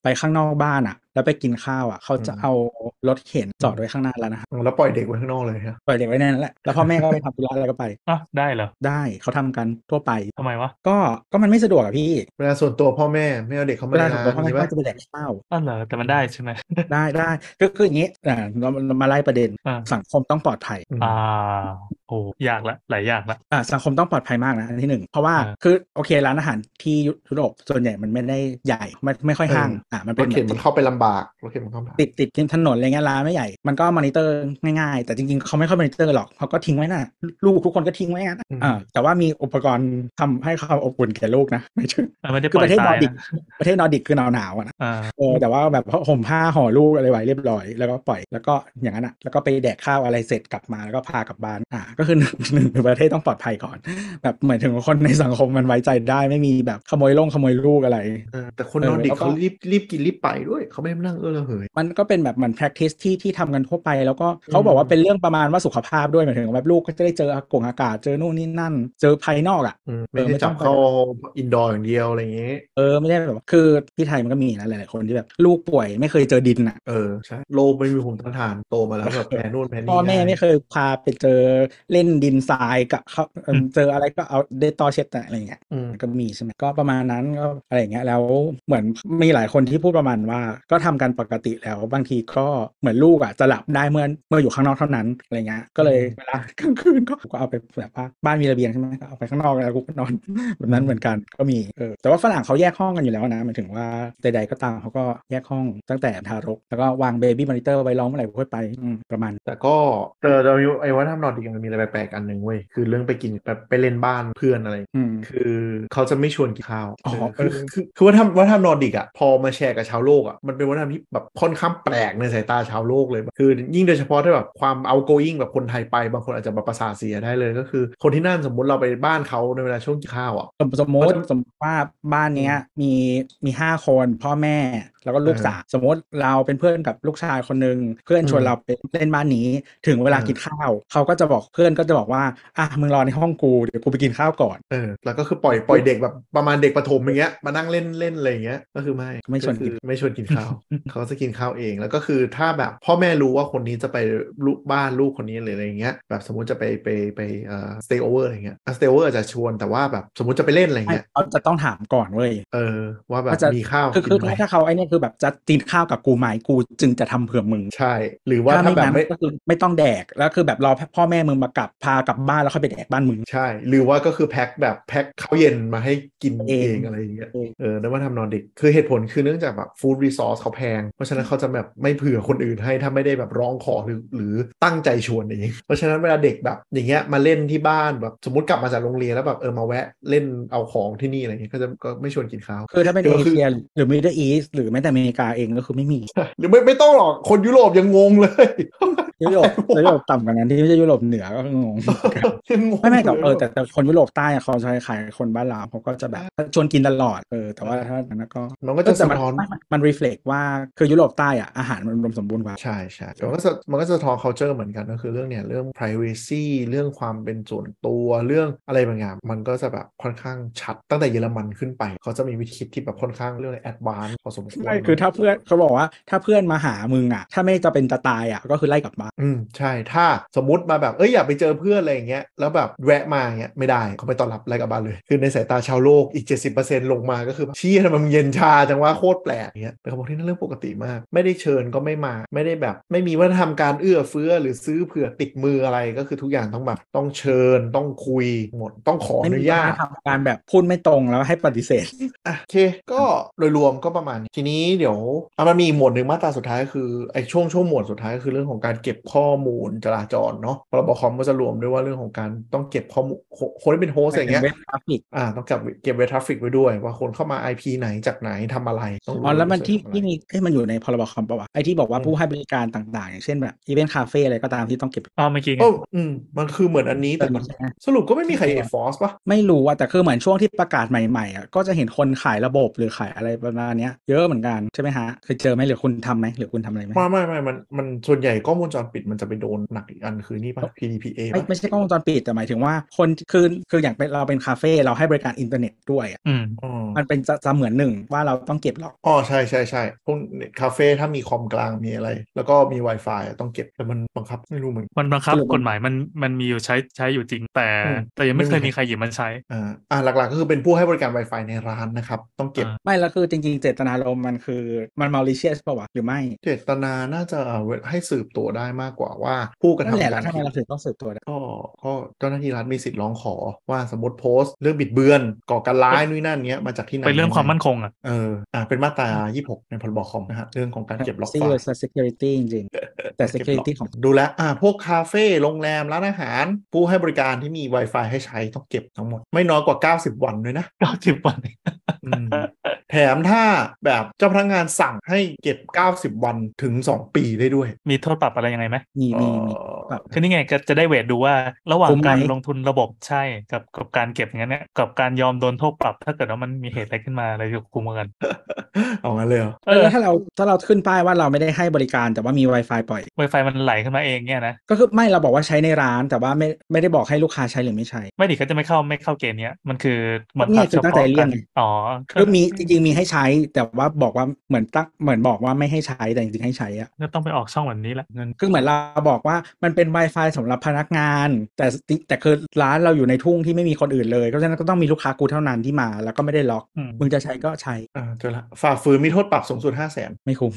[SPEAKER 2] ไปข้างนอกบ้านอ่ะ แล้วไปกินข้าวอ่ะเขาจะ
[SPEAKER 3] อืม
[SPEAKER 2] เอารถเข็นจอดไว้ข้างหน้าแล้วนะครับ
[SPEAKER 3] แล้วปล่อยเด็กไว้ข้างนอกเลยฮะ
[SPEAKER 2] ปล่อยเด็กไว้ในนั้นแหละแล้วพ่อแม่ก็ไปทำธุระอะไรก็ไป
[SPEAKER 4] อ่ะได้เหรอ
[SPEAKER 2] ได้เขาทำกันทั่วไป
[SPEAKER 4] ทำไมวะ
[SPEAKER 2] ก็ก็มันไม่สะดวกอะพี่
[SPEAKER 3] เวลาส่วนตัวพ่อแม่ไม่เอาเด็กเข้ามา
[SPEAKER 2] เวลา
[SPEAKER 3] ใน
[SPEAKER 2] ถึง
[SPEAKER 3] ร้าน
[SPEAKER 2] ตัวพ่อแม่
[SPEAKER 3] ใช่
[SPEAKER 2] ก็
[SPEAKER 3] ปะ
[SPEAKER 2] จะไปแดกข้าว
[SPEAKER 4] อ้าวเหรอแต่มันได้ใช่ไหม
[SPEAKER 2] ได้ได้ก็คืออย่างนี้อ่าเราเรามาไล่ประเด็น
[SPEAKER 4] อ่า
[SPEAKER 2] สังคมต้องปลอดภัย
[SPEAKER 3] อืม
[SPEAKER 4] อ่าโอ้ยากละหลายอยากละ
[SPEAKER 2] อ่าสังคมต้องปลอดภัยมากนะอันที่หนึ่งเพราะว่า
[SPEAKER 4] อ่า
[SPEAKER 2] คือโอเคร้านอาหารที่ยุโรปส่วนใหญ่มันไม่ได้ใหญ่ไม่ไม่ค่อยห้างอ่ามัน
[SPEAKER 3] ร
[SPEAKER 2] เป็น
[SPEAKER 3] ถเข็น
[SPEAKER 2] แบ
[SPEAKER 3] มัน
[SPEAKER 2] บ
[SPEAKER 3] เข้าไปลำบากรถเข็นมันเข้าไปลำบาก
[SPEAKER 2] ติดติดริมถนนอะไรเงี้ยร้านไม่ใหญ่มันก็มอนิเตอร์ง่ายๆ แต่จริงๆเขาไม่ค่อยมอนิเตอร์หรอกเขาก็ทิ้งไว้น่ะลูกทุกคนก็ทิ้งไว้งั้นอ่าแต่ว่ามีอุปกรณ์ทำให้เขาอบอุ่นแก่ลูกนะ ไม่ใช่
[SPEAKER 4] มันไม่ได้
[SPEAKER 2] คื
[SPEAKER 4] ป
[SPEAKER 2] อป
[SPEAKER 4] ล่อย
[SPEAKER 2] ระเทศน
[SPEAKER 4] ตา
[SPEAKER 2] อย ร์ดิก
[SPEAKER 4] นะ
[SPEAKER 2] ประเทศนอร์ดิกคือหนาวหนาวๆอะนะ
[SPEAKER 4] อ่า
[SPEAKER 2] เออแต่ว่าแบบห่มผ้าห่อลูกอะไรไว้เรียบร้อยแล้วก็ปล่อยแล้วก็อย่างนั้นอ่ะแล้วก็ไปแดกข้าวอะไรเสร็จกลับมาแล้วก็พากลับบ้านอ่ะก็คือหนึ่งหนึ่งคือประเทศต้องปลอดภัยก่อน แบบเหมือนถึงคนในสังคมมันไว้ใจได้ไม่มีแบบขโมยลงขโมยลูกอะไร
[SPEAKER 3] เออแต่คน
[SPEAKER 2] เออน
[SPEAKER 3] อนเด็ก
[SPEAKER 2] แล้วก็
[SPEAKER 3] เขารีบรีบกินรีบไปด้วยเขาไม่นั่งเออระเหย
[SPEAKER 2] มันก็เป็นแบบเหมือน practice ที่ที่ทำกันทั่วไป แล้วก็เขาบอกว่าเป็นเรื่องประมาณว่าสุขภาพด้วยหมายถึงแบบลูกก็จะได้เจออากงอากาศเจอนู่นนี่นั่น เจอภายนอกอ่ะ
[SPEAKER 3] อืม
[SPEAKER 2] เออ
[SPEAKER 3] ไม่ได้
[SPEAKER 2] ไม่ต้
[SPEAKER 3] จั
[SPEAKER 2] อบ ง
[SPEAKER 3] เข้าอินดอร์อย่างเดียวอะไรอย่างเงี้ย
[SPEAKER 2] เออไม่ได้แบบว่าคือที่ไทยมันก็มีนะหลายๆคนที่แบบลูกป่วยไม่เคยเจอดินอ่ะ
[SPEAKER 3] เออใช่โลกไม่มีภูมิต้านทานโตมาแล้ว แบบแพ้นู่นแพ้นี่
[SPEAKER 2] พ่อแม่
[SPEAKER 3] ด้
[SPEAKER 2] ไม่เคยพาไปเจอเล่นดินทรายกับเขาเอิ่ม
[SPEAKER 4] อืม
[SPEAKER 2] เจออะไรก็เอาเดตอเช็ดอะไรอย่างเงี้ย
[SPEAKER 3] อืม
[SPEAKER 2] ก็มีใช่ไหมก็ประมาณนั้นก็อะไรอย่างเงี้ยแล้วเหมือนมีหลายคนที่พูดประมาณว่า ก็ ทำกันปกติแล้ว บางทีก็เหมือนลูกอ่ะจะหลับได้เมื่อเมื่ออยู่ข้างนอกเท่านั้นอะไรเงี้ยก็เลยเวลากลางคืนก็ก็เอาไปแบบว่าบ้านมีระเบียงใช่ไหมก็เอาไปข้างนอกแล้วกูก็นอน แบบนั้นเหมือนกันก็มีเออแต่ว่าฝรั่งเขาแยกห้องกันอยู่แล้วนะหมายถึงว่าใดๆก็ตามเขาก็แยกห้องตั้งแต่ทารก แล้วก็วางเบบี้มอนิเตอร์ไว้ร้องเมื่อไหร่ก็ค่อยไปอืมประมาณ
[SPEAKER 3] แต่ก็เออเราไอ้วัฒนธรรมนอร์ดิกมันมีอะไรแปลกๆอันหนึ่งเว้ยคือเรื่องไปกินแบบไปเล่นบ้านเพื่อนอะไร
[SPEAKER 2] อืม
[SPEAKER 3] คือเขาจะไม่ชวนกินข้าว
[SPEAKER 2] อ๋อ
[SPEAKER 3] คือ
[SPEAKER 2] เออ
[SPEAKER 3] คือคือวัฒนธรรมวัฒนธรรมนอร์ดิกอ่ะพอมาแชร์กับชาวโลกอ่ะมันเป็นวัฒนธรรมที่แบบค่อนข้างแปลกในสายตาชาวโลกเลย คือยิ่งโดยเฉพาะถ้าแบบความ outgoing แบบคนไทยไปบางคนอาจจะแบบประสาทเสียได้เลย ก็คือคนที่นั่นสมมติเราไปบ้านเขาในเวลาช่วงกินข้าวอ่ะ
[SPEAKER 2] สมสมม
[SPEAKER 3] ก็
[SPEAKER 2] ติ
[SPEAKER 3] จะ
[SPEAKER 2] สมมติว่าบ้านเนี้ยมีมีห้าคนพ่อแม่แล้วก็ลูก
[SPEAKER 3] อ่าฮะ
[SPEAKER 2] สาวสมมติเราเป็นเพื่อนกับลูกชายคนหนึ่งเพื่อนชวน
[SPEAKER 3] อืม
[SPEAKER 2] เราไปเล่นบ้านนี้ ถึงเวลา
[SPEAKER 3] อ่ากิ
[SPEAKER 2] กินข้าว เขาก็จะบอกเพื่อนก็จะบอกว่าอ่ะมึงรอในห้องกูเดี๋ยวกูไปกินข้าวก่อน
[SPEAKER 3] เออแล้วก็คือปล่อยปล่อยเด็กแบบประมาณเด็กประถมอย่างเงี้ยมานั่งเล่นเล่นอะไรอย่างเงี้ยก็คือไม่
[SPEAKER 2] ไม่ชวนกิน
[SPEAKER 3] คือไม่ชวนกิน ข้าว เขาจะกินข้าวเองแล้วก็คือถ้าแบบพ่อแม่รู้ว่าคนนี้จะไปลูกบ้านลูกคนนี้หรืออะไรอย่างเงี้ยแบบสมมติจะไปไปไปเอ่อ stay over อะไรเงี้ย stay over อาจจะชวนแต่ว่าแบบสมมติจะไปเล่นอะไรเงี้ย
[SPEAKER 2] เขาจะต้องถามก่อนเว้ย
[SPEAKER 3] เออว่าแบบ
[SPEAKER 2] ว่าจะ
[SPEAKER 3] มีข้าว
[SPEAKER 2] คือ
[SPEAKER 3] กิ
[SPEAKER 2] คือน
[SPEAKER 3] ไหม
[SPEAKER 2] ถ้าเขาไอ้เนี่ยคือแบบจะกินข้าวกับกูไหมกูจึงจะทำเผื่อมึง
[SPEAKER 3] ใช่ หรือว่าถ้าแบบ
[SPEAKER 2] งั้น
[SPEAKER 3] ไม่
[SPEAKER 2] ก็คือไม่ต้องแดกแล้วคือแบบรอพ่อแม่มึงมากลับพากลับบ้านแล้วค่อยไปแดกบ้านมึง
[SPEAKER 3] ใช่ หรือว่าก็คือแพ็คแบบแพ็คข้าวเย็นมาให้กิน
[SPEAKER 2] เอง
[SPEAKER 3] เองอะไรอย่างเงี้ย
[SPEAKER 2] เอง
[SPEAKER 3] เออนั่นว่าทำนอนเด็ก คือเหตุผลคือเนื่องจากแบบฟู้ดรีซอสเขาแพง เพราะฉะนั้นเขาจะแบบไม่เผื่อคนอื่นให้ถ้าไม่ได้แบบร้องขอหรือหรือตั้งใจชวนเองเพราะฉะนั้นเวลาเด็กแบบอย่างเงี้ยมาเล่นที่บ้านแบบสมมติกลับมาจากโรงเรียนแล้วแบบเออมาแวะเล่นเอาของที่นี่อะไรเงี้ยก็จะก็ไม่ชวนกินข้าว
[SPEAKER 2] คือถ้าเป็น
[SPEAKER 3] เดี๋ย
[SPEAKER 2] เอ
[SPEAKER 3] วคือ
[SPEAKER 2] เชียหรือมิดเดิลอีสหรือแม้แต่อเมริกาเองก็คือไม่มี
[SPEAKER 3] หรือไม่ไม่ต้องหรอกคนยุโรปยังงงเลย
[SPEAKER 2] ยุ โรปยุโรปต่ำกว่านั้นที่ไม่ใช่ยุโรปเหนือก็งง
[SPEAKER 3] ยังง ง
[SPEAKER 2] ไม่ไม่กับเออ
[SPEAKER 3] ลย
[SPEAKER 2] แต่แต่คนยุโรปใต้อะเขาใช้ขายคนบ้านเราเขาก็จะแบบชวนกินตลอดเออแต่ว่าถ้าอันนั้นก็
[SPEAKER 3] มันก็จะ
[SPEAKER 2] แต่มั
[SPEAKER 3] สะท้อน
[SPEAKER 2] ไม่มันรีเฟล็กว่าคือยุโรปใต้อ่ะอาหารมันรวมสมบูรณ์กว่า
[SPEAKER 3] ใช่ใช่มันก็สะมันก็สะท้อน culture เหมือนกันก็คือเรื่องเนี่ยเรื่อง privacy เรื่องความเป็นส่วนตัวเรื่องอะไรบางอย่างมันก็จะแบบค่อนข้างชัดตั้งแต่เยอรมันขึ้นไป เขาจะมีวิธีคิดที่แบบค่อนข้างเรื่อง advance พอสมควร
[SPEAKER 2] ใช่คือถ้าเพื่อนเขาบอกว่าถ้าเพื่อนมาหามึงอ่ะ ถ้าไม่จะเป็นจะตายอ่ะก็คือไล่กลับบ้าน
[SPEAKER 3] อืมใช่ถ้าสมมติมาแบบเอ้ยอยากไปเจอเพื่อนอะไรอย่างเงี้ยแล้วแบบแวะมาอย่างเงี้ยไม่ได้เขาไม่ต้อนรับอะไรกลับบ้านเลย คือในสายตาชาวโลกอีก 70%ลงมาก็คือแบบเชี่ยทำไมมันเย็นชาจังว่าโคตรแปลกอย่างเงี้ยแต่เขาบอกที่นั่นเรื่องปกติมาก ไม่ได้เชิญก็ไม่มาไม่ได้แบบไม่มีวัฒนธรรมการเอื้อเฟื้อหรือซื้อเผื่อติดมืออะไรก็คือทุกอย่างต้องแบบต้องเชิญต้องคุยหมดต้องขออ
[SPEAKER 2] ไม่
[SPEAKER 3] นุ
[SPEAKER 2] มี
[SPEAKER 3] ญาต
[SPEAKER 2] วัฒนธรรมการแบบพูดไม่ตรงแล้วให้ปฏิเสธ
[SPEAKER 3] อ่ะโอเค ก็โดยรวมก็ประมาณนี้ทีนี้เดี๋ยวอ่ะมันมีหมวดหนึ่งมาตราสุดท้ายก็คือไอ้ช่วงช่วงหมวดสุดท้ายก็คือเรื่องของการเก็บข้อมูลจราจรเนาะพรบคอมก็จะรวมด้วยว่าเรื่องของการต้องเก็บข้อมูลคคนที่เป็นโฮสต์อย่างเงี้ย
[SPEAKER 2] เว็บกราฟิก
[SPEAKER 3] อ่าต้องเก็บเก็บเวทราฟิกไว้ด้วย ว่าคนเข้ามา IP ไหนจากไหนทำอะไรต้องรู้
[SPEAKER 2] อ๋อแล้วมันที่
[SPEAKER 3] ว่า
[SPEAKER 2] ที่มีเอ้ยมันอยู่ในพรบคอมปะวะไอที่บอกว่าผู้ให้บริการต่างๆ อย่างเช่นแบบอีเวนต์คาเฟ่อะไรก็ตามที่ต้องเก็บ
[SPEAKER 4] อ๋อเมื่อกี้ไง
[SPEAKER 3] เอออืมมันคือเหมือนอันนี้แต่มัน
[SPEAKER 2] ใช่ไหม
[SPEAKER 3] สรุปก็ไม่มีใครเอฟอสป่ะ
[SPEAKER 2] ไม่รู้ว่าแต่คือเหมือนช่วงที่ประกาศใหม่ๆอ่ะก็จะเห็นคนขายระบบหรือขายอะไรประมาณเนี้ยเยอะเหมือนกันใช่ไหมฮะเคยเจอไหมหรือคุณทำไหมหรือคุณทำอะไรไหม
[SPEAKER 3] ไม่ไม่ไม่มันมันส่วนใหญ่กล้องวงจรปิดมันจะไปโดนหนักอีกอันคือนี่ป่ะ PDPA
[SPEAKER 2] ไม่
[SPEAKER 3] ป่ะ
[SPEAKER 2] ไม่ใช่กล้องวงจรปิดแต่หมายถึงว่าคนคือคืออย่างเป็นเราเป็นคาเฟ่เราให้บริการอินเทอร์เน็ตด้วยอ่ะ
[SPEAKER 4] อืม
[SPEAKER 3] อ๋อ
[SPEAKER 2] มันเป็นจะเหมือนหนึ่งว่าเราต้องเก็บหรอก
[SPEAKER 3] อ๋อใช่ใช่ใช่พวกคาเฟ่ถ้ามีคอมกลางมีอะไร แล้วก็มี Wi-Fi อะต้องเก็บแต่มันบังคับไม่รู้เหมือนกัน
[SPEAKER 4] มันบังคับ
[SPEAKER 2] สรุปมัน
[SPEAKER 4] กฎหมายมันมันมีอยู่ใช้ใช้อยู่จริง แต่
[SPEAKER 3] อืม
[SPEAKER 4] แต่ยังไม่เคย
[SPEAKER 3] ไม่มี
[SPEAKER 4] มีใครหยิบมาใช้
[SPEAKER 3] อ่าอ่าหลักๆก็คือเป็นผู้ให้บริการ Wi-Fi ในร้านนะครับ ต้องเก็บ
[SPEAKER 4] อ่า
[SPEAKER 2] ไม่แล้วคือจริงๆ เจตนารมณ์มันคือมันมาริเชียสป่าวะหรือไม่
[SPEAKER 3] เจตนาน่าจะให้สืบตัวได้มากกว่าว่าผู้กระ
[SPEAKER 2] นั่นแหละ
[SPEAKER 3] ทำ
[SPEAKER 2] แล้
[SPEAKER 3] กาว
[SPEAKER 2] ทำไม
[SPEAKER 3] รผิด
[SPEAKER 2] เราถึงต้องสืบตัวได้
[SPEAKER 3] ก็ก็เจ้าหน้าที่รัฐมีสิทธิ์ร้องขอว่าสมมติโพสต์ เรื่องบิดเบือนก่อการร้ายนู่นนั่นเนี้ยมาจากที่ไหน
[SPEAKER 4] เป็นเรื่องความมั่นคงอ่ะ
[SPEAKER 3] เอออ่าเป็นมาตรา 26 ในพรบคอมนะฮะเรื่องของการเก็บล็อก
[SPEAKER 2] ซี
[SPEAKER 3] ไฟ
[SPEAKER 2] เรีย
[SPEAKER 3] ล์
[SPEAKER 2] สเซคิวริตี้จริงๆแต่เซคิวริตี้ของ
[SPEAKER 3] ดูแลอ่าพวกคาเฟ่โรงแรม ร้านอาหาร ผู้ให้บริการที่มี Wi-Fi ให้ใช้ต้องเก็บทั้งหมด ไม่น้อยกว่า 90 วันด้วยนะ
[SPEAKER 4] เก้าสิบวัน
[SPEAKER 3] อื ม แถมถ้าแบบเจ้าพนักงานสั่งให้เก็บ 90 วันถึง 2 ปีได้ด้วย
[SPEAKER 4] มีโทษปรับอะไรยังไงไหม
[SPEAKER 2] มีมีมี
[SPEAKER 3] เอ่อ
[SPEAKER 2] แบบ
[SPEAKER 4] คือนี่ไงก็จะได้เวทดูว่าระหว่าง
[SPEAKER 2] คุ้มไหม
[SPEAKER 4] การลงทุนระบบใช่กับกับการเก็บอย่างนั้นเนี่ยกับการยอมโดนโทษปรับ ถ้าเกิดว่ามันมีเหตุอะไรขึ้นมาอะไรจะคุ้มกัน
[SPEAKER 3] เอางั้นเลยเหรอ
[SPEAKER 4] เออ
[SPEAKER 2] แล้วถ้าเราถ้าเราขึ้นป้ายว่าเราไม่ได้ให้บริการแต่ว่ามี Wi-Fi ปล่อย
[SPEAKER 4] ไวไฟมันไหลขึ้นมาเองเนี่ยนะ
[SPEAKER 2] ก็คือไม่เราบอกว่าใช้ในร้านแต่ว่าไม่ไม่ได้บอกให้ลูกค้าใช้หรือไม่ใช้
[SPEAKER 4] ไม่ดิเขาจะไม่เข้าไม่เข้าเกณฑ์เนี้ยมันคือบัง
[SPEAKER 2] เนี่ย
[SPEAKER 4] คับ
[SPEAKER 2] คือตั้งใจเลี่ยงไง
[SPEAKER 4] อ๋อ
[SPEAKER 2] คือมีจริงๆมีให้ใช้แต่ว่าบอกว่าเหมือนตั้งเหมือนบอกว่าไม่ให้ใช้แต่จริงๆให้ใช้อะ
[SPEAKER 4] ก็ต้องไปออกช่องแบบนี้แหละเงิน
[SPEAKER 2] คือเหมือนเราบอกว่ามันเป็น Wi-Fi สำหรับพนักงาน แต่ติแต่คือร้านเราอยู่ในทุ่งที่ไม่มีคนอื่นเลยเพราะฉะนั้นก็ต้องมีลูกค้ากูเท่านั้นที่มา แล้วก็ไม่ได้ล็อก
[SPEAKER 4] อืม
[SPEAKER 2] มึงจะใช้ก็ใช้
[SPEAKER 3] อ่าเจอละ ฝ่าฝืนมีโทษปรับสูงสุดห้าแสน
[SPEAKER 2] ไม่คุ้ ม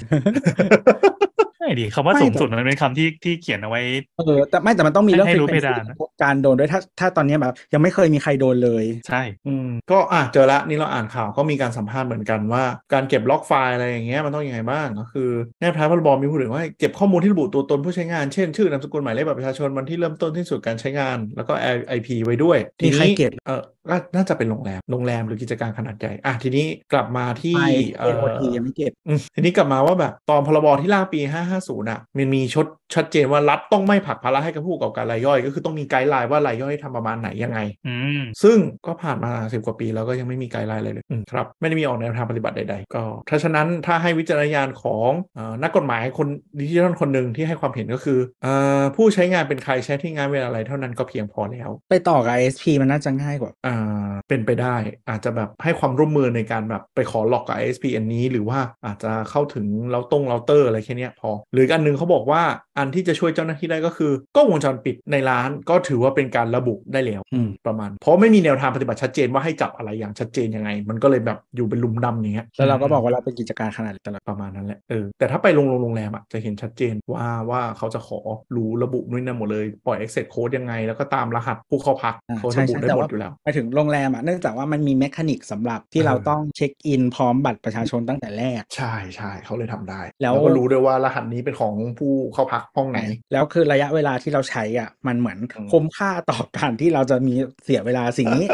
[SPEAKER 4] ใช่ดิคำว่า
[SPEAKER 2] ไม่
[SPEAKER 4] สูงสุดมันเป็นคำที่ที่เขียนเอาไว้
[SPEAKER 2] เออแต่ไม่แต่มันต้องมีเรื่อง
[SPEAKER 4] ให้รู้
[SPEAKER 2] frequency
[SPEAKER 4] เพดานนะ
[SPEAKER 2] การโดนด้วยถ้าถ้าตอนเนี้ยแบบ ยังไม่เคยมีใครโดนเลย
[SPEAKER 4] ใช่
[SPEAKER 3] อืมก็อ่ะเจอละนี่เราอ่านข่าวก็มีการสัมภาษณ์เหมือนกันว่า การเก็บล็อกไฟล์อะไรอย่างเงี้ยมันต้องยังไงบ้างก็คือแนบท้ายพรบมีพูดถึงว่าให้เก็บข้อมูลที่ระบุตัวตนผู้ใช้งานเช่นชื่อนามสกุลหมายเลขบัตรประชาชนวันที่เริ่มต้นที่สุดการใช้งาน แล้วก็ IP ไว้ด้วยที
[SPEAKER 2] มีใคร
[SPEAKER 3] นี้
[SPEAKER 2] เก็บ
[SPEAKER 3] เออก็น่าจะเป็นโรงแรมโรงแรมหรือกิจการขนาดใหญ่อ่ะทีนี้กลับมาที่
[SPEAKER 2] ไป
[SPEAKER 3] เอ
[SPEAKER 2] เอโอ
[SPEAKER 3] อ
[SPEAKER 2] ทียังไม่เก็บ
[SPEAKER 3] อืมทีนี้กลับมาว่าแบบตอนพรบที่ร่างปี 550อ่ะมันมีชดชัดเจนว่ารัฐต้องไม่ผลักภาระให้กับผู้ประกอบการรายย่อย ก็คือต้องมีไกด์ไลน์ว่ารายย่อยทำประมาณไหนยังไง
[SPEAKER 4] อืม
[SPEAKER 3] ซึ่งก็ผ่านมา 10 กว่าปีแล้วก็ยังไม่มีไกด์ไลน์เลยเลยอืมครับ ไม่ได้มีออกแนวทางปฏิบัติใดๆ ก็ถ้าฉะนั้นถ้าให้วิจารณญาณของเออนักกฎหมายคนดิจิทัลคนหนึ่งที่ให้ความเห็นก็คือเออผู้ใช้งานเป็นใครใช้ที่งานเวลาอะไรเท่านั้นก็เพียงพอแล้ว
[SPEAKER 2] ไปต่อกับ ISP มันน่าจะง่ายกว่า
[SPEAKER 3] อ่าเป็นไปได้อาจจะแบบให้ความร่วมมือในการแบบไปขอล็อกกับ ISPN นี้ หรือว่าอาจจะเข้าถึงเราตรงเราเตอร์อะไรแค่เนี้ยพอ หรืออันหนึงเขาบอกว่าอันที่จะช่วยเจ้าหน้าที่ได้ก็คือกล้องวงจรปิดในร้านก็ถือว่าเป็นการระบุได้แล้ว
[SPEAKER 2] อืม
[SPEAKER 3] ประมาณ เพราะไม่มีแนวทางปฏิบัติชัดเจนว่าให้จับอะไรอย่างชัดเจนยังไง มันก็เลยแบบอยู่เป็นหลุมดำอย่างเงี้ย
[SPEAKER 2] แล้วเราก็บอกว่าเราเป็นกิจการขนาดเล็กตลอด
[SPEAKER 3] ประมาณนั้นแหละ เออ แต่ถ้าไปโรงโรงโรงแรมอ่ะ จะเห็นชัดเจนว่าว่าเขาจะขอรู้ระบุนู่นนั่นหมดเลย ปล่อย exit code ยังไง แล้วก็ตามรหัสผู้เข้าพัก
[SPEAKER 2] อ่า
[SPEAKER 3] เขา
[SPEAKER 2] ใช่
[SPEAKER 3] ระบุ
[SPEAKER 2] ใช่
[SPEAKER 3] ได้
[SPEAKER 2] แต่
[SPEAKER 3] หม
[SPEAKER 2] ว่า
[SPEAKER 3] ดอยู่แล้ว
[SPEAKER 2] ไปถึงโรงแรมอ่ะเนื่องจากว่ามันมีเมคานิกสำหรับที่เรา
[SPEAKER 3] เออ
[SPEAKER 2] ต้องเช็คอินพร้อมบัตรประชาชนตั้งแต่แรก
[SPEAKER 3] ใช่ใช่เขาเลยทำได้
[SPEAKER 2] แล้
[SPEAKER 3] แล้ว วก็รู้ด้วยว่ารหัสนี้เป็นของผู้เข้าพักห้องไหน
[SPEAKER 2] แล้วคือระยะเวลาที่เราใช้อ่ะมันเหมือน
[SPEAKER 3] อืม
[SPEAKER 2] คุ้มค่าต่อการที่เราจะมีเสียเวลาสิ่ง นี้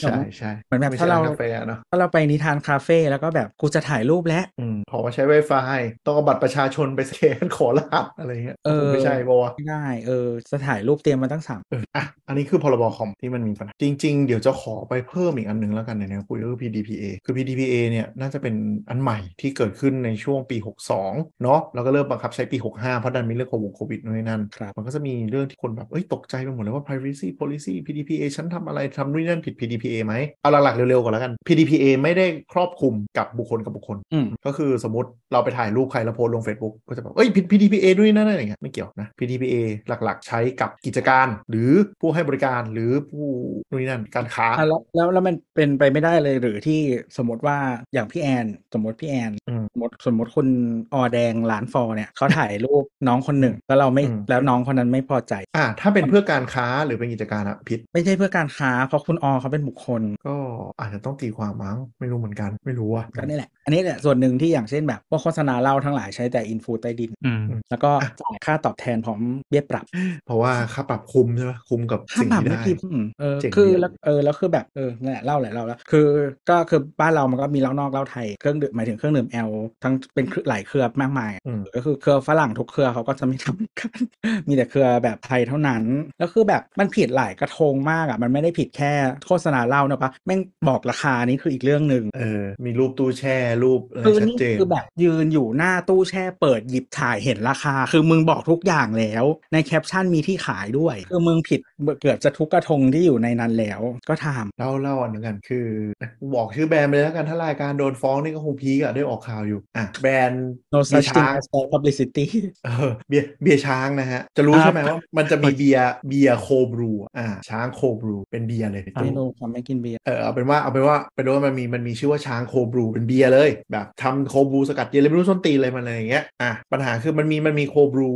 [SPEAKER 3] ใช่ใช่
[SPEAKER 2] เหมือนแบบ
[SPEAKER 3] ไม่ใช่
[SPEAKER 2] ถ้าเรา
[SPEAKER 3] กาแฟเนาะ
[SPEAKER 2] ถ้าเราไปนิทานคาเฟ่แล้วก็แบบกูจะถ่ายรูปแล้ว
[SPEAKER 3] อืมพอมาใช้ Wi-Fi ต้องเอาบัตรประชาชนไปสแกนขอรหัสอะไรเงี้ย
[SPEAKER 2] เออ
[SPEAKER 3] ไม่ใช่ปะวะ
[SPEAKER 2] ไม่ได้เออจะถ่ายรูปเตรียมมาตั้งสาม
[SPEAKER 3] เอออ่ะ อันนี้คือพรบคอมที่มันมีปัญหา จริง ๆ เดี๋ยวจะขอไปเพิ่มอีกอันหนึงแล้วกันในแนวคุยก็คือ PDPA คือ PDPA เนี่ยน่าจะเป็นอันใหม่ที่เกิดขึ้นในช่วงปี 62 เนาะแล้วก็เริ่มบังคับใช้ปี 65 เพราะดันมีเรื่องของวงโควิดนู่นนนั่น
[SPEAKER 2] ครับ
[SPEAKER 3] มันก็จะมีเรื่องที่คนแบบ เอ้ย ตกใจไปหมดเลยว่า privacy policy PDPA ฉันทำอะไรทำนู่นนนั่นผิด PDPA ไหมเอาหลักๆเร็วๆก่อนแล้วกัน PDPA ไม่ได้ครอบคลุมกับบุคคลกับบุคคล
[SPEAKER 2] อืม
[SPEAKER 3] ก็คือสมมติเราไปถ่ายรูปใครแล้วโพสต์ลง Facebook ก็จะแบบเอ้ยผิด PDPA ด้วยนะอะไรอย่างเงี้ยไม่เกี่ยวนะ PDPA หลักๆ ใช้กับกิจการ หรือผู้ให้บริการหรือผู้นู่นนนั่นการค้า
[SPEAKER 2] อ่ะแล้วแล้วแล้วมันเป็นไปไม่ได้เลยหรือที่สมมติว่าอย่างพี่แอนสมมติพี่แอน
[SPEAKER 3] อืม
[SPEAKER 2] สมมติสมมติคุณออแดงหลานฟอเนี่ยเขาถ่ายรูปน้องคนหนึ่ง แล้วเราไม่
[SPEAKER 3] อืม
[SPEAKER 2] แล้วน้องคนนั้นไม่พอใจ
[SPEAKER 3] อ่าถ้าเป็นเพื่อการค้าหรือเป็นกิจการอะผิด
[SPEAKER 2] ไม่ใช่เพื่อการค้าเพราะคุณออเขาเป็นบุคคล
[SPEAKER 3] ก็อาจจะต้องตีความมั้งไม่รู้เหมือนกันไม่รู้อะ
[SPEAKER 2] ก็นี่แหละ อันนี้แหละส่วนหนึ่งที่อย่างเช่นแบบพวกโฆษณาเหล่าทั้งหลายใช้แต่อินฟูใต้ดิน
[SPEAKER 4] อืม
[SPEAKER 2] แล้วก็จ่ายค่าตอบแทนพร้อมเบี้ยปรับ
[SPEAKER 3] เพราะว่าค่าปรับคุมใช่ไหมคุมกับ
[SPEAKER 2] ค่า
[SPEAKER 3] สิ่ง
[SPEAKER 2] ปรับ
[SPEAKER 3] ที่
[SPEAKER 2] ไม่
[SPEAKER 3] ได้
[SPEAKER 2] กี่อืมเออ
[SPEAKER 3] เจ๋งดี
[SPEAKER 2] คือ
[SPEAKER 3] อะ
[SPEAKER 2] แล้วเออแล้วคือแบบเออนั่นแหละเล่าแหละเล่าแล้วคือก็คือบ้านเรามันก็มีเหล้านอกเหล้าไทยเครื่องดื่มหมายถึงเครื่องดื่มแอลทั้งเป็นเครือหลายเครือมากมายอะ
[SPEAKER 3] อืม
[SPEAKER 2] ก็คือเครือฝรั่งทุกเครือเขาก็จะไม่ทำกัน มีแต่เครือแบบไทยเท่านั้น แล้วคือแบบมันผิดหลายกระทงมากอ่ะมันไม่ได้ผิดแค่โฆษณาเหล้านะปะแม่งบอกราคานี่คืออีกเรื่องหนึ่ง
[SPEAKER 3] เออมีรูปตู้แช่รูปอะไร
[SPEAKER 2] คือ
[SPEAKER 3] ชัด
[SPEAKER 2] นี่
[SPEAKER 3] เจน
[SPEAKER 2] คือแบบยืนอยู่หน้าตู้แช่เปิดหยิบถ่ายเห็นราคา คือมึงบอกทุกอย่างแล้ว ในแคปชั่นมีที่ขายด้วย คือมึงผิดเกือบจะทุกกระทงที่อยู่ในนั้นแล้วก็ทำ
[SPEAKER 3] เล่าเล่าอันหนึ่งกันคือบอกชื่อแบรนด์ไปเลยแล้วกันถ้ารายการโดนฟ้องนี่ก็คงพีกอะได้ออกข่าวอยู่อ่ะแบรนด์
[SPEAKER 2] no
[SPEAKER 3] มี
[SPEAKER 2] such
[SPEAKER 3] ช้า
[SPEAKER 2] thing
[SPEAKER 3] ง
[SPEAKER 2] as bad publicity
[SPEAKER 3] เออเบียร์เบียร์ช้างนะฮะ จะรู้ใช่ไหมว่ามันจะมีเบียร์เบียร์โคบรูอ่าช้างโคบรูเป็นเบียร์เลยพี่
[SPEAKER 2] ไม่
[SPEAKER 3] ตู้
[SPEAKER 2] รู้ความไม่กินเบียร์
[SPEAKER 3] เออเอาเป็นว่าเอาเป็นว่าเป็นว่ามันมีมันมีชื่อว่าช้างโคบรูเป็นเบียร์เลย แบบทำโคบรูสกัดเย็นเลยไม่รู้ส้นตีนอะไรมันอะไรอย่างเงี้ยอ่ะปัญหาคือมันมีมันมีโคบรู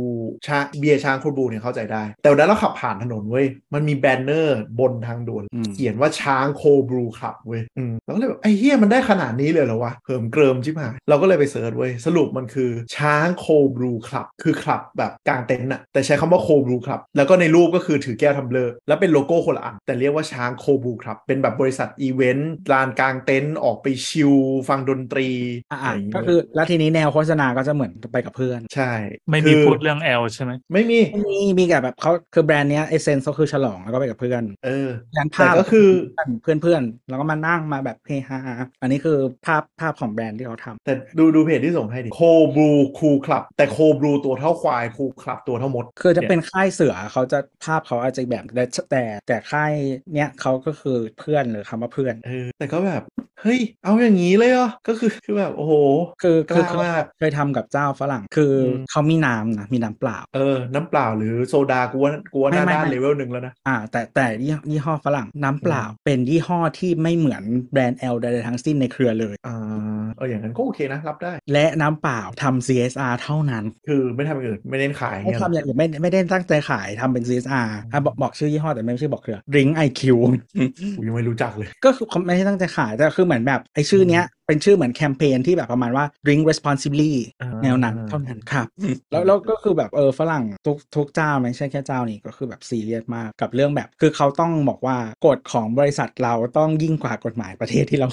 [SPEAKER 3] ช้าเบียร์ช้างโคบรูเนี่ยเข้าใจได้ แต่วันนั้นเราขับผ่านถนนเว้ยมันมีแบนเนอร์บนทางด่วน
[SPEAKER 2] อืม
[SPEAKER 3] เขียนว่าช้างโคบรูครับเว้ยอืมเราก็เลยแบบไอ้เฮียมันได้ขนาดนี้เลยเหรอวะเหิมเกริมชิบหายเราก็เลยไปเสิร์ชเว้ยสรุปมันคือช้างโคบรูครับ คือคลับแบบกลางเต็นท์อะแต่ใช้คำว่าโคบรูครับแล้วก็ในรูปก็คือถือแก้วทำเลอร์แล้วเป็นโลโก้คนละอันแต่เรียกว่าช้างโคบรูครับ เป็นแบบบริษัทอีเวนต์ลานกลางเต็นท์ออกไปชิลฟังดนตรี
[SPEAKER 2] อ่ะอ่ะ
[SPEAKER 3] ไรย่างเงี้ย
[SPEAKER 2] ก็คือแล้วทีนี้แนวโฆษณาก็จะเหมือนไปกับเพื่อน
[SPEAKER 3] ใช่
[SPEAKER 4] ไม่มี
[SPEAKER 3] คือ
[SPEAKER 4] พูดเรื่องแอลใช่ไหม
[SPEAKER 3] ไม่มี
[SPEAKER 2] มีมีกับแบบเขาคือแบรนด์เนี้ยเอเซนส์ก็คือฉลองแล้วก็ไปกับเพื่อน
[SPEAKER 3] เออ
[SPEAKER 2] ยันภาพ
[SPEAKER 3] แต่ก็คือ
[SPEAKER 2] เพื่อนเพื่อนๆแล้วก็มานั่งมาแบบเฮฮาอันนี้คือภาพภาพของแบรนด์ที่เขาทำ
[SPEAKER 3] แต่ดูดูเพจที่ส่งให้ดิโคบรูคูคลับแต่โคบรูตัวเท่าควายคูคลับตัวเท่ามด
[SPEAKER 2] คือจะเป็นค่ายเสือเขาจะภาพเขาอาจจะแบบแต่แต่แต่ค่ายเนี้ยเขาก็คือเพื่อนหรือคำว่าเพื่อน
[SPEAKER 3] เออแต่ก็แบบ เฮ้ย เอาอย่างนี้เลยเหรอ ก็คือ คือแบบโอ้โห
[SPEAKER 2] คือคือ
[SPEAKER 3] ล้ามาก
[SPEAKER 2] เคยทำกับเจ้าฝรั่ง คืออ
[SPEAKER 3] ม
[SPEAKER 2] เขามีน้ำนะมีน้ำเปล่า
[SPEAKER 3] เออ น้ำเปล่าหรือโซดากูว่ากูว่าหน้า
[SPEAKER 2] ไม่ไม่
[SPEAKER 3] ด้าน
[SPEAKER 2] ไม่
[SPEAKER 3] เลเวลหนึ่งแล้วนะ
[SPEAKER 2] อ่า แต่แต่ยี่ห้อยี่ห้อฝรั่งน้ำเปล่า เป็นยี่ห้อที่ไม่เหมือนแบรนด์แอลใดๆทั้งสิ้นในเครือเลย
[SPEAKER 3] อ่าเอออย่างนั้นก็โอเคนะ รับได้
[SPEAKER 2] และน้ำเปล่าทำ CSR เท่านั้น
[SPEAKER 3] คือไม่ทำอย่างอื่นไม่เน้นขาย
[SPEAKER 2] ไม่
[SPEAKER 3] เงี้ย
[SPEAKER 2] ทำอย่างอื่นไม่ไม่ได้ตั้งใจขายทำเป็น CSR อ่ะบอกบอกชื่อยี่ห้อแต่ไม่ชื่อบอกเครือ Drink IQ
[SPEAKER 3] กูยังไม่รู้จักเลย
[SPEAKER 2] ก็คือเขาไม่ได้ตั้งใจขายแต่คือเหมือนแบบไอ้ชื่อเนี้ยเป็นชื่อเหมือนแคมเปญที่แบบประมาณว่า drink responsibly
[SPEAKER 3] อ่า
[SPEAKER 2] แนวนั้นเท่านั้นครับ แล้วแล้วก็คือแบบเออฝรั่งทุกทุกเจ้าไม่ใช่แค่เจ้านี้ก็คือแบบซีเรียสมากกับเรื่องแบบ คือเขาต้องบอกว่ากฎของบริษัทเราต้องยิ่งกว่ากฎหมายประเทศที่เรา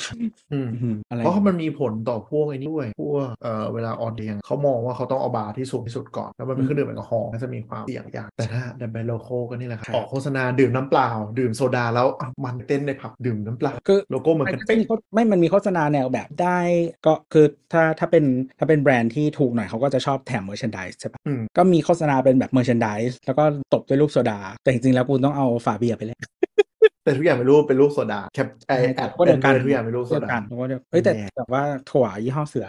[SPEAKER 3] อืม
[SPEAKER 2] อืมอะไร
[SPEAKER 3] เพราะมันมีผลต่อพวกไอ้นี่ด้วย พวกเอ่อเวลาออนเดียงเขามองว่าเขาต้องเอาบาร์ที่สูงที่สุดก่อน แล้วมันเป็นเครื่องดื่มแอลกอฮอล์ก็จะมีความเสี่ยงอย่าง แต่ถ้าดัมเบลโลโคก็นี่แหละครับออกโฆษณาดื่มน้ำเปล่า ดื่มโซดาแล้วอ่ะมันเต้นในผับดื่มน้ำเปล่า
[SPEAKER 2] คือ
[SPEAKER 3] โลโก้เหมือนกัน
[SPEAKER 2] ไม่
[SPEAKER 3] เป๊ะ
[SPEAKER 2] ไม่มันมีโฆษณาแนวแบบได้ก็คือถ้าถ้าเป็นถ้าเป็นแบรนด์ที่ถูกหน่อยเขาก็จะชอบแถมเมอร์ชานดิสใช่ปะ
[SPEAKER 3] อืม
[SPEAKER 2] ก็มีโฆษณาเป็นแบบเมอร์ชานดิสแล้วก็ตบด้วยลูกโซดา แต่จริงๆแล้วคุณต้องเอาฝาเบียร์ไปเลย
[SPEAKER 3] แต่ทุกอย่างเป็นรูปเป็นรูปโซดาแคปไอ
[SPEAKER 2] ใช่
[SPEAKER 3] แอด
[SPEAKER 2] ก็เดียวกัน
[SPEAKER 3] ทุกอย่างเป็นรูปโซ
[SPEAKER 2] เดียว
[SPEAKER 3] ดา
[SPEAKER 2] กันแล้วก็เดียวเอ้ยแต่
[SPEAKER 3] แน่
[SPEAKER 2] แต่ว่าถั่วยี่ห้อเสือ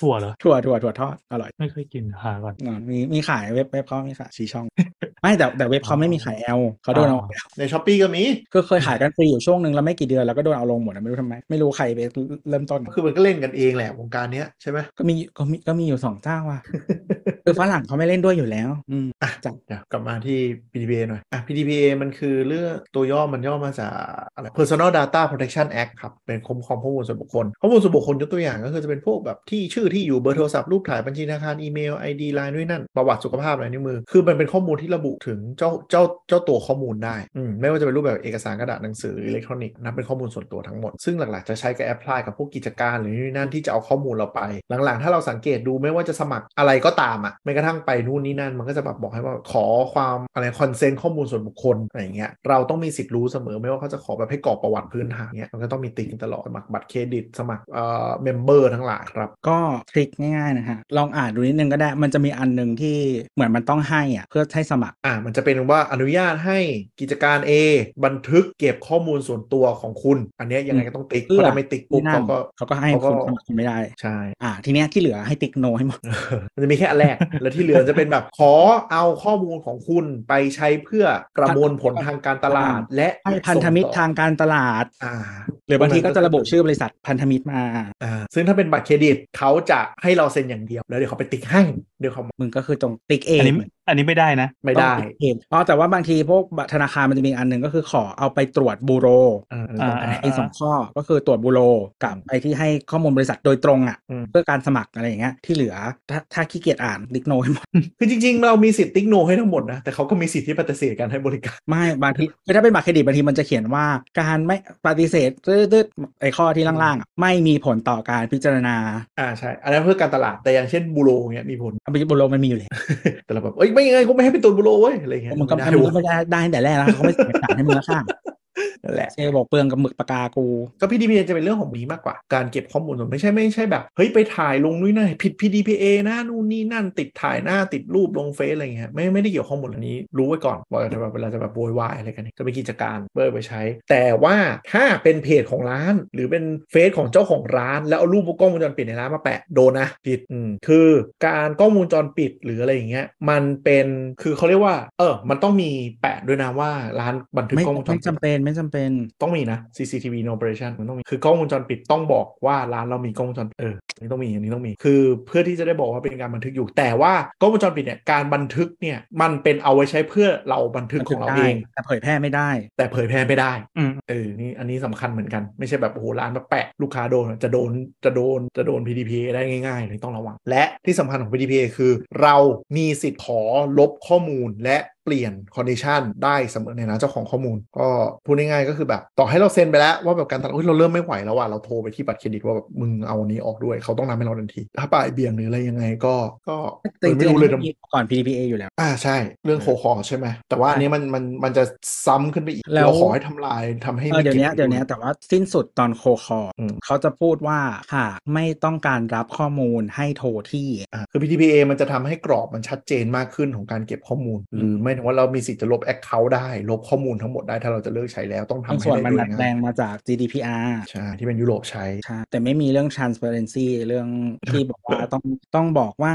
[SPEAKER 4] ถั่วเหรอ
[SPEAKER 2] ถั่วถั่วถั่วทอดอร่อย
[SPEAKER 4] ไม่เคยกินหาก่อน
[SPEAKER 2] อ่ามีมีขายเว็บเว็บเขามีขายชีช่อง ไม่แต่แต่เว็บเขาไม่มีขายแอลเขาโดนเอาออกแล้ว
[SPEAKER 3] ในช้อปปี้ก็มี
[SPEAKER 2] ก็เคยขายกันฟรีอยู่ช่วงหนึ่งแล้วไม่กี่เดือนแล้วก็โดนเอาลงหมดอะไม่รู้ทำไมไม่รู้ใครไปเริ่มต้น
[SPEAKER 3] คือมันก็เล่นกันเองแหละวงการเนี้ยใช่ไหม
[SPEAKER 2] ก็มีก็มีก็มีอยู่สองเจ้าว่ะ คือฝรั่งเขาไม่เล่นด้วยอยู่แล้ว อืม
[SPEAKER 3] อ่ะ
[SPEAKER 2] จาก
[SPEAKER 3] เดี๋ยวกลับมาที่ PDPA หน่อย อ่ะ PDPA มันคือเรื่องตัวย่อมันย่อมาจากอะไร Personal Data Protection Act ครับ เป็นคุ้มครองข้อมูลส่วนบุคคล ข้อมูลส่วนบุคคลยกตัวอย่างก็คือจะเป็นพวกแบบที่ชื่อที่อยู่เบอร์โทรศัพท์ รูปถ่ายบัญชีธนาคารอีเมล ID ไลน์ด้วยนั่น ประวัติสุขภาพอะไรนิ้วมือ คือมันเป็นข้อมูลที่ระบุถึงเจ้าเจ้าเจ้าตัวข้อมูลได้อืมไม่ว่าจะเป็นรูปแบบเอกสารกระดาษหนังสืออิเล็กทรอนิกส์นับเป็นข้อมูลส่วนตัวทั้งหมด ซึ่งหลักๆจะใช้กับแอพพลายกับพวกกิจการหรือนี่นั่นที่จะเอาข้อมูลเราไป หลังๆ ถ้าเราสังเกตดูไม่ว่าจะสมัครอะไรก็ตามอะ่ะแม้กระทั่งไปนู่นนี่นั่น มันก็จะแบบบอกให้ว่าขอความอะไรคอนเซนต์ข้อมูลส่วนบุคคลอะไรอย่างเงี้ยเราต้องมีสิทธิ์รู้เสมอไม่ว่าเขาจะขอแบบให้กรอกประวัติพื้นฐานเงี้ยมันก็ต้องมีติ๊กตลอดสมัครบัตรเครดิต สมัครเอ่อเมมเบอร์ทั้งหลายครับ
[SPEAKER 2] ก็ทริคง่ายๆนะฮะ ลองอ่านดูนิดนึงก็ได้ มันจะมีอันหนึ่งที่เหมือนมันต้องให้อ่ะเพื่อให้สมัคร
[SPEAKER 3] อ่ามันจะเป็นว่าอนุญาตให้กิจการ A บันทึกเก็บข้อมูลส่วนตัวของคุณ อันเนี้ยยังไงก็ต้องติ๊ก
[SPEAKER 2] เพื่อ
[SPEAKER 3] เพราะถ้าไม่ติ๊กปุ๊บ
[SPEAKER 2] นั่น
[SPEAKER 3] เขาก็
[SPEAKER 2] เขาก็ให้
[SPEAKER 3] เขาก็
[SPEAKER 2] คุณสมัครไม่ได้
[SPEAKER 3] ใช่
[SPEAKER 2] อ่า ทีเนี้ยที่เหลือให้ติ๊กโนให้หมด
[SPEAKER 3] มันจะมีแค่อันแรก แล้วที่เหลือจะเป็น แบบขอเอาข้อมูลของคุณไปใช้เพื่อประมวลผลทางการตลาด และ
[SPEAKER 2] ให้พันธมิตร
[SPEAKER 3] ส่อ
[SPEAKER 2] ทางการตลาด
[SPEAKER 3] อ่า
[SPEAKER 2] หรือบางทีก็จะระบุชื่อบริษัทพันธมิตรมา
[SPEAKER 3] อ่าซึ่งถ้าเป็นบัตรเครดิตเขาจะให้เราเซ็นอย่างเดียว แล้วเดี๋ยวเขาไปติ๊กให้เดี๋ยวเขา
[SPEAKER 2] มึงก็คือตรงติ๊กเอ
[SPEAKER 4] อัน
[SPEAKER 2] ง
[SPEAKER 4] นี้อันนี้ไม่ได้นะ
[SPEAKER 3] ไม่
[SPEAKER 2] ต้
[SPEAKER 3] ได้
[SPEAKER 2] องติ๊กเองอ๋อแต่ว่าบางทีพวกธนาคารมันจะมีอันหนึ่งก็คือขอเอาไปตรวจบูโร
[SPEAKER 3] อ่า
[SPEAKER 4] อ่า
[SPEAKER 2] ไอ้สองข้อก็คือตรวจบูโรกับไอ้ที่ให้ข้อมูลบริษัทโดยตรงอ่ะ
[SPEAKER 3] อืม
[SPEAKER 2] เพื่อการสมัครอะไรอย่างเงี้ยที่เหลือถ้าถ้าขี้เกียจอ่านดิกโนให้หมด
[SPEAKER 3] คือจริง ๆ เรามีสิทธิ์ติ๊กโนให้ทั้งหมดนะแต่เขาก็มีสิทธิ์ที่ปฏิเสธการให้บริ การ
[SPEAKER 2] ไม่บางทีคือถ้าเป็นบัตรเครดิตบางทีมันจะเขียนว่าการไม่ปฏิเสธตืดๆไอ้ข้อที่ล่างๆอะไม่มีผลต่อการพิจารณา
[SPEAKER 3] อ่าใช่ อันนั้นเพื่อการตลาดแต่อย่างเช่นบูโรเงี้ยมีผล
[SPEAKER 2] อันนี้บูโรมันมีอยู่แล้ว
[SPEAKER 3] แต่เราแบบเอ้ยไม่ยังไงกูไม่ให้เป็นตัวบูโรเว้ยอะไรเงี้ย
[SPEAKER 2] มันก็
[SPEAKER 3] ไได้
[SPEAKER 2] มันก็
[SPEAKER 3] เว้
[SPEAKER 2] ไม่
[SPEAKER 3] ย
[SPEAKER 2] ได้ได้ตั้งแต่แรกแล้วเขาไม่เสียสารให้มึงแล้วข้าง
[SPEAKER 3] นั่นแหละ
[SPEAKER 2] เจบอกเปลืองกับหมึกปากกากู
[SPEAKER 3] ก็ PDPA จะเป็นเรื่องของนี้มากกว่า การเก็บข้อมูลส่วนไม่ใช่ไม่ใช่แบบ เฮ้ย ไปถ่ายลงนู่นนั่นผิด PDPA นะนู่นนี่นั่น ติดถ่ายหน้าติดรูปลงเฟซอะไรเงี้ยไม่ไม่ได้เกี่ยวข้อมูลอันนี้รู้ไว้ก่อนว่าจะแบบเวลาจะแบบโวยวายอะไรกันเนี่ยก็เป็นกิจการเบอร์ไปใช้ แต่ว่าถ้าเป็นเพจของร้าน หรือเป็นเฟซของเจ้าของร้าน แล้วเอารูปกล้องวงจรปิดในร้านมาแปะโดนนะผิดอืมคือการกล้องวงจรปิดหรืออะไรอย่างเงี้ยมันเป็นคือเขาเรียกว่า เออ มันต้องมีแปะด้วยนะว่าร้านบันทึก
[SPEAKER 2] ไม่
[SPEAKER 3] กล้องวงจร
[SPEAKER 2] ไม่
[SPEAKER 3] ปิด
[SPEAKER 2] จำเป็นไม่จำเป็น
[SPEAKER 3] ต้องมีนะ CCTV in operation มันต้องมี คือกล้องวงจรปิดต้องบอกว่าร้านเรามีกล้องวงจรปิดเอออันนี้ต้องมีอันนี้ต้องมี คือเพื่อที่จะได้บอกว่าเป็นการบันทึกอยู่ แต่ว่ากล้องวงจรปิดเนี่ย การบันทึกเนี่ย มันเป็นเอาไว้ใช้เพื่อเราบันทึกของเรา
[SPEAKER 2] ได้
[SPEAKER 3] เอง
[SPEAKER 2] แต่เผยแพร่ไม่ได้
[SPEAKER 3] แต่เผยแพร่ไม่ได้
[SPEAKER 4] อืม
[SPEAKER 3] เออ นี่อันนี้สำคัญเหมือนกัน ไม่ใช่แบบโอ้โหร้านมาแปะลูกค้าโดนจะโดนจะโดนจะโดน PDPA ได้ง่ายๆเลยต้องระวัง และที่สำคัญของ PDPA คือ เรามีสิทธิ์ขอลบข้อมูลและเปลี่ยน condition ได้เสมอในนะเจ้าของข้อมูล ก็พูดง่ายๆก็คือแบบต่อให้เราเซ็นไปแล้วว่าแบบการตลาดอุ๊ยเราเริ่มไม่ไหวแล้วว่ะเราโทรไปที่บัตรเครดิตว่าแบบมึงเอาอันนี้ออกด้วยเขาต้องทำให้เราทันที ถ้าป่ายเบี่ยงหรืออะไรยังไงก็ก็
[SPEAKER 2] แต่จริ
[SPEAKER 3] ไม่
[SPEAKER 2] ง
[SPEAKER 3] รู้เลยนะ
[SPEAKER 2] ๆก่อน PDPA อยู่แล้ว
[SPEAKER 3] อ่าใช่ เรื่องโคคอใช่ไหมแต่ว่าอันนี้มันมันมันจะซ้ำขึ้นไปอีก
[SPEAKER 2] แล้ว
[SPEAKER 3] เราขอให้ทำลายทำให้
[SPEAKER 2] เออ
[SPEAKER 3] ไม่
[SPEAKER 2] เดี๋ยวเนี้ย
[SPEAKER 3] ก็บ
[SPEAKER 2] เดี๋ยว
[SPEAKER 3] ไ
[SPEAKER 2] เนี้ยแต่ว่าสิ้นสุดตอนโคคอร์
[SPEAKER 3] อืม
[SPEAKER 2] เขาจะพูดว่าหากไม่ต้องการรับข้อมูลให้โทรที่
[SPEAKER 3] อ่ะคือ PTPA มันจะทำให้กรอบมันชัดเจนมากขึ้นของการเก็บข้อมูล หรือไม่ ายถึงว่าเรามีสิทธิ์จะลบแอคเคาท์ได้ลบข้อมูลทั้งหมดได้ถ้าเราจะเลิกใช้แล้วต้องทำ
[SPEAKER 2] บาง
[SPEAKER 3] ให้
[SPEAKER 2] ส่วน
[SPEAKER 3] ได้
[SPEAKER 2] มัน
[SPEAKER 3] โด
[SPEAKER 2] ดั
[SPEAKER 3] ย
[SPEAKER 2] ด
[SPEAKER 3] ง่าย
[SPEAKER 2] แปลงมาจาก GDPR
[SPEAKER 3] ใช่ที่เป็นยุโรปใช้
[SPEAKER 2] ใช่แต่ไม่มีเรื่อง transparency เรื่อง ที่บอกว่าต้องต้องบอกว่า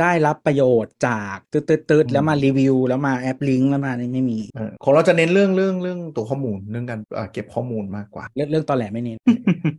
[SPEAKER 2] ได้รับประโยชน์จากตืดตืดตืด
[SPEAKER 3] อืม
[SPEAKER 2] แล้วมารีวิว แล้วมาแอปลิงก์แล้วมานี่ไม่มี
[SPEAKER 3] เออของเราจะเน้นเรื่องเรื่องเรื่องตัวข้อมูลเรื่องการอ่าเก็บข้อมูลมากกว่า
[SPEAKER 2] เรื่องเรื่องตอแหลไม่เน้น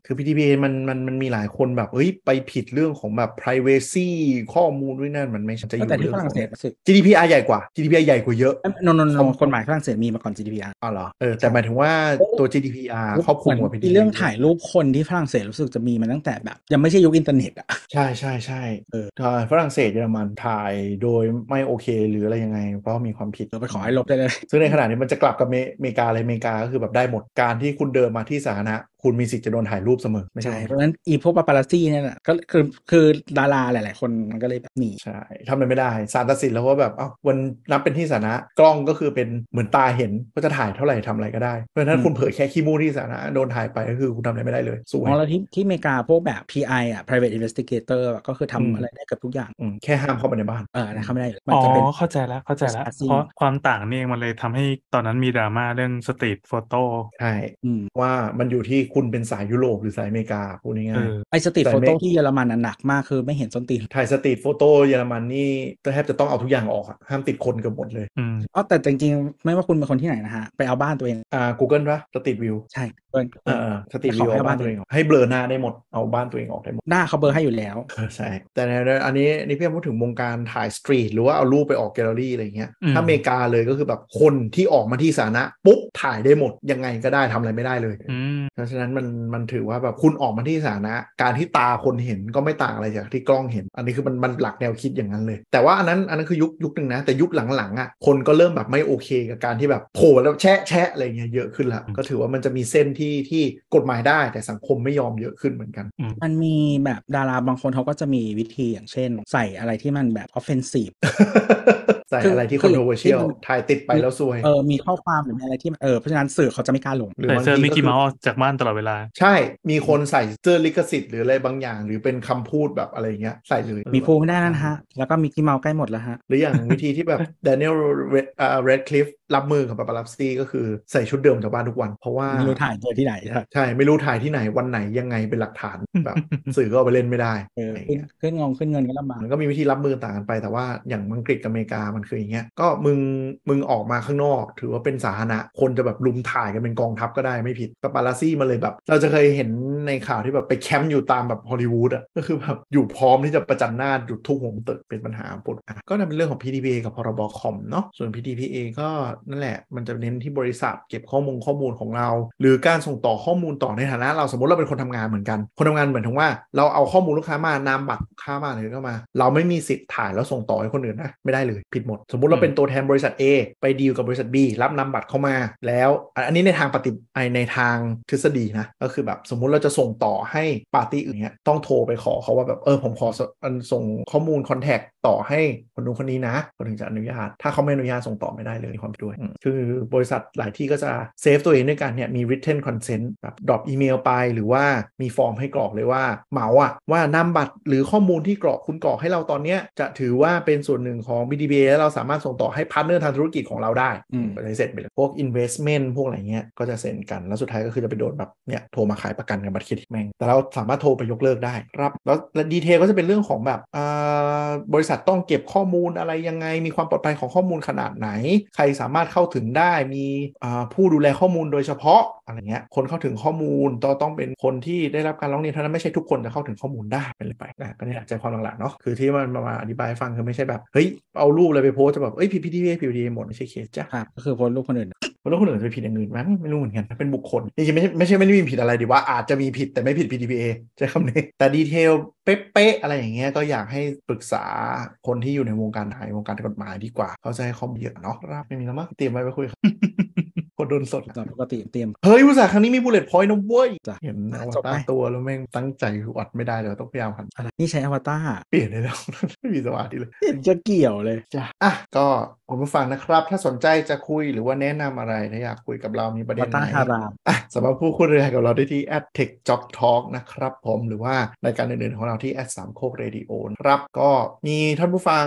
[SPEAKER 3] คือ PDPA มันมันมันมีหลายคนแบบเฮ้ยไปผิดเรื่องของแบบ privacy ข้อมูลด้วยนั่นมันไม่ใช่จะอ
[SPEAKER 2] ตั้งแต่
[SPEAKER 3] ยู่
[SPEAKER 2] ที่
[SPEAKER 3] เรื่อ
[SPEAKER 2] ฝ
[SPEAKER 3] ง
[SPEAKER 2] รั่ง
[SPEAKER 3] ของ
[SPEAKER 2] เศสรู้สึก
[SPEAKER 3] GDPR ใหญ่กว่า GDPR ใหญ่กว่าเยอะ
[SPEAKER 2] นนน
[SPEAKER 3] ข้อมูล
[SPEAKER 2] กฎหมายฝรั่งเศสมีมาก่อน GDPR
[SPEAKER 3] อ๋อเหรอเออแต่หมายถึงว่าตัว GDPR ครอบคลุมกว่า
[SPEAKER 2] ที่
[SPEAKER 3] PDPA
[SPEAKER 2] เรื่องถ่ายรูปคนที่ฝรั่งเศสรู้สึกจะมีมาตั้งแต่แบบ ยังไม่ใช่ยุคอินเทอร์เน็ตอ่ะ
[SPEAKER 3] ใช่ใช่ใช่
[SPEAKER 2] เออ
[SPEAKER 3] ถ่ายฝรั่งเศสเยอรมันถ่ายโดยไม่โอเคหรืออะไรยังไง เพราะมีความผิด
[SPEAKER 2] เราไปขอให้ลบได้เลย
[SPEAKER 3] ซึ่งในขณะนี้มันจะกลับกับเมเมกาเลยเมกาก็คือแบบได้หมดการที่คุณเดินมาที่สาธารณะคุณมีสิทธิ์จะโดนถ่ายรูปเสมอไม่
[SPEAKER 2] ใช่
[SPEAKER 3] ใช่
[SPEAKER 2] เพราะฉะนั้นอีพวกปาปารัซี่เนี่ยแหละก็คือคือดาราหลาย ๆ คนมันก็เลยแบบหนี
[SPEAKER 3] ใช่ทำอะไรไม่ได้สารตัดสินแล้วว่าแบบเอ้าวันนับเป็นที่สาธารณะกล้องก็คือเป็นเหมือนตาเห็นก็จะถ่ายเท่าไหร่ทำอะไรก็ได้เพราะฉะนั้นคุณเผยแค่ขี้มูกที่สาธารณะโดนถ่ายไปก็คือคุณทำอะไรไม่ได้เลยสวย
[SPEAKER 2] อ๋อแล้วที่ที่อเมริกาพวกแบบ PI อ่ะ private investigator อะก็คือ
[SPEAKER 3] อืม
[SPEAKER 2] ทำอะไรได้เกับทุกอย่าง
[SPEAKER 3] อืมแค่ห้ามเข้าไปในบ้าน
[SPEAKER 2] เออนะเข้าไม่ได้อยู่แล้วมัน
[SPEAKER 4] อ๋อ
[SPEAKER 2] จะเป็น
[SPEAKER 4] เข้าใจแล้วเข้าใจแล้ว
[SPEAKER 2] Discussing
[SPEAKER 4] เพราะความต่างนี่เองมันเลยทำให้ตอนนั้นมีดราม่าเรื่องสตรีทโฟโต้
[SPEAKER 3] ใช่
[SPEAKER 2] อืม
[SPEAKER 3] ว่ามันอยู่ที่คุณเป็นสายยุโรปหรือสายอเมริกาพูด
[SPEAKER 4] เอ
[SPEAKER 3] ง่าย
[SPEAKER 4] อ
[SPEAKER 2] ไอสตรีทโฟโต้ที่เยอรมันน่ะหนักมากคือไม่เห็นส้นตีน
[SPEAKER 3] ๆถ่ายสตรีทโฟโต้เยอรมันนี่แทบจะต้องเอาทุกอย่างออกอะห้ามติดคนเกือบหมดเลย
[SPEAKER 4] อืม
[SPEAKER 2] อ๋อแต่จริงๆ ไม่ว่าคุณเป็นคนที่ไหนนะฮะ ไปเอาบ้านตัวเอง
[SPEAKER 3] อ่า Google ปะสตรีทวิว
[SPEAKER 2] ใช่เบิร์น
[SPEAKER 3] เออสติ
[SPEAKER 2] ข
[SPEAKER 3] วิ
[SPEAKER 2] อ
[SPEAKER 3] ว
[SPEAKER 2] ให้
[SPEAKER 3] เอา
[SPEAKER 2] บ้า
[SPEAKER 3] บ้าน น
[SPEAKER 2] ตั
[SPEAKER 3] ตัว ว
[SPEAKER 2] เอ
[SPEAKER 3] เอง งออกให้เบลอหน้าได้หมดเอาบ้านตัวเองออกได้หมด
[SPEAKER 2] หน้าเขาเบลอร์ให้อยู่แล้ว
[SPEAKER 3] เออใช่ แต่ในอันนี้นี่พี่พูดถึงวงการถ่ายสตรีทหรือว่าเอารูปไปออกแกลเลอรี่อะไรอย่างเงี้ย
[SPEAKER 4] อืม
[SPEAKER 3] ถ้าอเมริกาเลยก็คือแบบคนที่ออกมาที่สาธารณะปุ๊บถ่ายได้หมดยังไงก็ได้ทำอะไรไม่ได้เลย
[SPEAKER 4] อืม
[SPEAKER 3] เพราะฉะนั้นมันมันถือว่าแบบคุณออกมาที่สาธารณะการที่ตาคนเห็นก็ไม่ต่างอะไรจากที่กล้องเห็น อันนี้คือมันมันหลักแนวคิดอย่างนั้นเลย แต่ว่าอันนั้นอันนั้นคือยุคยุคหนึ่งนะ แต่ยุคหลังๆอ่ะคนก็เริ่มแบบไม่โอเคกับการที่แบบโผล่แล้วแชะแชะอะไรเงี้ยเยอะขึ้นละ
[SPEAKER 4] อืม
[SPEAKER 3] ก็ถือว่ามันจะมีเส้นที่ที่กฎหมายได้แต่สังคมไม่ยอมเยอะขึ้นเหมือนกัน
[SPEAKER 4] อืม
[SPEAKER 2] มันมีแบบดาราบางคนเขาก็จะมีวิธีอย่างเช่น ใส่อะไรที่มันแบบ offensive
[SPEAKER 3] ใส่
[SPEAKER 2] คือ
[SPEAKER 3] อะไรที่
[SPEAKER 2] คือ
[SPEAKER 3] controversial
[SPEAKER 2] คือ
[SPEAKER 3] ถ่ายติดไปแล้วซวย
[SPEAKER 2] เออมีข้อความหรือมีอะไรที่มันเออเพราะฉะนั้นสื่อเขาจะไม่กล้าลง
[SPEAKER 3] หรือ
[SPEAKER 4] แต่
[SPEAKER 3] บาง
[SPEAKER 4] เจอ
[SPEAKER 3] ที
[SPEAKER 4] มิก
[SPEAKER 3] ก็คื
[SPEAKER 4] กี้
[SPEAKER 3] อ
[SPEAKER 4] เมาส์ออกจากบ้านตลอดเวลา
[SPEAKER 3] ใช่ มีคนใส่เสื้อลิขสิทธิ์หรืออะไรบางอย่าง หรือเป็นคำพูดแบบอะไรเงี้ยใส่เลย
[SPEAKER 2] มีพูดไม่ได้นั่นฮะ แล้วก็มีที่เมาส์ใกล้หมดแล้วฮะ
[SPEAKER 3] หรืออย่าง วิธีที่แบบ d ดเนียลเรดคลิฟรับมือกับปาปาลัสซี่ก็คือใส่ชุดเดิมจากบ้านทุกวัน เพราะว่า
[SPEAKER 2] ไม่รู้ถ่ายเจอที่ไหนใช่
[SPEAKER 3] ใช่ ไม่รู้ถ่ายที่ไหนวันไหนยังไงเป็นหลักฐาน แบบ สื่อก็เอาไปเล่นไม่ได้
[SPEAKER 2] เออ
[SPEAKER 3] อะไร
[SPEAKER 2] ขึ้น
[SPEAKER 3] เงี้ย
[SPEAKER 2] ขึ้นงงขึ้นเงินก็ลำบาก
[SPEAKER 3] มันก็มีวิธีรับมือต่างกันไป แต่ว่าอย่างอังกฤษกับอเมริกามันคืออย่างเงี้ยก็มึงมึงออกมาข้างนอก ถือว่าเป็นสาธารณะคนจะแบบลุมถ่ายกันเป็นกองทัพก็ได้ไม่ผิดปาปาลัสซี่มันเลยแบบ เราจะเคยเห็นในข่าวที่แบบไปแคมป์อยู่ตามแบบฮอลลีวูดอ่ะ ก็คือแบบอยู่พร้อมที่จะประจันหน้าหยุดทุกหัวมนตึกเป็นปัญหาปวด ก็นั่นเป็นเรื่องของ PDPA กับพรบคอมเนาะ ส่วน PDPA ก็นั่นแหละ มันจะเน้นที่บริษัทเก็บข้อมูลข้อมูลของเรา หรือการส่งต่อข้อมูลต่อในฐานะเราสมมติเราเป็นคนทำงานเหมือนกัน คนทำงานเหมือนถึงว่าเราเอาข้อมูลลูกค้ามานามบัตรลูกค้ามาเลยก็มา เราไม่มีสิทธิ์ถ่ายแล้วส่งต่อให้คนอื่นนะ ไม่ได้เลยผิดหมด สมมติเราเป็นตัวแทนบริษัท A ไปดีลกับบริษัท B รับนามบัตรเข้ามา แล้วอันอันนี้ในทางปฏิไอในทางทฤษฎีนะ ก็คือแบบสมมุติเราจะส่งต่อให้ปาร์ตี้อื่นเนี่ยต้องโทรไปขอเขาว่าแบบเออผมขอสอันส่งข้อมูลคอนแทคต่อให้คนนู้นคนนี้นะคนถึงจะอนุญาต ถ้าเขาไม่อนุญาตส่งต่อไม่ได้เลยมีความผิดด้วยอืมคือบริษัทหลายที่ก็จะเซฟตัวเองด้วยการเนี่ยมี written consent แบบดรอปอีเมลไปหรือว่ามีฟอร์มให้กรอกเลยว่าเหมาอะว่านามบัตรหรือข้อมูลที่กรอกคุณกรอกให้เราตอนเนี้ยจะถือว่าเป็นส่วนหนึ่งของ BDBA และเราสามารถส่งต่อให้พาร์ทเนอร์ทางธุรกิจของเราได้
[SPEAKER 2] อืม
[SPEAKER 3] ก็จะเสร็จไปเลยพวก investment พวกอะไรเงี้ยก็จะเซ็นกัน แล้วสุดท้ายก็คือจะไปโดนแบบเนี่ยโทรมาขายประกันกับบัตรเครดิตแม่ง แต่เราสามารถโทรไปยกเลิกได้ครับ แล้วและดีเทลก็จะเป็นเรื่องของแบบอ่าบริษัทต้องเก็บข้อมูลอะไรยังไง มีความปลอดภัยของข้อมูลขนาดไหน ใครสามารถเข้าถึงได้มีอ่าผู้ดูแลข้อมูลโดยเฉพาะอะไรเงี้ยคนเข้าถึงข้อมูลต้องต้องเป็นคนที่ได้รับการร้องเรียนเท่านั้นไม่ใช่ทุกคนจะเข้าถึงข้อมูลได้เป็นเลยไปนะก็เนี่ยใจความหลักๆเนาะคือที่มันมาอธิบายให้ฟังคือไม่ใช่แบบเฮ้ยเอารูปอะไรไปโพสต์จะแบบเอ้ย PPTV PPTV หมดไม่ใช่เคสจ้ะ
[SPEAKER 2] ครับก็คือโพสต์รูปคนอื่น
[SPEAKER 3] มันแล้วคนอื่นจะไปผิดอย่างอื่นมั้งไม่รู้เหมือนกันเป็นบุคคลจริงๆไม่ใช่ไม่ใช่ไม่ได้มีผิดอะไรดีว่าอาจจะมีผิดแต่ไม่ผิด PDPA ใช้คำนี้ แต่ดีเทลเป๊ะๆอะไรอย่างเงี้ยก็อยากให้ปรึกษาคนที่อยู่ในวงการไทยวงการกฎหมายดีกว่า เขาจะให้ข้อมูลเยอะเนาะครับไม่มีแล้วมั้งเตรียมไว้ไปคุย กดโดนสดอะ
[SPEAKER 2] ตามปกติเตรียม
[SPEAKER 3] เฮ้ยอุตส่าห์ครั้งนี้มีบุลเลตพอยต์นะเว้ย
[SPEAKER 2] จ้ะ
[SPEAKER 3] เห็นนะว่า
[SPEAKER 2] จบไหม
[SPEAKER 3] ตาตัวแล้วแม่งตั้งใจคืออดไม่ได้เลยต้องพยายามหัน
[SPEAKER 2] อะไรนี่ใช้อวตาร
[SPEAKER 3] เปลี่ยนเลยแล้ว ไม่มีสมาธิเลย
[SPEAKER 2] เห็นจะเกี่ยวเลย
[SPEAKER 3] จ้ะอ่ะก็คุณผู้ฟังนะครับ ถ้าสนใจจะคุยหรือว่าแนะนำอะไรถ้าอยากคุยกับเรามีประเด็นไหน
[SPEAKER 2] มาตั้งฮาราม
[SPEAKER 3] อ่ะสามารถพูดคุยรายกับเราได้ที่ at tech job talk นะครับผมหรือว่ารายการอื่นๆของเราที่ at สามโคกเรดิโอครับก็มีท่านผู้ฟัง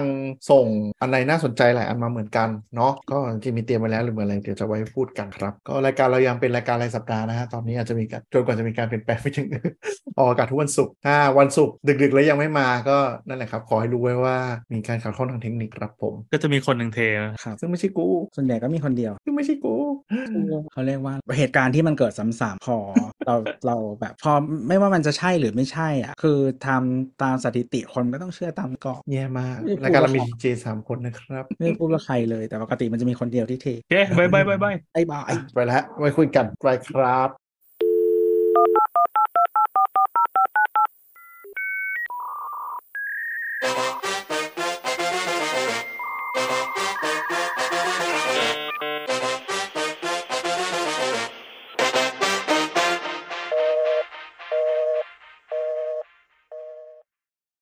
[SPEAKER 3] ส่งอะไรน่าสนใจหลายอันมาเหมือนกันเนาะก็จริงๆมีเตรียมไว้แล้วหรืออะไรเดี๋ยวจะไว้พูดกันครับ ก็รายการเรายังเป็นรายการรายสัปดาห์นะฮะตอนนี้อาจจะมีการจนกว่าจะมีการเปลี่ยนแปลงไปถึง ออกอากาศทุกวันศุกร์ถ้าวันศุกร์ดึกๆแล้วยังไม่มาก็นั่นแหละครับขอให้รู้ไว้ว่ามีการขัดข้องทางเทคนิคครับผม
[SPEAKER 4] ก็จะมีคนหนึ่งเท
[SPEAKER 2] ครับ
[SPEAKER 3] ซึ่งไม่ใช่กู
[SPEAKER 2] ส่วนใหญ่ก็มีคนเดียว
[SPEAKER 3] ซึ่งไม่ใช่กู
[SPEAKER 2] เขาเรียกว่าเหตุการณ์ที่มันเกิดซ้ำๆพอ เรา เราแบบพอไม่ว่ามันจะใช่หรือไม่ใช่อ่ะ คือทำตามสถิติคนก็ต้องเชื่อตามกรอบ
[SPEAKER 3] แย่มาก
[SPEAKER 2] ไม่กู
[SPEAKER 3] รายการเรามีดีเจสามคนนะครับ
[SPEAKER 2] ไม่พูดว่าใครเลยแต่ปกติมันจะมีคนเดียวที่เท
[SPEAKER 4] โอเคบายบายบายบาย
[SPEAKER 2] ไอ้บ้าไอ้
[SPEAKER 3] ไปแล้วไว้คุยกันไปครับ